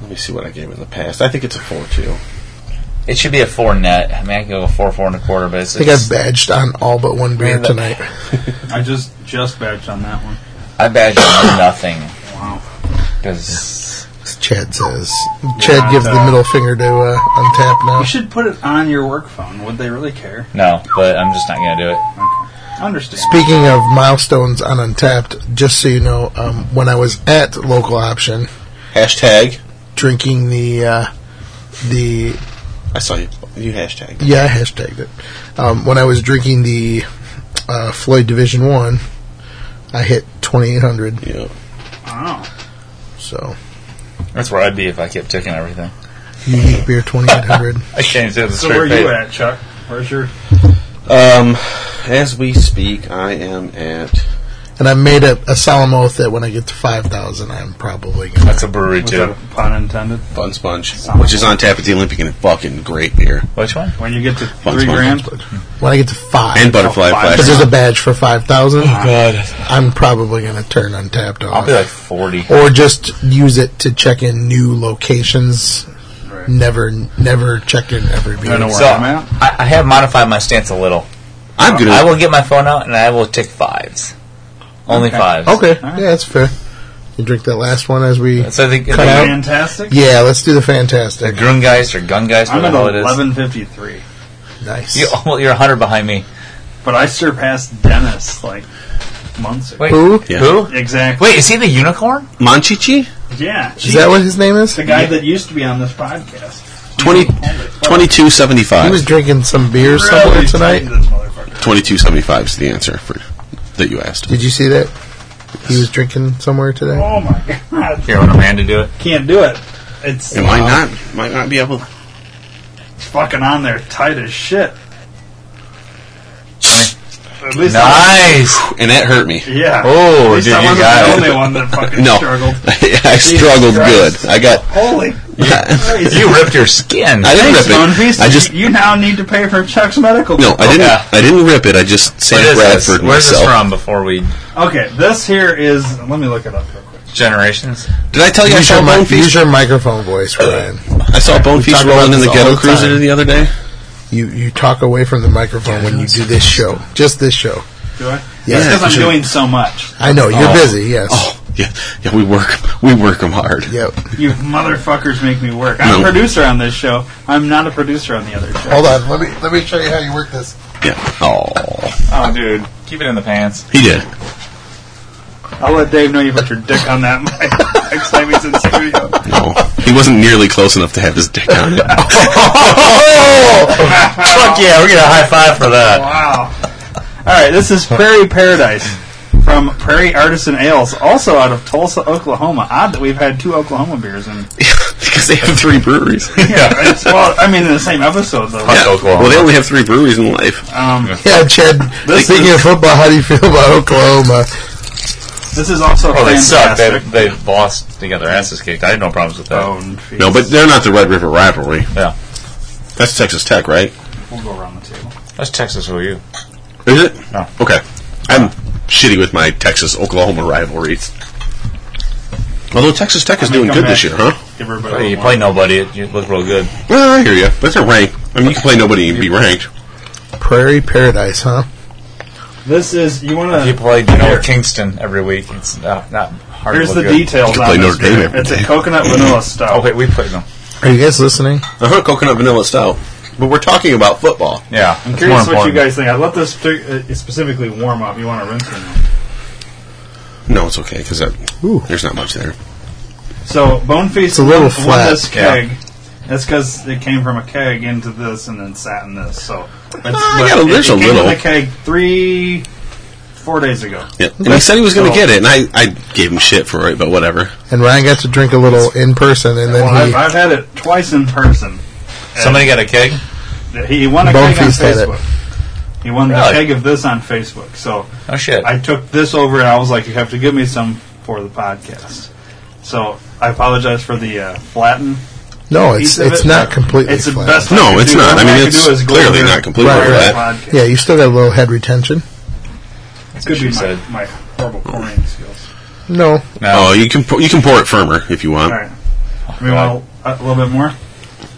Speaker 5: let me see what I gave in the past. I think it's a four too.
Speaker 6: It should be a four net. I mean, I could go four, four and a quarter, but it's.
Speaker 1: I think I
Speaker 6: it's-
Speaker 1: badged on all but one beer
Speaker 6: Man, that-
Speaker 1: tonight.
Speaker 3: I just just badged on that one.
Speaker 6: I badged on nothing.
Speaker 3: Wow.
Speaker 6: Because
Speaker 1: Chad says. Chad
Speaker 3: Yeah,
Speaker 1: gives the
Speaker 3: no.
Speaker 1: middle finger to uh, untap now.
Speaker 3: You should put it on your work phone. Would they really care?
Speaker 6: no, but I'm just not going to do it.
Speaker 3: I understand.
Speaker 1: Speaking of milestones on Untapped, just so you know, um, when I was at Local Option,
Speaker 5: Hashtag.
Speaker 1: drinking the uh, the
Speaker 5: I saw you. You hashtagged.
Speaker 1: yeah I hashtagged it um, when I was drinking the uh, Floyd Division One, I hit twenty eight hundred.
Speaker 5: Yeah.
Speaker 3: Wow.
Speaker 1: So
Speaker 6: That's where I'd be if I kept ticking everything.
Speaker 1: unique beer twenty eight hundred.
Speaker 6: I changed it. to
Speaker 3: So
Speaker 6: straight
Speaker 3: where are you
Speaker 6: pay.
Speaker 3: at, Chuck? Where's your?
Speaker 5: Um, as we speak, I am at.
Speaker 1: And I made a, a solemn oath that when I get to five thousand, I'm probably gonna
Speaker 6: That's a brewery,
Speaker 3: Was
Speaker 6: too.
Speaker 3: that pun intended?
Speaker 5: Fun Sponge, which is on tap at the Olympic and a fucking great beer.
Speaker 6: Which one?
Speaker 3: When you get to
Speaker 5: Fun
Speaker 3: three
Speaker 5: Sponge.
Speaker 3: grand,
Speaker 1: when I get to five
Speaker 5: And Butterfly
Speaker 3: Oh, five.
Speaker 1: Because
Speaker 5: Flash.
Speaker 1: there's a badge for five thousand.
Speaker 6: Oh, God.
Speaker 1: I'm probably gonna turn Untapped off.
Speaker 6: I'll be like 40.
Speaker 1: or just use it to check in new locations.
Speaker 3: Right.
Speaker 1: Never, never check in every beer.
Speaker 3: I know where
Speaker 6: So
Speaker 3: I'm at.
Speaker 6: I, I have modified my stance a little.
Speaker 5: I'm gonna.
Speaker 6: I will get my phone out and I will tick fives. Only
Speaker 3: Okay.
Speaker 6: fives.
Speaker 1: Okay,
Speaker 3: All right.
Speaker 1: yeah, that's fair. You drink that last one as we.
Speaker 6: So the,
Speaker 1: Cut
Speaker 6: the,
Speaker 1: out.
Speaker 3: Fantastic.
Speaker 1: Yeah, let's do the
Speaker 6: the
Speaker 1: fantastic.
Speaker 6: Grundgeist or Gungeist,
Speaker 3: I'm
Speaker 6: whatever
Speaker 3: at
Speaker 6: the hell it is.
Speaker 3: eleven fifty three,
Speaker 1: Nice.
Speaker 6: You, oh, well, you're 100 behind me.
Speaker 3: but I surpassed Dennis like months ago.
Speaker 6: Wait,
Speaker 1: Who?
Speaker 5: Yeah.
Speaker 6: who?
Speaker 3: Exactly.
Speaker 6: Wait, is he the unicorn?
Speaker 5: Monchichi?
Speaker 3: Yeah.
Speaker 1: Is that what his name is?
Speaker 3: the guy that used to be on this podcast?
Speaker 5: 20,
Speaker 1: He was
Speaker 5: 2275.
Speaker 1: drinking some beer
Speaker 3: Really
Speaker 1: somewhere
Speaker 3: tight
Speaker 1: tonight.
Speaker 3: to this motherfucker.
Speaker 5: 2275 is the answer for that you asked.
Speaker 1: Did you see that? He was drinking somewhere today.
Speaker 3: Oh my god!
Speaker 6: Here, I want Amanda to do it.
Speaker 3: Can't do it. It's
Speaker 5: It might not, might not be able.
Speaker 3: fucking on there tight as shit. At least I-
Speaker 6: Nice!
Speaker 5: And that hurt me.
Speaker 3: yeah. At
Speaker 6: Oh,
Speaker 3: least
Speaker 6: dude,
Speaker 3: I
Speaker 6: you
Speaker 3: wasn't
Speaker 6: got
Speaker 3: the
Speaker 6: it.
Speaker 3: only one that fucking
Speaker 5: No,
Speaker 3: struggled.
Speaker 5: I struggled
Speaker 3: Christ.
Speaker 5: good. I got.
Speaker 3: Holy Christ.
Speaker 6: You ripped your skin.
Speaker 5: I didn't
Speaker 3: Thanks,
Speaker 5: rip
Speaker 3: Bone
Speaker 5: it.
Speaker 3: Feast.
Speaker 5: I just
Speaker 3: you now need to pay for Chuck's medical.
Speaker 5: no. I didn't.
Speaker 6: Okay.
Speaker 5: I didn't rip it. I just
Speaker 6: What
Speaker 5: Sam
Speaker 6: is this?
Speaker 5: Bradford
Speaker 6: Where's this
Speaker 5: myself.
Speaker 6: from before we...
Speaker 3: Okay, this here is. Let me look it up real quick.
Speaker 6: Generations?
Speaker 5: Did I tell you I
Speaker 1: Use
Speaker 5: saw
Speaker 1: your,
Speaker 5: Bone
Speaker 1: mic- use
Speaker 5: Feast?
Speaker 1: your microphone voice, Ryan.
Speaker 5: I saw Bone Feast
Speaker 1: talk about
Speaker 5: rolling in the
Speaker 1: this all
Speaker 5: Ghetto
Speaker 1: the
Speaker 5: Cruiser
Speaker 1: time.
Speaker 5: the other day.
Speaker 1: You you talk away from the microphone when you do this show. Just this show.
Speaker 3: Do I?
Speaker 1: Yeah,
Speaker 3: That's because I'm
Speaker 1: you should.
Speaker 3: doing so much.
Speaker 1: I know you're busy. Yes.
Speaker 5: Oh yeah, yeah. We work. We work them hard.
Speaker 1: Yep.
Speaker 3: You motherfuckers make me work. I'm
Speaker 5: No.
Speaker 3: a producer on this show. I'm not a producer on the other show.
Speaker 1: Hold on. Let me let me show you how you work this.
Speaker 5: Yeah. Oh,
Speaker 6: Oh, dude. Keep it in the pants.
Speaker 5: he did.
Speaker 3: I'll let Dave know you put your dick on that mic next time he's in studio.
Speaker 5: No, he wasn't nearly close enough to have his dick on it.
Speaker 6: Fuck yeah, we're gonna high five for that.
Speaker 3: Wow. All right, this is Prairie Paradise from Prairie Artisan Ales, also out of Tulsa, Oklahoma. Odd that we've had two Oklahoma beers in.
Speaker 5: because they have three breweries.
Speaker 3: Yeah, it's, well, I mean, in the same episode though.
Speaker 5: Yeah. Well, they only have three breweries in life.
Speaker 3: Um,
Speaker 1: Yeah, Chad.
Speaker 3: This
Speaker 1: speaking
Speaker 3: is-
Speaker 1: of football, how do you feel about Oklahoma?
Speaker 3: this is also
Speaker 6: Oh, they suck. They,
Speaker 3: fantastic. Oh.
Speaker 6: they've lost. They got their asses kicked. I had no problems with that.
Speaker 3: Bone feast.
Speaker 5: No, but they're not the Red River rivalry.
Speaker 6: Yeah.
Speaker 5: That's Texas Tech, right?
Speaker 3: we'll go around the table.
Speaker 6: That's Texas OU.
Speaker 5: Is it?
Speaker 6: No.
Speaker 5: Okay. I'm shitty with my Texas Oklahoma rivalries. Although Texas Tech is
Speaker 3: I mean,
Speaker 5: doing
Speaker 3: come
Speaker 5: good
Speaker 3: back.
Speaker 5: this year, huh?
Speaker 3: Give everybody.
Speaker 6: Hey, you
Speaker 3: one.
Speaker 6: play nobody. It, you look real good.
Speaker 5: Well, I hear you. But they're ranked. I mean, you can play nobody and be ranked.
Speaker 1: Prairie Paradise, huh?
Speaker 3: This is you want
Speaker 6: You
Speaker 3: to.
Speaker 6: play, you know, Kingston every week. It's not, not hard
Speaker 3: Here's
Speaker 6: to
Speaker 3: the
Speaker 6: look good.
Speaker 3: details
Speaker 5: You play
Speaker 3: on this
Speaker 5: Notre Dame
Speaker 3: beer.
Speaker 5: every
Speaker 3: It's a
Speaker 5: day.
Speaker 3: coconut vanilla stout.
Speaker 6: Oh, wait, we played them.
Speaker 1: Are you guys listening?
Speaker 5: Uh-huh, coconut vanilla stout. But we're talking about football.
Speaker 6: Yeah.
Speaker 3: I'm curious what you guys think. I let this partic- uh, specifically warm up. You want to rinse it?
Speaker 5: No, it's okay because there's not much there.
Speaker 3: So bone feast
Speaker 5: It's a little
Speaker 3: won,
Speaker 5: flat,
Speaker 3: won this
Speaker 5: yeah.
Speaker 3: keg. That's because it came from a keg into this and then sat in this. So it's,
Speaker 5: Ah, I got a-
Speaker 3: it-
Speaker 5: there's
Speaker 3: it
Speaker 5: a
Speaker 3: came
Speaker 5: little.
Speaker 3: in the keg three, four days ago.
Speaker 5: Yeah. And he said he was going
Speaker 3: So-
Speaker 5: to get it, and I, I gave him shit for it, but whatever.
Speaker 1: And Ryan got to drink a little in person, and then
Speaker 3: Well,
Speaker 1: he
Speaker 3: I've, I've had it twice in person.
Speaker 6: Somebody got a keg.
Speaker 3: He, he won a
Speaker 1: Bone
Speaker 3: keg on
Speaker 1: Feast had it.
Speaker 3: Facebook. He won
Speaker 6: Really?
Speaker 3: a keg of this on Facebook. So
Speaker 6: Oh shit!
Speaker 3: I took this over and I was like, you have to give me some for the podcast. So I apologize for the uh, flatten.
Speaker 1: No,
Speaker 3: piece
Speaker 1: Oh, it's
Speaker 3: of
Speaker 1: it's
Speaker 3: it.
Speaker 1: not completely.
Speaker 3: It's the
Speaker 1: flat.
Speaker 3: best. I could do. All could do is go over it. Right, right. Podcast.
Speaker 1: Yeah, you still got a little head retention.
Speaker 3: Could be my, my horrible pouring skills.
Speaker 1: No.
Speaker 5: Oh, you can pour, you can pour it firmer if you
Speaker 3: All
Speaker 5: want.
Speaker 3: right. We want a, a little bit more.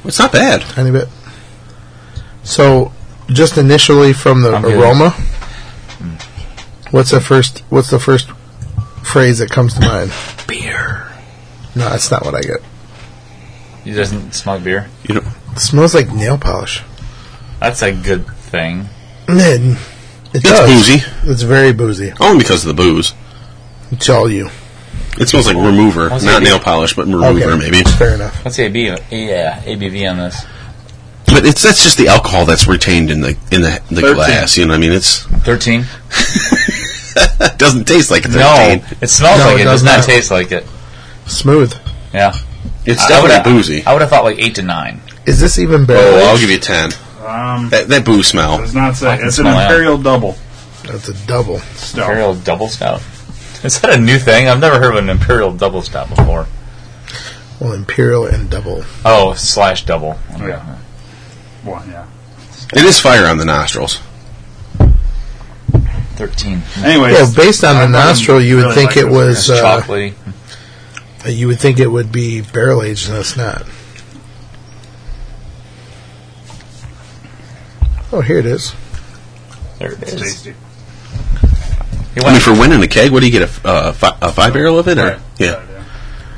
Speaker 5: It's not bad.
Speaker 1: Tiny bit. So, just initially from the
Speaker 6: I'm good.
Speaker 1: aroma,
Speaker 5: Hmm.
Speaker 1: what's the first? What's the first phrase that comes to mind?
Speaker 6: Beer.
Speaker 1: No, that's not what I get.
Speaker 6: It doesn't smell like beer.
Speaker 5: You know,
Speaker 1: It smells like nail polish.
Speaker 6: That's a good thing.
Speaker 1: It, it
Speaker 5: It's
Speaker 1: does.
Speaker 5: boozy.
Speaker 1: It's very boozy.
Speaker 5: Only because of the booze.
Speaker 1: It's all you.
Speaker 5: It smells like remover,
Speaker 6: What's
Speaker 5: not
Speaker 6: it?
Speaker 5: nail polish, but remover
Speaker 1: Okay.
Speaker 5: maybe.
Speaker 1: Fair enough.
Speaker 6: What's the AB? Yeah, ABV on this.
Speaker 5: But it's that's just the alcohol that's retained in the in the, the
Speaker 6: Thirteen.
Speaker 5: glass. You know, what I mean, it's
Speaker 6: Thirteen.
Speaker 5: it doesn't taste like
Speaker 6: No,
Speaker 5: thirteen.
Speaker 6: it smells
Speaker 5: No,
Speaker 6: like
Speaker 5: it
Speaker 6: it. Does
Speaker 5: does
Speaker 6: not
Speaker 5: not.
Speaker 6: taste like it.
Speaker 1: Smooth.
Speaker 6: Yeah,
Speaker 5: It's
Speaker 6: I- I
Speaker 5: definitely
Speaker 6: would've-
Speaker 5: boozy.
Speaker 6: I would have thought like eight to nine.
Speaker 3: Oh.
Speaker 1: Is this even better?
Speaker 5: Oh, I'll give you ten.
Speaker 3: Um,
Speaker 5: That, that booze smell.
Speaker 3: does not
Speaker 6: I
Speaker 3: say.
Speaker 6: can
Speaker 3: It's an
Speaker 6: smell it.
Speaker 3: imperial double
Speaker 1: That's a double.
Speaker 3: stout.
Speaker 6: Imperial double stout. Is that a new thing? I've never heard of an imperial double stout before.
Speaker 1: Well, imperial and double.
Speaker 6: Oh, slash double.
Speaker 3: Oh, Yeah. One, yeah.
Speaker 5: It is fire on the nostrils.
Speaker 6: Thirteen.
Speaker 3: Anyways,
Speaker 1: yeah, based on the
Speaker 3: I wouldn't
Speaker 1: nostril, you would
Speaker 3: really
Speaker 1: think
Speaker 3: like
Speaker 1: it
Speaker 3: this.
Speaker 1: was.
Speaker 6: It's
Speaker 1: Uh,
Speaker 6: chocolatey.
Speaker 1: you would think it would be barrel aged, and it's not. Oh, here it is.
Speaker 6: There it
Speaker 3: It's
Speaker 6: is.
Speaker 3: tasty.
Speaker 6: You
Speaker 5: I mean,
Speaker 6: went
Speaker 5: for winning a keg, what do you get a, f- uh, fi- a five barrel of it? Or
Speaker 3: Right.
Speaker 5: yeah,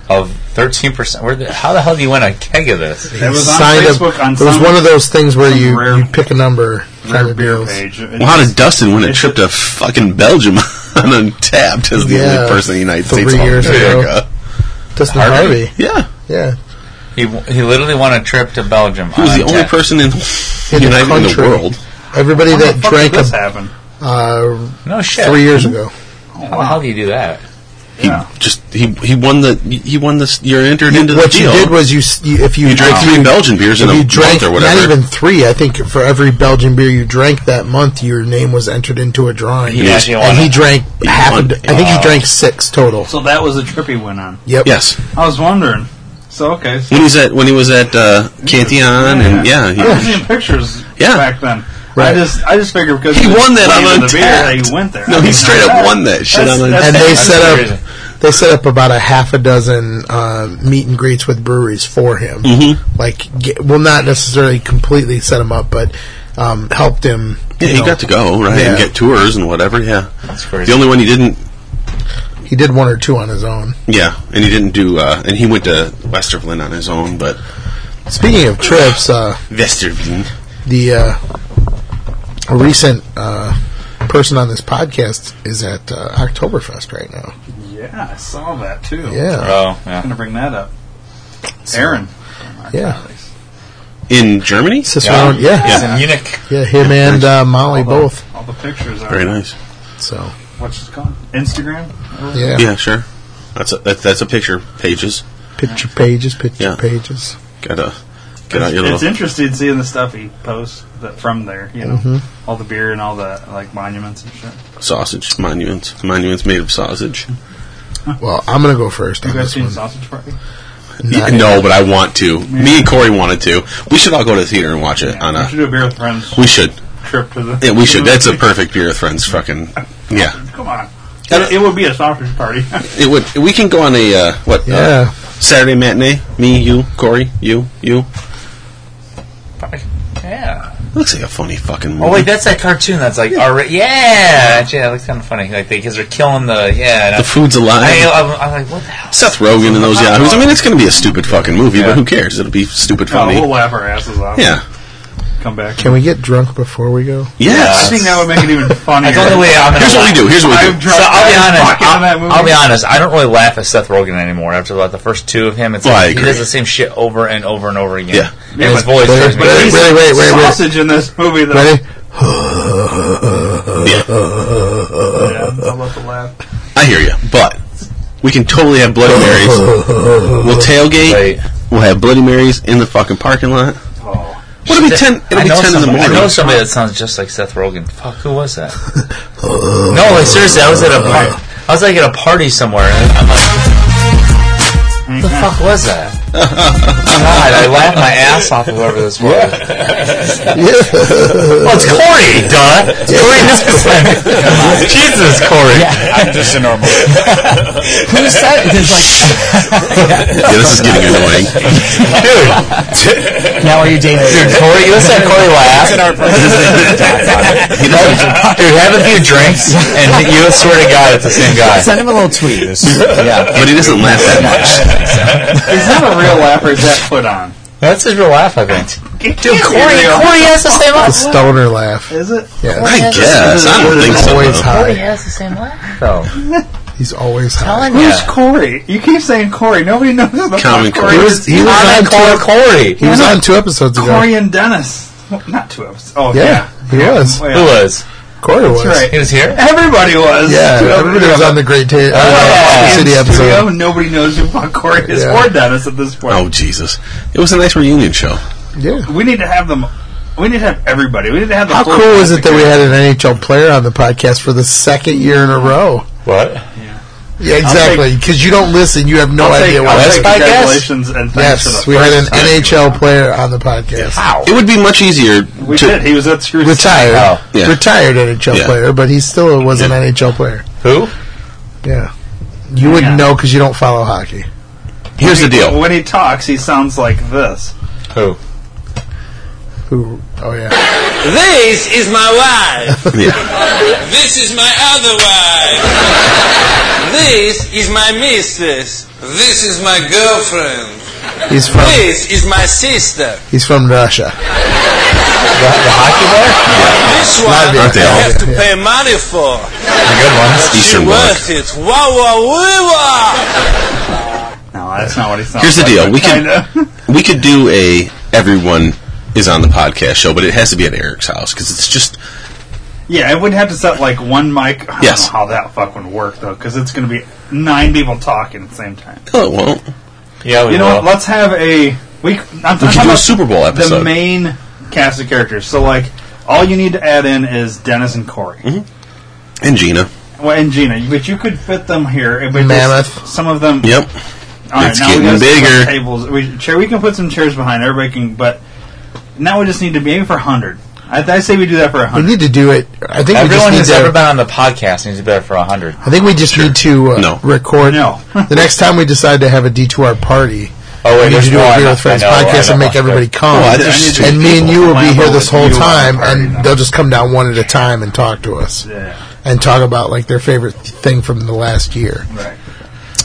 Speaker 6: of thirteen percent. Where the, how the hell do you win a keg of this?
Speaker 3: It was on
Speaker 1: Signed up-
Speaker 3: Facebook on
Speaker 1: it was
Speaker 3: some-
Speaker 1: one of those things where
Speaker 3: some
Speaker 1: you,
Speaker 3: rare-
Speaker 1: you pick a number. kind
Speaker 3: Rare
Speaker 1: of
Speaker 3: beer
Speaker 1: deals.
Speaker 3: page. It
Speaker 5: Well, how
Speaker 3: just-
Speaker 5: did Dustin win a
Speaker 3: it
Speaker 5: trip
Speaker 3: just-
Speaker 5: to fucking Belgium on Untapped as the
Speaker 1: Yeah,
Speaker 5: only person in the United
Speaker 1: three
Speaker 5: States of
Speaker 1: years ago.
Speaker 5: America?
Speaker 1: Dustin Harvey.
Speaker 6: Harvey?
Speaker 5: Yeah,
Speaker 1: Yeah.
Speaker 6: He he literally won a trip to Belgium.
Speaker 5: he was
Speaker 6: on
Speaker 5: the only
Speaker 6: tap.
Speaker 5: person in,
Speaker 1: In the
Speaker 5: United in the
Speaker 1: country.
Speaker 5: world.
Speaker 1: Everybody
Speaker 3: How
Speaker 1: that
Speaker 3: the fuck did
Speaker 1: drank
Speaker 3: this
Speaker 1: a,
Speaker 3: happen?
Speaker 1: uh,
Speaker 6: No shit.
Speaker 1: three years ago.
Speaker 6: How the hell do you do that?
Speaker 5: He
Speaker 3: Yeah.
Speaker 5: just he he won the he won this. You're entered into the
Speaker 1: what
Speaker 5: deal.
Speaker 1: you did was you, s- you if you,
Speaker 5: you drank
Speaker 1: if
Speaker 5: three
Speaker 1: you-
Speaker 5: Belgian beers in
Speaker 1: if
Speaker 5: a
Speaker 1: you drank
Speaker 5: month or
Speaker 1: not
Speaker 5: whatever.
Speaker 1: even three. I think for every Belgian beer you drank that month, your name was entered into a drawing.
Speaker 6: He actually won
Speaker 1: and he
Speaker 6: it.
Speaker 1: drank
Speaker 5: He
Speaker 1: half.
Speaker 5: won.
Speaker 1: a d- I think he drank six total.
Speaker 3: So that was the trip he went on.
Speaker 1: Yep.
Speaker 5: yes,
Speaker 3: I was wondering. So okay, so
Speaker 5: when he was at when he was at uh, Canteon and yeah, he,
Speaker 3: I was
Speaker 1: Oh.
Speaker 3: seeing pictures
Speaker 5: Yeah.
Speaker 3: back then. I
Speaker 1: Right.
Speaker 3: just, I just figured because
Speaker 5: He
Speaker 3: of
Speaker 5: won that
Speaker 3: the
Speaker 5: on
Speaker 3: flavour of the beer
Speaker 5: Untapped.
Speaker 3: that he went there.
Speaker 5: No,
Speaker 3: I
Speaker 5: he
Speaker 3: mean,
Speaker 5: straight up won that shit
Speaker 3: That's-
Speaker 5: on
Speaker 3: that's-
Speaker 1: And they
Speaker 3: that's
Speaker 1: set
Speaker 3: the
Speaker 1: up
Speaker 3: reason.
Speaker 1: they set up about a half a dozen uh, meet and greets with breweries for him. Mm-hmm. Like, get, well, not necessarily completely set him up, but um, helped him.
Speaker 5: Yeah,
Speaker 1: you
Speaker 5: he
Speaker 1: know.
Speaker 5: got to go right and
Speaker 1: Yeah.
Speaker 5: get tours and whatever. Yeah,
Speaker 6: That's crazy.
Speaker 5: the only one he didn't.
Speaker 1: He did one or two on his own.
Speaker 5: Yeah, and he didn't do. Uh, and he went to Westerblin on his own, but
Speaker 1: Speaking of trips, uh,
Speaker 5: Westerblin.
Speaker 1: the uh, a recent uh, person on this podcast is at uh, Oktoberfest right now.
Speaker 3: Yeah, I saw that too.
Speaker 1: Yeah,
Speaker 6: Oh
Speaker 3: I'm
Speaker 6: yeah.
Speaker 3: gonna bring that up. Aaron.
Speaker 1: Yeah.
Speaker 5: in Germany.
Speaker 1: Cicerone. Yeah,
Speaker 6: He's
Speaker 1: yeah,
Speaker 6: in Munich.
Speaker 1: him and uh, Molly
Speaker 3: All the-
Speaker 1: both.
Speaker 3: All the pictures are
Speaker 5: Very nice.
Speaker 1: So
Speaker 3: What's it called? Instagram.
Speaker 1: yeah,
Speaker 5: Yeah, sure. That's a that, that's a picture. Pages.
Speaker 1: picture pages, picture
Speaker 5: Yeah.
Speaker 1: pages.
Speaker 5: Gotta get out your
Speaker 3: It's
Speaker 5: little.
Speaker 3: interesting seeing the stuff he posts that from there. You know,
Speaker 5: Mm-hmm.
Speaker 3: all the beer and all the like monuments and shit.
Speaker 5: Sausage monuments. Monuments made of sausage.
Speaker 1: Well, I'm gonna go first
Speaker 3: You
Speaker 1: on
Speaker 3: guys
Speaker 1: this
Speaker 3: seen
Speaker 1: one.
Speaker 3: Sausage Party?
Speaker 1: Not
Speaker 5: Yeah, no, but I want to. Me and Corey wanted to. We should all go to the theater and watch it on
Speaker 3: we should
Speaker 5: a.
Speaker 3: do a beer with friends
Speaker 5: We should.
Speaker 3: trip to the.
Speaker 5: Oh, Yeah, we should. That's a
Speaker 3: perfect.
Speaker 5: perfect beer with friends. Fucking yeah.
Speaker 3: Come on. It, it would be a sausage party.
Speaker 5: It would. We can go on a uh, what? uh,
Speaker 1: Yeah.
Speaker 5: Saturday matinee. Me, you, Corey, you, you.
Speaker 6: Yeah.
Speaker 5: Looks like a funny fucking movie.
Speaker 6: Oh wait, that's that cartoon that's like yeah. already. Yeah, actually, that looks kind of funny. Like the kids are killing the yeah. and I-
Speaker 5: the food's alive.
Speaker 6: I, I'm, I'm like, what the hell?
Speaker 5: Seth Rogen and those yahoos. I mean, it's going to be a stupid fucking movie,
Speaker 6: Yeah.
Speaker 5: but who cares? It'll be stupid
Speaker 3: oh,
Speaker 5: funny.
Speaker 3: we'll laugh our asses off.
Speaker 5: yeah.
Speaker 3: come back.
Speaker 1: Can we get drunk before we go?
Speaker 3: I think that would make it even funnier.
Speaker 6: That's the only way I'm gonna laugh.
Speaker 3: I've
Speaker 6: So
Speaker 3: dropped
Speaker 6: I'll be
Speaker 3: that
Speaker 6: honest.
Speaker 3: fucking on that
Speaker 6: I'll,
Speaker 3: movie.
Speaker 6: I'll be honest. I don't really laugh at Seth Rogen anymore after like the first two of him. It's
Speaker 5: Well, I
Speaker 6: like he
Speaker 5: agree.
Speaker 6: does the same shit over and over and over again.
Speaker 5: Yeah.
Speaker 6: and
Speaker 5: Yeah,
Speaker 6: his
Speaker 5: but-
Speaker 6: voice.
Speaker 5: but-
Speaker 6: drives me
Speaker 5: but-
Speaker 6: crazy.
Speaker 5: wait, wait, wait, wait.
Speaker 3: Sausage in this movie, though.
Speaker 5: Ready?
Speaker 3: I love the laugh.
Speaker 5: I hear you, but we can totally have Bloody Marys. we'll tailgate. We'll have Bloody Marys in the fucking parking lot. What it'll be ten? It'll
Speaker 6: Oh. I
Speaker 5: be
Speaker 6: know
Speaker 5: ten in the
Speaker 6: somebody-
Speaker 5: morning.
Speaker 6: I know somebody that sounds just like Seth Rogen. Fuck, who was that? no, like seriously, I was at a par- I was like at a party somewhere, and I'm like, who the fuck was that? God, I laughed my ass off whoever this was. well, it's Corey, duh. It's Corey Hesperson. Jesus, Corey.
Speaker 16: I'm just a normal.
Speaker 6: Who said it? It's like,
Speaker 5: yeah, this is getting annoying.
Speaker 16: Dude. now are you dating?
Speaker 6: Dude, Corey, you listen to Corey laugh. Dude, have a few drinks, and you would swear to God it's the same guy.
Speaker 16: Send him a little tweet.
Speaker 6: yeah,
Speaker 5: but he doesn't laugh that much.
Speaker 3: Is that a real laugh or is that put on?
Speaker 6: That's his real laugh, I think.
Speaker 3: Dude,
Speaker 6: Corey- Corey has the same
Speaker 1: The stoner laugh.
Speaker 3: Is it?
Speaker 1: Yeah.
Speaker 5: I guess. I don't think so,
Speaker 1: Always
Speaker 5: though.
Speaker 1: high.
Speaker 6: has the same laugh. Oh.
Speaker 1: He's always high.
Speaker 3: Who's Corey? You keep saying Corey. Nobody knows who the
Speaker 5: Common
Speaker 3: fuck Corey.
Speaker 1: He
Speaker 3: is.
Speaker 1: was, he was
Speaker 6: Common
Speaker 1: on
Speaker 6: Core
Speaker 1: two,
Speaker 6: Corey.
Speaker 1: He was
Speaker 3: Yeah.
Speaker 1: on two episodes ago.
Speaker 3: Corey and Dennis. Well, not two episodes. Oh
Speaker 1: yeah,
Speaker 3: yeah,
Speaker 1: he was.
Speaker 3: Wait,
Speaker 6: Who was?
Speaker 1: Corey was.
Speaker 3: right.
Speaker 6: He was here?
Speaker 3: Everybody was.
Speaker 1: Yeah,
Speaker 3: Two
Speaker 1: everybody
Speaker 3: episodes
Speaker 1: was
Speaker 3: ago.
Speaker 1: on the Great Ta- uh,
Speaker 3: Yeah.
Speaker 1: City
Speaker 3: In
Speaker 1: episode.
Speaker 3: studio, Nobody knows who fuck Corey is
Speaker 1: Yeah.
Speaker 3: or Dennis at this point.
Speaker 5: Oh Jesus! It was a nice reunion show.
Speaker 1: Yeah.
Speaker 3: We need to have them. We need to have everybody. We need to have the
Speaker 1: Oh. How
Speaker 3: full
Speaker 1: cool is it
Speaker 3: cast
Speaker 1: that we
Speaker 3: again.
Speaker 1: had an NHL player on the podcast for the second year in a row?
Speaker 6: What?
Speaker 1: Yeah,
Speaker 3: I'll
Speaker 1: exactly. Because you don't listen, you have no
Speaker 3: I'll
Speaker 1: idea
Speaker 3: take,
Speaker 1: what.
Speaker 3: I'll
Speaker 1: it is.
Speaker 3: take congratulations and thanks for
Speaker 1: Yes,
Speaker 3: the
Speaker 1: we had an
Speaker 3: first time.
Speaker 1: NHL player on the podcast.
Speaker 3: How?
Speaker 5: It would be much easier.
Speaker 3: We
Speaker 5: to,
Speaker 3: did. He was at Screw City.
Speaker 1: Retired,
Speaker 6: Oh.
Speaker 5: Yeah.
Speaker 1: retired NHL
Speaker 5: Yeah.
Speaker 1: player, but he still was an
Speaker 5: Yeah.
Speaker 1: NHL player.
Speaker 6: Who?
Speaker 1: Yeah, you wouldn't 'cause know because you don't follow hockey.
Speaker 5: Here's the
Speaker 3: When he-
Speaker 5: deal.
Speaker 3: When he talks, he sounds like this.
Speaker 6: Who?
Speaker 1: Who? Oh yeah,
Speaker 7: This is my wife.
Speaker 5: Yeah.
Speaker 7: This is my other wife. This is my mistress. This is my girlfriend.
Speaker 1: he's from
Speaker 7: This is my sister.
Speaker 1: he's from Russia.
Speaker 7: This one
Speaker 1: Not
Speaker 7: I
Speaker 1: very
Speaker 7: have
Speaker 1: talented.
Speaker 7: to pay money for.
Speaker 6: The good ones.
Speaker 7: She
Speaker 5: Eastern block.
Speaker 7: worth it. Wah wah wee wah.
Speaker 3: No, that's not what he sounds.
Speaker 5: Here's the
Speaker 3: like,
Speaker 5: deal.
Speaker 3: but
Speaker 5: We
Speaker 3: kinda.
Speaker 5: could we could do a everyone is on the podcast show, but it has to be at Eric's house because it's just
Speaker 3: Yeah, it would have to set like one mic. I
Speaker 5: Yes.
Speaker 3: don't know how that fuck would work though, because it's going to be nine people talking at the same time.
Speaker 5: oh it won't.
Speaker 6: Yeah, we
Speaker 3: You know what? Let's have a we. I'm, I'm
Speaker 5: We
Speaker 3: talking
Speaker 5: could do a
Speaker 3: about
Speaker 5: Super Bowl
Speaker 3: The
Speaker 5: episode.
Speaker 3: main cast of characters. So like, all you need to add in is Dennis and Corey.
Speaker 5: Mm-hmm. And Gina.
Speaker 3: Well, and Gina, but you could fit them here. but just
Speaker 1: Mammoth.
Speaker 3: Some of them.
Speaker 5: Yep.
Speaker 3: All right,
Speaker 5: It's
Speaker 3: now we
Speaker 5: getting
Speaker 3: gotta set
Speaker 5: bigger.
Speaker 3: some Tables. We chair. We can put some chairs behind. Everybody can. But now we just need to be aiming for hundred. I, I say we do that for
Speaker 1: We
Speaker 3: hundred.
Speaker 1: need to do it. I think we
Speaker 6: Everyone
Speaker 1: just need
Speaker 6: who's
Speaker 1: to.
Speaker 6: ever been on the podcast needs to be there for 100.
Speaker 1: I think we just need to uh,
Speaker 5: No.
Speaker 1: record.
Speaker 3: No.
Speaker 1: the next time we decide to have a D2R party,
Speaker 6: Oh,
Speaker 1: we
Speaker 6: wait,
Speaker 1: need
Speaker 6: there's
Speaker 1: to do a
Speaker 6: one.
Speaker 1: Beer
Speaker 6: I
Speaker 1: with Friends
Speaker 6: know, I
Speaker 1: podcast
Speaker 6: know.
Speaker 1: and make everybody come.
Speaker 5: Oh, I
Speaker 3: there's
Speaker 5: just-
Speaker 3: two
Speaker 1: and me and you
Speaker 3: people
Speaker 1: will be here this whole
Speaker 3: flammable
Speaker 1: time, and
Speaker 3: at you on the party,
Speaker 1: they'll just come down one at a time and talk to us
Speaker 3: Yeah.
Speaker 1: and talk about like their favorite thing from the last year.
Speaker 3: Right.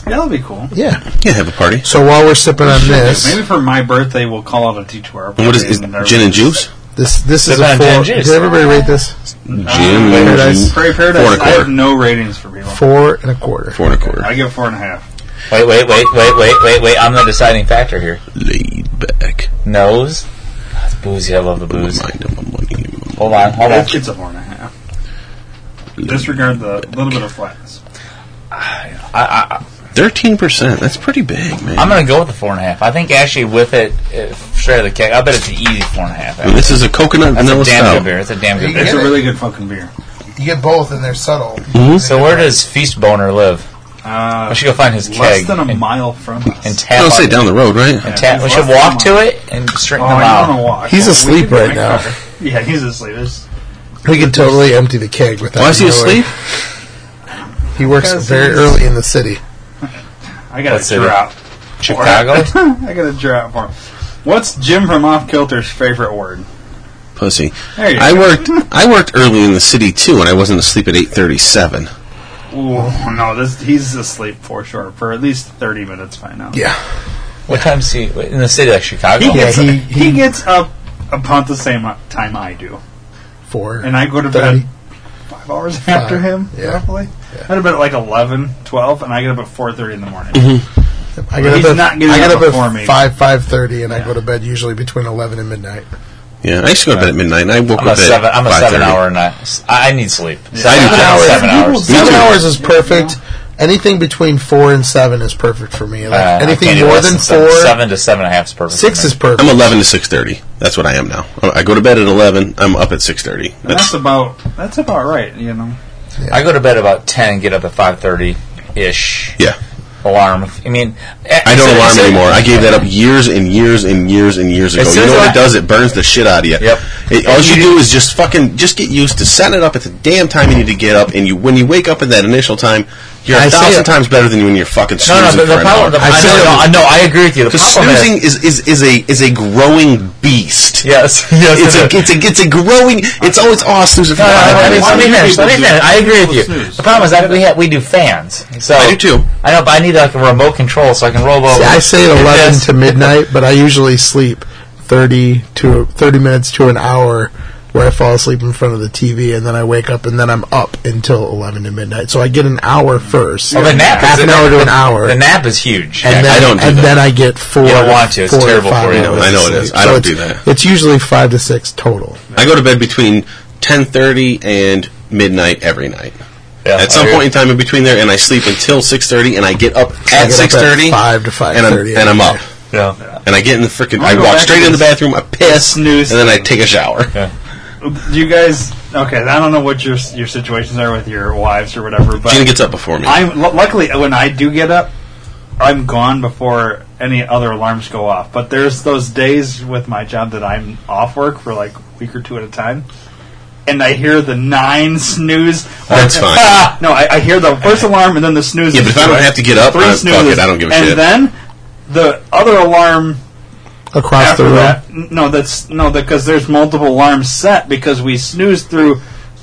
Speaker 3: That'll be cool.
Speaker 1: Yeah.
Speaker 5: Yeah, have a party.
Speaker 1: So while we're sipping on this,
Speaker 3: Maybe for my birthday, we'll call out a T2R.
Speaker 5: And what is, is gin and juice?
Speaker 1: this this is
Speaker 6: Sipping
Speaker 1: a
Speaker 6: on
Speaker 1: four.
Speaker 6: gin juice.
Speaker 1: Did everybody rate this?
Speaker 5: Gin
Speaker 1: Paradise.
Speaker 5: and
Speaker 3: Prairie Uh, Paradise.
Speaker 5: Four and a
Speaker 3: I have
Speaker 5: quarter.
Speaker 3: no ratings for people.
Speaker 1: Four and a quarter.
Speaker 5: Four and a quarter.
Speaker 3: I give four and a half.
Speaker 6: Wait, wait, wait, wait, wait, wait, wait. I'm the deciding factor here.
Speaker 5: Laid back.
Speaker 6: Nose. That's boozy. I love the
Speaker 5: My
Speaker 6: booze.
Speaker 5: mind, my money, my
Speaker 6: Hold on, hold on.
Speaker 3: It's, it's a four and a half. Disregard the little bit of flatness.
Speaker 5: Thirteen percent. That's pretty big, man.
Speaker 6: I'm going to go with the four and a half. I think actually with it uh, straight out of the keg, I bet it's an easy four and a half.
Speaker 5: And
Speaker 6: Actually.
Speaker 5: this is a coconut
Speaker 6: That's
Speaker 5: vanilla
Speaker 6: a damn
Speaker 5: stout.
Speaker 6: good beer. It's a damn good
Speaker 1: Get
Speaker 3: It's
Speaker 6: beer.
Speaker 3: a
Speaker 1: it.
Speaker 3: really good fucking beer.
Speaker 1: You get both, and they're subtle.
Speaker 5: Mm-hmm.
Speaker 6: So where does Feast Boner live?
Speaker 3: Uh,
Speaker 6: We should go find his
Speaker 3: less
Speaker 6: keg
Speaker 3: than a
Speaker 6: and,
Speaker 3: mile from us.
Speaker 6: and tap.
Speaker 5: Don't say
Speaker 6: on it.
Speaker 5: down the road, right?
Speaker 6: And tap. We should walk to it and straighten
Speaker 3: oh,
Speaker 6: them
Speaker 3: I don't
Speaker 6: out.
Speaker 3: know why.
Speaker 1: He's
Speaker 3: Well,
Speaker 1: asleep
Speaker 3: we could
Speaker 1: right
Speaker 3: make
Speaker 1: now.
Speaker 3: cover. Yeah, he's asleep. It's-
Speaker 1: We could totally empty the keg without.
Speaker 5: Why is he
Speaker 1: knowing.
Speaker 5: asleep?
Speaker 1: He works
Speaker 3: Because
Speaker 1: very
Speaker 3: he's-
Speaker 1: early in the city.
Speaker 3: I got
Speaker 6: What
Speaker 3: a
Speaker 6: city?
Speaker 3: drop.
Speaker 6: Chicago?
Speaker 3: I got a drop for him. What's Jim from Off Kilter's favorite word?
Speaker 5: Pussy.
Speaker 3: There you
Speaker 5: I
Speaker 3: go.
Speaker 5: worked. I worked early in the city too, and I wasn't asleep at eight thirty-seven.
Speaker 3: Ooh, no, this he's asleep for sure for at least thirty minutes by now.
Speaker 1: Yeah.
Speaker 6: What time's he? wait, In the city, like Chicago?
Speaker 3: He gets,
Speaker 1: Yeah,
Speaker 3: he,
Speaker 1: he-
Speaker 3: gets up about the same time I do.
Speaker 1: Four.
Speaker 3: And I go to bed five hours after him, roughly. I go to bed at like 11, 12, and I get up at 4.30 in the morning.
Speaker 1: I get
Speaker 3: He's
Speaker 1: up at,
Speaker 3: not getting
Speaker 1: I get
Speaker 3: up
Speaker 1: up at
Speaker 3: before me.
Speaker 1: five five thirty, and I go to bed usually between eleven and midnight.
Speaker 5: Yeah, I used to go to bed at midnight. and I woke
Speaker 6: I'm
Speaker 5: up
Speaker 6: a seven.
Speaker 5: at
Speaker 6: I'm a seven
Speaker 5: 5:30.
Speaker 6: hour night. I I need sleep.
Speaker 5: I do
Speaker 6: Seven
Speaker 5: too.
Speaker 6: hours.
Speaker 5: Seven
Speaker 6: Seven hours.
Speaker 1: Seven hours is perfect. Anything between four and seven is perfect for me.
Speaker 6: Uh,
Speaker 1: Like,
Speaker 6: I can't
Speaker 1: anything
Speaker 6: do
Speaker 1: more
Speaker 6: less
Speaker 1: than
Speaker 6: seven.
Speaker 1: four,
Speaker 6: Seven to seven and a half is perfect.
Speaker 1: six is perfect.
Speaker 5: I'm 11 to 6:30. That's what I am now. I I go to bed at 11. I'm up at 6:30.
Speaker 3: And that's about that's about right, you know.
Speaker 6: I go to bed about ten, get up at five thirty ish.
Speaker 5: Yeah.
Speaker 6: Alarm. I mean, eh,
Speaker 5: I don't alarm anymore. I gave that up years and years and years and years ago.
Speaker 6: As soon
Speaker 5: You know
Speaker 6: as
Speaker 5: what
Speaker 6: I-
Speaker 5: it does? It burns the shit out of you. Yep. all you do is just fucking just get used to setting it up at the damn time you need to get up, and you when you wake up at that initial time, you're
Speaker 6: I
Speaker 5: a
Speaker 6: see
Speaker 5: thousand
Speaker 6: it.
Speaker 5: times better than when you're fucking
Speaker 6: No,
Speaker 5: snoozing
Speaker 6: no, the,
Speaker 5: for
Speaker 6: the
Speaker 5: an hour.
Speaker 6: problem. The, I, know, no, I know, I agree with you. The
Speaker 5: Because
Speaker 6: problem is,
Speaker 5: snoozing is, is, is a is a growing beast.
Speaker 6: Yes, yes,
Speaker 5: It's
Speaker 6: it
Speaker 5: a it's a it's a growing. It's always oh snoozing. for
Speaker 6: No,
Speaker 5: an
Speaker 6: no,
Speaker 5: hour."
Speaker 6: no,
Speaker 5: I
Speaker 6: let me-
Speaker 5: mean,
Speaker 6: let me
Speaker 5: some
Speaker 6: finish. Let me
Speaker 5: people do.
Speaker 6: finish. I agree with you. The problem is that we ha we do fans. So I do
Speaker 5: too.
Speaker 6: I know, but I need like a remote control so I can roll over.
Speaker 1: See, I say
Speaker 6: Hit
Speaker 1: eleven
Speaker 6: this.
Speaker 1: to midnight, but I usually sleep thirty to thirty minutes to an hour, where I fall asleep in front of the TV, and then I wake up, and then I'm up until eleven to midnight. So I get an hour first.
Speaker 6: Well, the nap
Speaker 1: half
Speaker 6: is
Speaker 1: an
Speaker 6: the-
Speaker 1: hour to an
Speaker 6: the-
Speaker 1: hour.
Speaker 6: The nap is huge.
Speaker 1: And then, and then I get four.
Speaker 6: You don't want to. It's
Speaker 1: four to
Speaker 6: terrible
Speaker 1: five
Speaker 6: for you.
Speaker 1: hours
Speaker 5: I know
Speaker 1: of
Speaker 5: it is.
Speaker 1: sleep.
Speaker 5: I don't
Speaker 1: it's-
Speaker 5: do that.
Speaker 1: It's usually five to six total.
Speaker 5: I go to bed between 10:30 and midnight every night.
Speaker 6: I
Speaker 5: at some
Speaker 1: agree.
Speaker 5: point in time in between there, and I sleep until 6:30, and I get up at
Speaker 1: get up at
Speaker 5: 6:30,
Speaker 1: 5 to
Speaker 5: and I'm,
Speaker 1: 5:30,
Speaker 5: and I'm up.
Speaker 6: Yeah.
Speaker 5: And I get in the freaking.
Speaker 3: I'm
Speaker 5: I
Speaker 3: gonna go
Speaker 5: walk
Speaker 3: back
Speaker 5: straight
Speaker 3: to
Speaker 5: in the bathroom. I piss, and
Speaker 3: Snooze
Speaker 5: then I take a shower.
Speaker 3: Do you guys? Okay, I don't know what your your situations are with your wives or whatever, but
Speaker 5: Gina gets up before me.
Speaker 3: I'm lu- luckily when I do get up, I'm gone before any other alarms go off. But there's those days with my job that I'm off work for like a week or two at a time. And I hear the nine snooze.
Speaker 5: That's fine.
Speaker 3: Ah! no, I, I hear the first alarm and then the snooze.
Speaker 5: Yeah, but if I don't have to get up,
Speaker 3: three
Speaker 5: I- fuck
Speaker 3: snoozes,
Speaker 5: it, I don't give a
Speaker 3: and
Speaker 5: shit.
Speaker 3: then the other alarm
Speaker 1: Across the
Speaker 3: after
Speaker 1: room.
Speaker 3: that, n- no, that's no, because there's multiple alarms set because we snooze through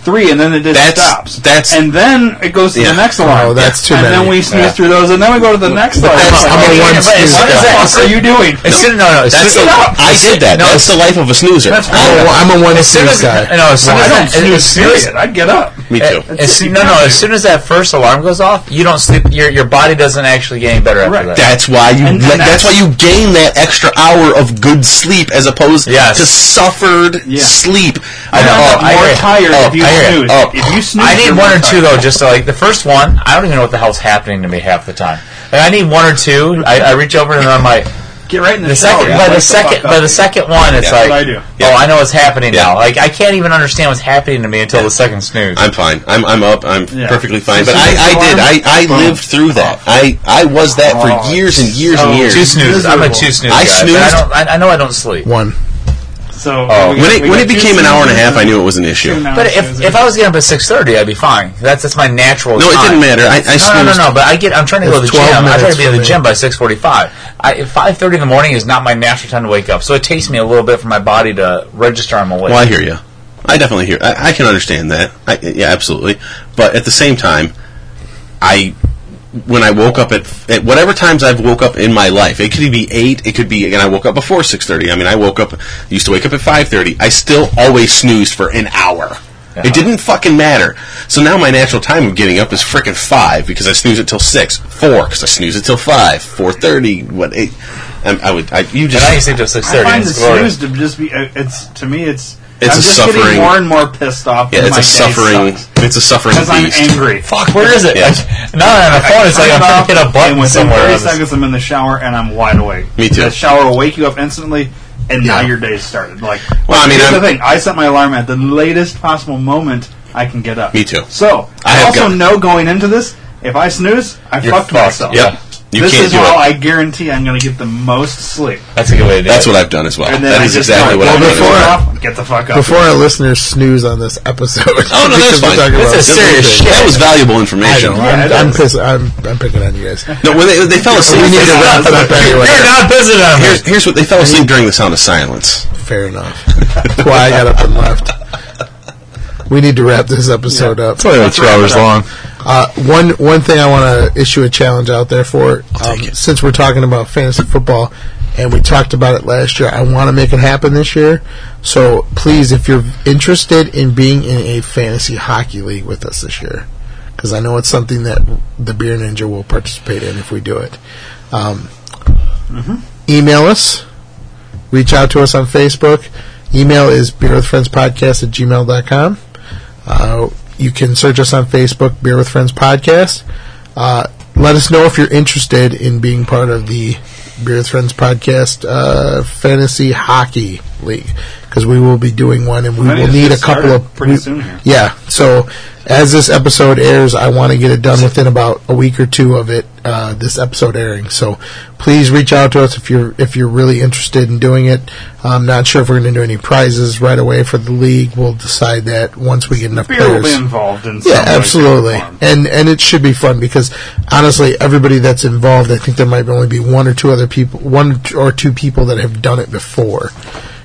Speaker 3: three and then it just
Speaker 5: That's-
Speaker 3: stops.
Speaker 5: that's-
Speaker 3: and then it goes to
Speaker 5: Yeah.
Speaker 3: the next alarm.
Speaker 1: Oh, that's too
Speaker 3: And then
Speaker 1: many.
Speaker 3: we snooze
Speaker 1: Yeah.
Speaker 3: through those, and then we go to the next
Speaker 1: but
Speaker 3: alarm.
Speaker 1: that's-
Speaker 3: Like,
Speaker 1: I'm a
Speaker 3: okay,
Speaker 1: one
Speaker 3: but
Speaker 1: snooze
Speaker 3: What
Speaker 1: guy.
Speaker 3: the fuck are you doing?
Speaker 6: As soon, no, no. As
Speaker 5: That's
Speaker 6: soon,
Speaker 5: the,
Speaker 6: no,
Speaker 5: I
Speaker 6: as
Speaker 5: did that.
Speaker 6: No,
Speaker 5: That's the life of a snoozer.
Speaker 3: That's
Speaker 1: Oh, well, I'm a one
Speaker 6: as soon
Speaker 1: snooze
Speaker 6: as
Speaker 1: guy.
Speaker 6: no, as soon
Speaker 3: I
Speaker 6: as
Speaker 3: don't
Speaker 6: that,
Speaker 3: snooze.
Speaker 6: as soon as,
Speaker 3: Period. I get up.
Speaker 5: Me too.
Speaker 6: as soon, no, no. As soon as that first alarm goes off, you don't sleep. Your your body doesn't actually get any better after
Speaker 3: Correct.
Speaker 6: that.
Speaker 5: That's why you.
Speaker 3: And- and
Speaker 5: like, that's,
Speaker 3: that's-
Speaker 5: why you gain that extra hour of good sleep as opposed
Speaker 6: Yes.
Speaker 5: to suffered
Speaker 3: Yeah.
Speaker 5: sleep.
Speaker 6: I know.
Speaker 5: Up,
Speaker 6: I hear
Speaker 3: More
Speaker 6: it.
Speaker 3: tired
Speaker 6: Oh,
Speaker 3: if you
Speaker 6: I hear it.
Speaker 3: snooze.
Speaker 6: Oh.
Speaker 3: If you snooze,
Speaker 6: I need
Speaker 3: you're
Speaker 6: one
Speaker 3: more
Speaker 6: or two
Speaker 3: tired.
Speaker 6: though, just to, like the first one. I don't even know what the hell's happening to me half the time. Like, I need one or two. I, I reach over and I'm like,
Speaker 3: Get right in the,
Speaker 6: the second,
Speaker 3: shower.
Speaker 6: by
Speaker 3: Oh, Wake
Speaker 6: the
Speaker 3: the
Speaker 6: second,
Speaker 3: fuck
Speaker 6: by
Speaker 3: up.
Speaker 6: the second one, it's
Speaker 5: Yeah.
Speaker 6: like,
Speaker 3: That's what I do.
Speaker 6: oh, I know what's happening
Speaker 5: Yeah.
Speaker 6: now. Like I can't even understand what's happening to me until the second snooze.
Speaker 5: I'm fine. I'm I'm up. I'm
Speaker 3: Yeah.
Speaker 5: perfectly fine.
Speaker 3: So
Speaker 5: But
Speaker 3: soon as
Speaker 5: I, I
Speaker 3: the
Speaker 5: did.
Speaker 3: alarm-
Speaker 5: I, I
Speaker 3: Boom.
Speaker 5: lived through that. I, I was that
Speaker 3: Oh,
Speaker 5: for years and years
Speaker 3: so
Speaker 5: and years.
Speaker 6: two snoozes. I'm a two snooze
Speaker 5: I
Speaker 6: guy, but I
Speaker 5: snoozed-
Speaker 6: don't. I, I know I don't sleep.
Speaker 1: One.
Speaker 3: So
Speaker 6: Oh.
Speaker 3: we got-
Speaker 5: When it
Speaker 3: we
Speaker 5: when
Speaker 3: got
Speaker 5: it
Speaker 3: two
Speaker 5: became an hour and a
Speaker 3: snoozes
Speaker 5: half, I
Speaker 3: and
Speaker 5: knew it was an
Speaker 3: two
Speaker 5: issue.
Speaker 3: non-
Speaker 6: But if, if I was getting up at six thirty, I'd be fine. That's that's my natural.
Speaker 5: No, it
Speaker 6: time.
Speaker 5: didn't matter. I- I
Speaker 6: no, no, no,
Speaker 5: snoozed.
Speaker 6: no. But I get. I'm trying to go to the
Speaker 1: It's
Speaker 6: gym.
Speaker 1: 12
Speaker 6: I'm trying
Speaker 1: minutes
Speaker 6: to be at
Speaker 1: for
Speaker 6: the
Speaker 1: me.
Speaker 6: gym by six forty-five. I, five thirty in the morning is not my natural time to wake up, so it takes me a little bit for my body to register I'm awake.
Speaker 5: Well, I hear you. I definitely hear. I, I can understand that. I, yeah, absolutely. But at the same time, I when I woke up at at whatever times I've woke up in my life, it could be eight. It could be, and I woke up before six thirty. I mean, I woke up used to wake up at five thirty. I still always snoozed for an hour. It didn't fucking matter. So now my natural time of getting up is frickin' five because I snooze it till six, four because I snooze it till five, four thirty. What? Eight, I, I would. I, you
Speaker 6: And
Speaker 5: just.
Speaker 6: I sleep till six
Speaker 3: I
Speaker 6: thirty.
Speaker 3: find
Speaker 6: and
Speaker 3: the
Speaker 6: It's glorious.
Speaker 3: snooze to just be. uh, It's to me. It's.
Speaker 5: It's
Speaker 3: I'm
Speaker 5: a
Speaker 3: just
Speaker 5: suffering-
Speaker 3: getting more and more pissed off.
Speaker 5: yeah,
Speaker 3: when
Speaker 5: it's
Speaker 3: my
Speaker 5: a
Speaker 3: day
Speaker 5: suffering.
Speaker 3: sucks.
Speaker 5: It's a suffering
Speaker 3: Because I'm
Speaker 5: beast.
Speaker 3: angry.
Speaker 6: Fuck, where is it?
Speaker 5: Yeah.
Speaker 6: Like, not on a phone. It's like I'm trying to hit a
Speaker 3: and
Speaker 6: button
Speaker 3: within
Speaker 6: somewhere.
Speaker 3: 30
Speaker 6: on this-
Speaker 3: seconds, I'm in the shower and I'm wide awake.
Speaker 5: Me too.
Speaker 3: The shower will wake you up instantly, and now your day's started. Like,
Speaker 5: Well, I mean,
Speaker 3: here's the
Speaker 5: I'm-
Speaker 3: thing: I set my alarm at the latest possible moment I can get up.
Speaker 5: Me too.
Speaker 3: So
Speaker 5: I
Speaker 3: I,
Speaker 5: have
Speaker 3: also
Speaker 5: got-
Speaker 3: know going into this, if I snooze, I
Speaker 6: You're
Speaker 3: fucked
Speaker 6: fucked.
Speaker 3: myself.
Speaker 5: Yep. You
Speaker 3: this
Speaker 5: can't
Speaker 3: is
Speaker 5: do
Speaker 3: how
Speaker 5: it.
Speaker 3: I guarantee I'm going to get the most sleep.
Speaker 6: That's a good way to do
Speaker 5: That's
Speaker 6: it.
Speaker 5: what I've done as well.
Speaker 3: And then
Speaker 5: That
Speaker 3: I
Speaker 5: is
Speaker 3: just
Speaker 5: exactly
Speaker 3: know,
Speaker 5: what
Speaker 3: well,
Speaker 5: I've done. as
Speaker 3: before
Speaker 5: well.
Speaker 3: I- get the fuck up.
Speaker 1: Before our listeners snooze on this episode.
Speaker 5: Oh no, that's
Speaker 1: because we're
Speaker 5: fine.
Speaker 1: talking about
Speaker 6: That's a serious
Speaker 1: different
Speaker 6: shit.
Speaker 1: things.
Speaker 5: That was valuable
Speaker 1: I
Speaker 5: information.
Speaker 1: know. I'm, I'm, pissed, I'm, I'm picking on you guys.
Speaker 5: No, when they, they fell asleep.
Speaker 1: We need to wrap it up anyway.
Speaker 6: You're not busy on
Speaker 5: Here's, here's what they fell asleep during the sound of silence.
Speaker 1: Fair enough. That's why I got up and left. We need to wrap this episode up.
Speaker 16: two hours long.
Speaker 1: Uh, one one thing I want to issue a challenge out there for, um, since we're talking about fantasy football, and we talked about it last year. I want to make it happen this year. So please, if you're interested in being in a fantasy hockey league with us this year, because I know it's something that the Beer Ninja will participate in if we do it. Um,
Speaker 3: Mm-hmm.
Speaker 1: Email us, reach out to us on Facebook. Email is beer with friends podcast at gmail.com. Uh, you can search us on Facebook, Beer with Friends Podcast. Uh, let us know if you're interested in being part of the Beer with Friends Podcast uh, Fantasy Hockey League because we will be doing one and we
Speaker 3: Maybe
Speaker 1: will
Speaker 3: it's
Speaker 1: need a
Speaker 3: just
Speaker 1: couple
Speaker 3: started
Speaker 1: of
Speaker 3: pretty
Speaker 1: we-
Speaker 3: soon here.
Speaker 1: Yeah, so as this episode airs, I want to get it done within about a week or two of it. Uh, this episode airing, so please reach out to us if you're if you're really interested in doing it. I'm not sure if we're going to do any prizes right away for the league. We'll decide that once we get enough
Speaker 3: Beer will
Speaker 1: players
Speaker 3: be involved in some
Speaker 1: yeah,
Speaker 3: way, shape, or
Speaker 1: absolutely, and and it should be fun because honestly, everybody that's involved, I think there might only be one or two other people, one or two people that have done it before.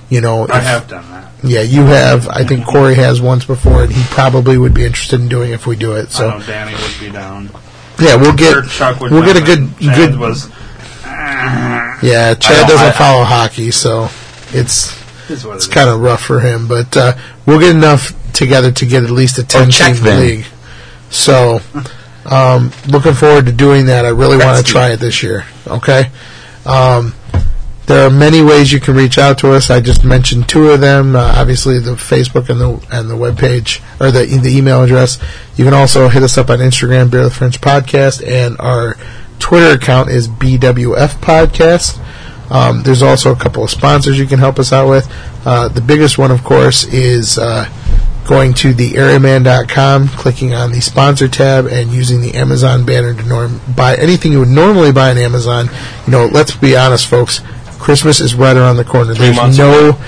Speaker 1: You know,
Speaker 3: I
Speaker 1: if-
Speaker 3: have done that.
Speaker 1: Yeah, you have. I think Corey has once before, and he probably would be interested in doing it if we do it.
Speaker 3: I
Speaker 1: So
Speaker 3: know Danny would be down.
Speaker 1: yeah, we'll
Speaker 3: Sure,
Speaker 1: get
Speaker 3: Chuck would
Speaker 1: we'll get a
Speaker 3: not,
Speaker 1: good
Speaker 3: but Chad
Speaker 1: good
Speaker 3: was.
Speaker 1: yeah.
Speaker 3: I
Speaker 1: Chad
Speaker 3: don't-
Speaker 1: doesn't
Speaker 3: I-
Speaker 1: follow hockey, so it's
Speaker 3: It's what
Speaker 1: it's
Speaker 3: it
Speaker 1: kind of rough for him. But uh, we'll get enough together to get at least a ten
Speaker 3: check
Speaker 1: team
Speaker 3: them.
Speaker 1: league. So um, looking forward to doing that. I really want to try it this year. Okay. Um, there are many ways you can reach out to us. I just mentioned two of them. Uh, obviously, the Facebook and the and the webpage or the the email address. You can also hit us up on Instagram, Beer with French Podcast, and our Twitter account is BWF Podcast. Um, there's also a couple of sponsors you can help us out with. Uh, the biggest one, of course, is uh, going to the airman.com, clicking on the sponsor tab, and using the Amazon banner to norm- buy anything you would normally buy on Amazon. You know, let's be honest, folks. Christmas is right around the corner.
Speaker 3: Three
Speaker 1: There's
Speaker 3: months
Speaker 1: no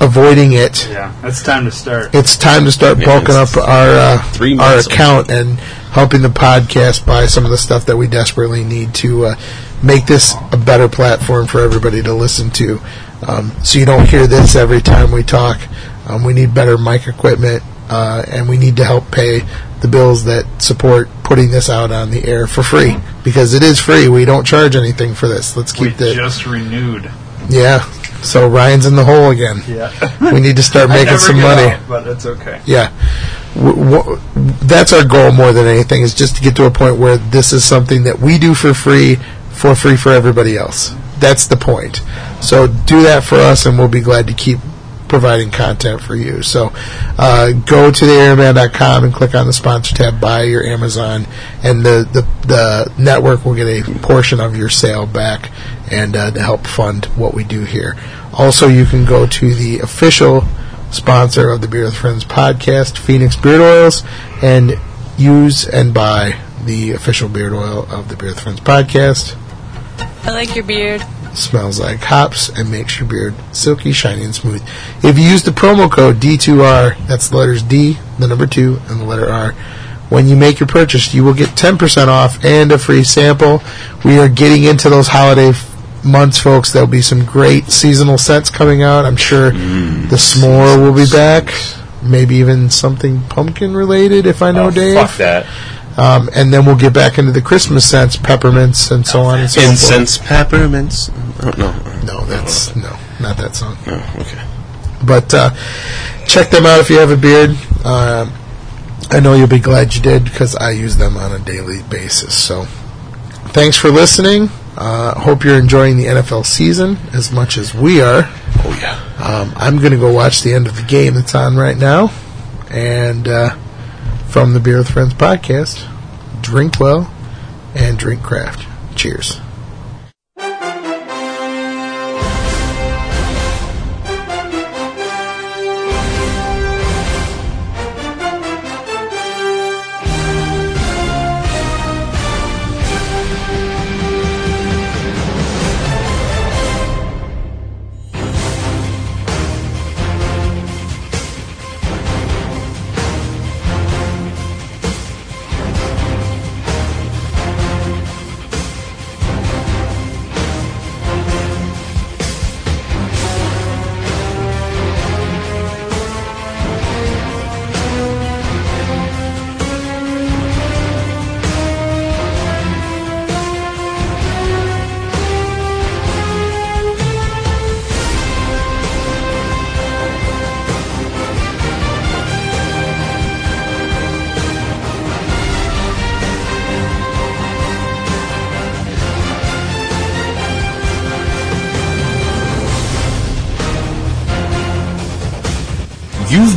Speaker 1: avoiding it
Speaker 3: Yeah, it's time to start.
Speaker 1: it's time to start
Speaker 3: Yeah,
Speaker 1: bulking up our
Speaker 3: Three
Speaker 1: uh, our
Speaker 3: months
Speaker 1: account and helping the podcast buy some of the stuff that we desperately need to uh, make this a better platform for everybody to listen to. Um, so you don't hear this every time we talk. Um, we need better mic equipment, uh, and we need to help pay the bills that support putting this out on the air for free because it is free. We don't charge anything for this. Let's
Speaker 3: we
Speaker 1: keep the
Speaker 3: just renewed.
Speaker 1: yeah. So Ryan's in the hole again.
Speaker 3: Yeah.
Speaker 1: we need to start
Speaker 3: I
Speaker 1: making
Speaker 3: never
Speaker 1: some
Speaker 3: get
Speaker 1: money.
Speaker 3: out, but it's okay.
Speaker 1: Yeah. W- w- that's our goal more than anything is just to get to a point where this is something that we do for free, for free for everybody else. That's the point. So do that for us, and we'll be glad to keep providing content for you. So uh, go to theairman.com and click on the sponsor tab, buy your Amazon, and the, the, the network will get a portion of your sale back and uh, to help fund what we do here. Also, you can go to the official sponsor of the Beer with Friends podcast, Phoenix Beard Oils, and use and buy the official beard oil of the Beer with Friends podcast.
Speaker 17: I like your beard.
Speaker 1: Smells like hops and makes your beard silky, shiny, and smooth. If you use the promo code D2R, that's the letters D, the number 2, and the letter R, when you make your purchase, you will get 10% off and a free sample. We are getting into those holiday f- months, folks. There'll be some great seasonal sets coming out. I'm sure the s'more will be back. Maybe even something pumpkin related, if I know Dave.
Speaker 6: Oh, Fuck that.
Speaker 1: Um, and then we'll get back into the Christmas scents, peppermints, and so on and so forth.
Speaker 5: Incense peppermints. Oh, no.
Speaker 1: No, that's no, not that song.
Speaker 5: Oh, okay.
Speaker 1: But uh, check them out if you have a beard. Um I know you'll be glad you did because I use them on a daily basis. So thanks for listening. Uh, hope you're enjoying the NFL season as much as we are.
Speaker 5: Oh yeah.
Speaker 1: Um, I'm going to go watch the end of the game that's on right now. And uh, from the Beer with Friends podcast, drink well and drink craft. Cheers.
Speaker 5: You've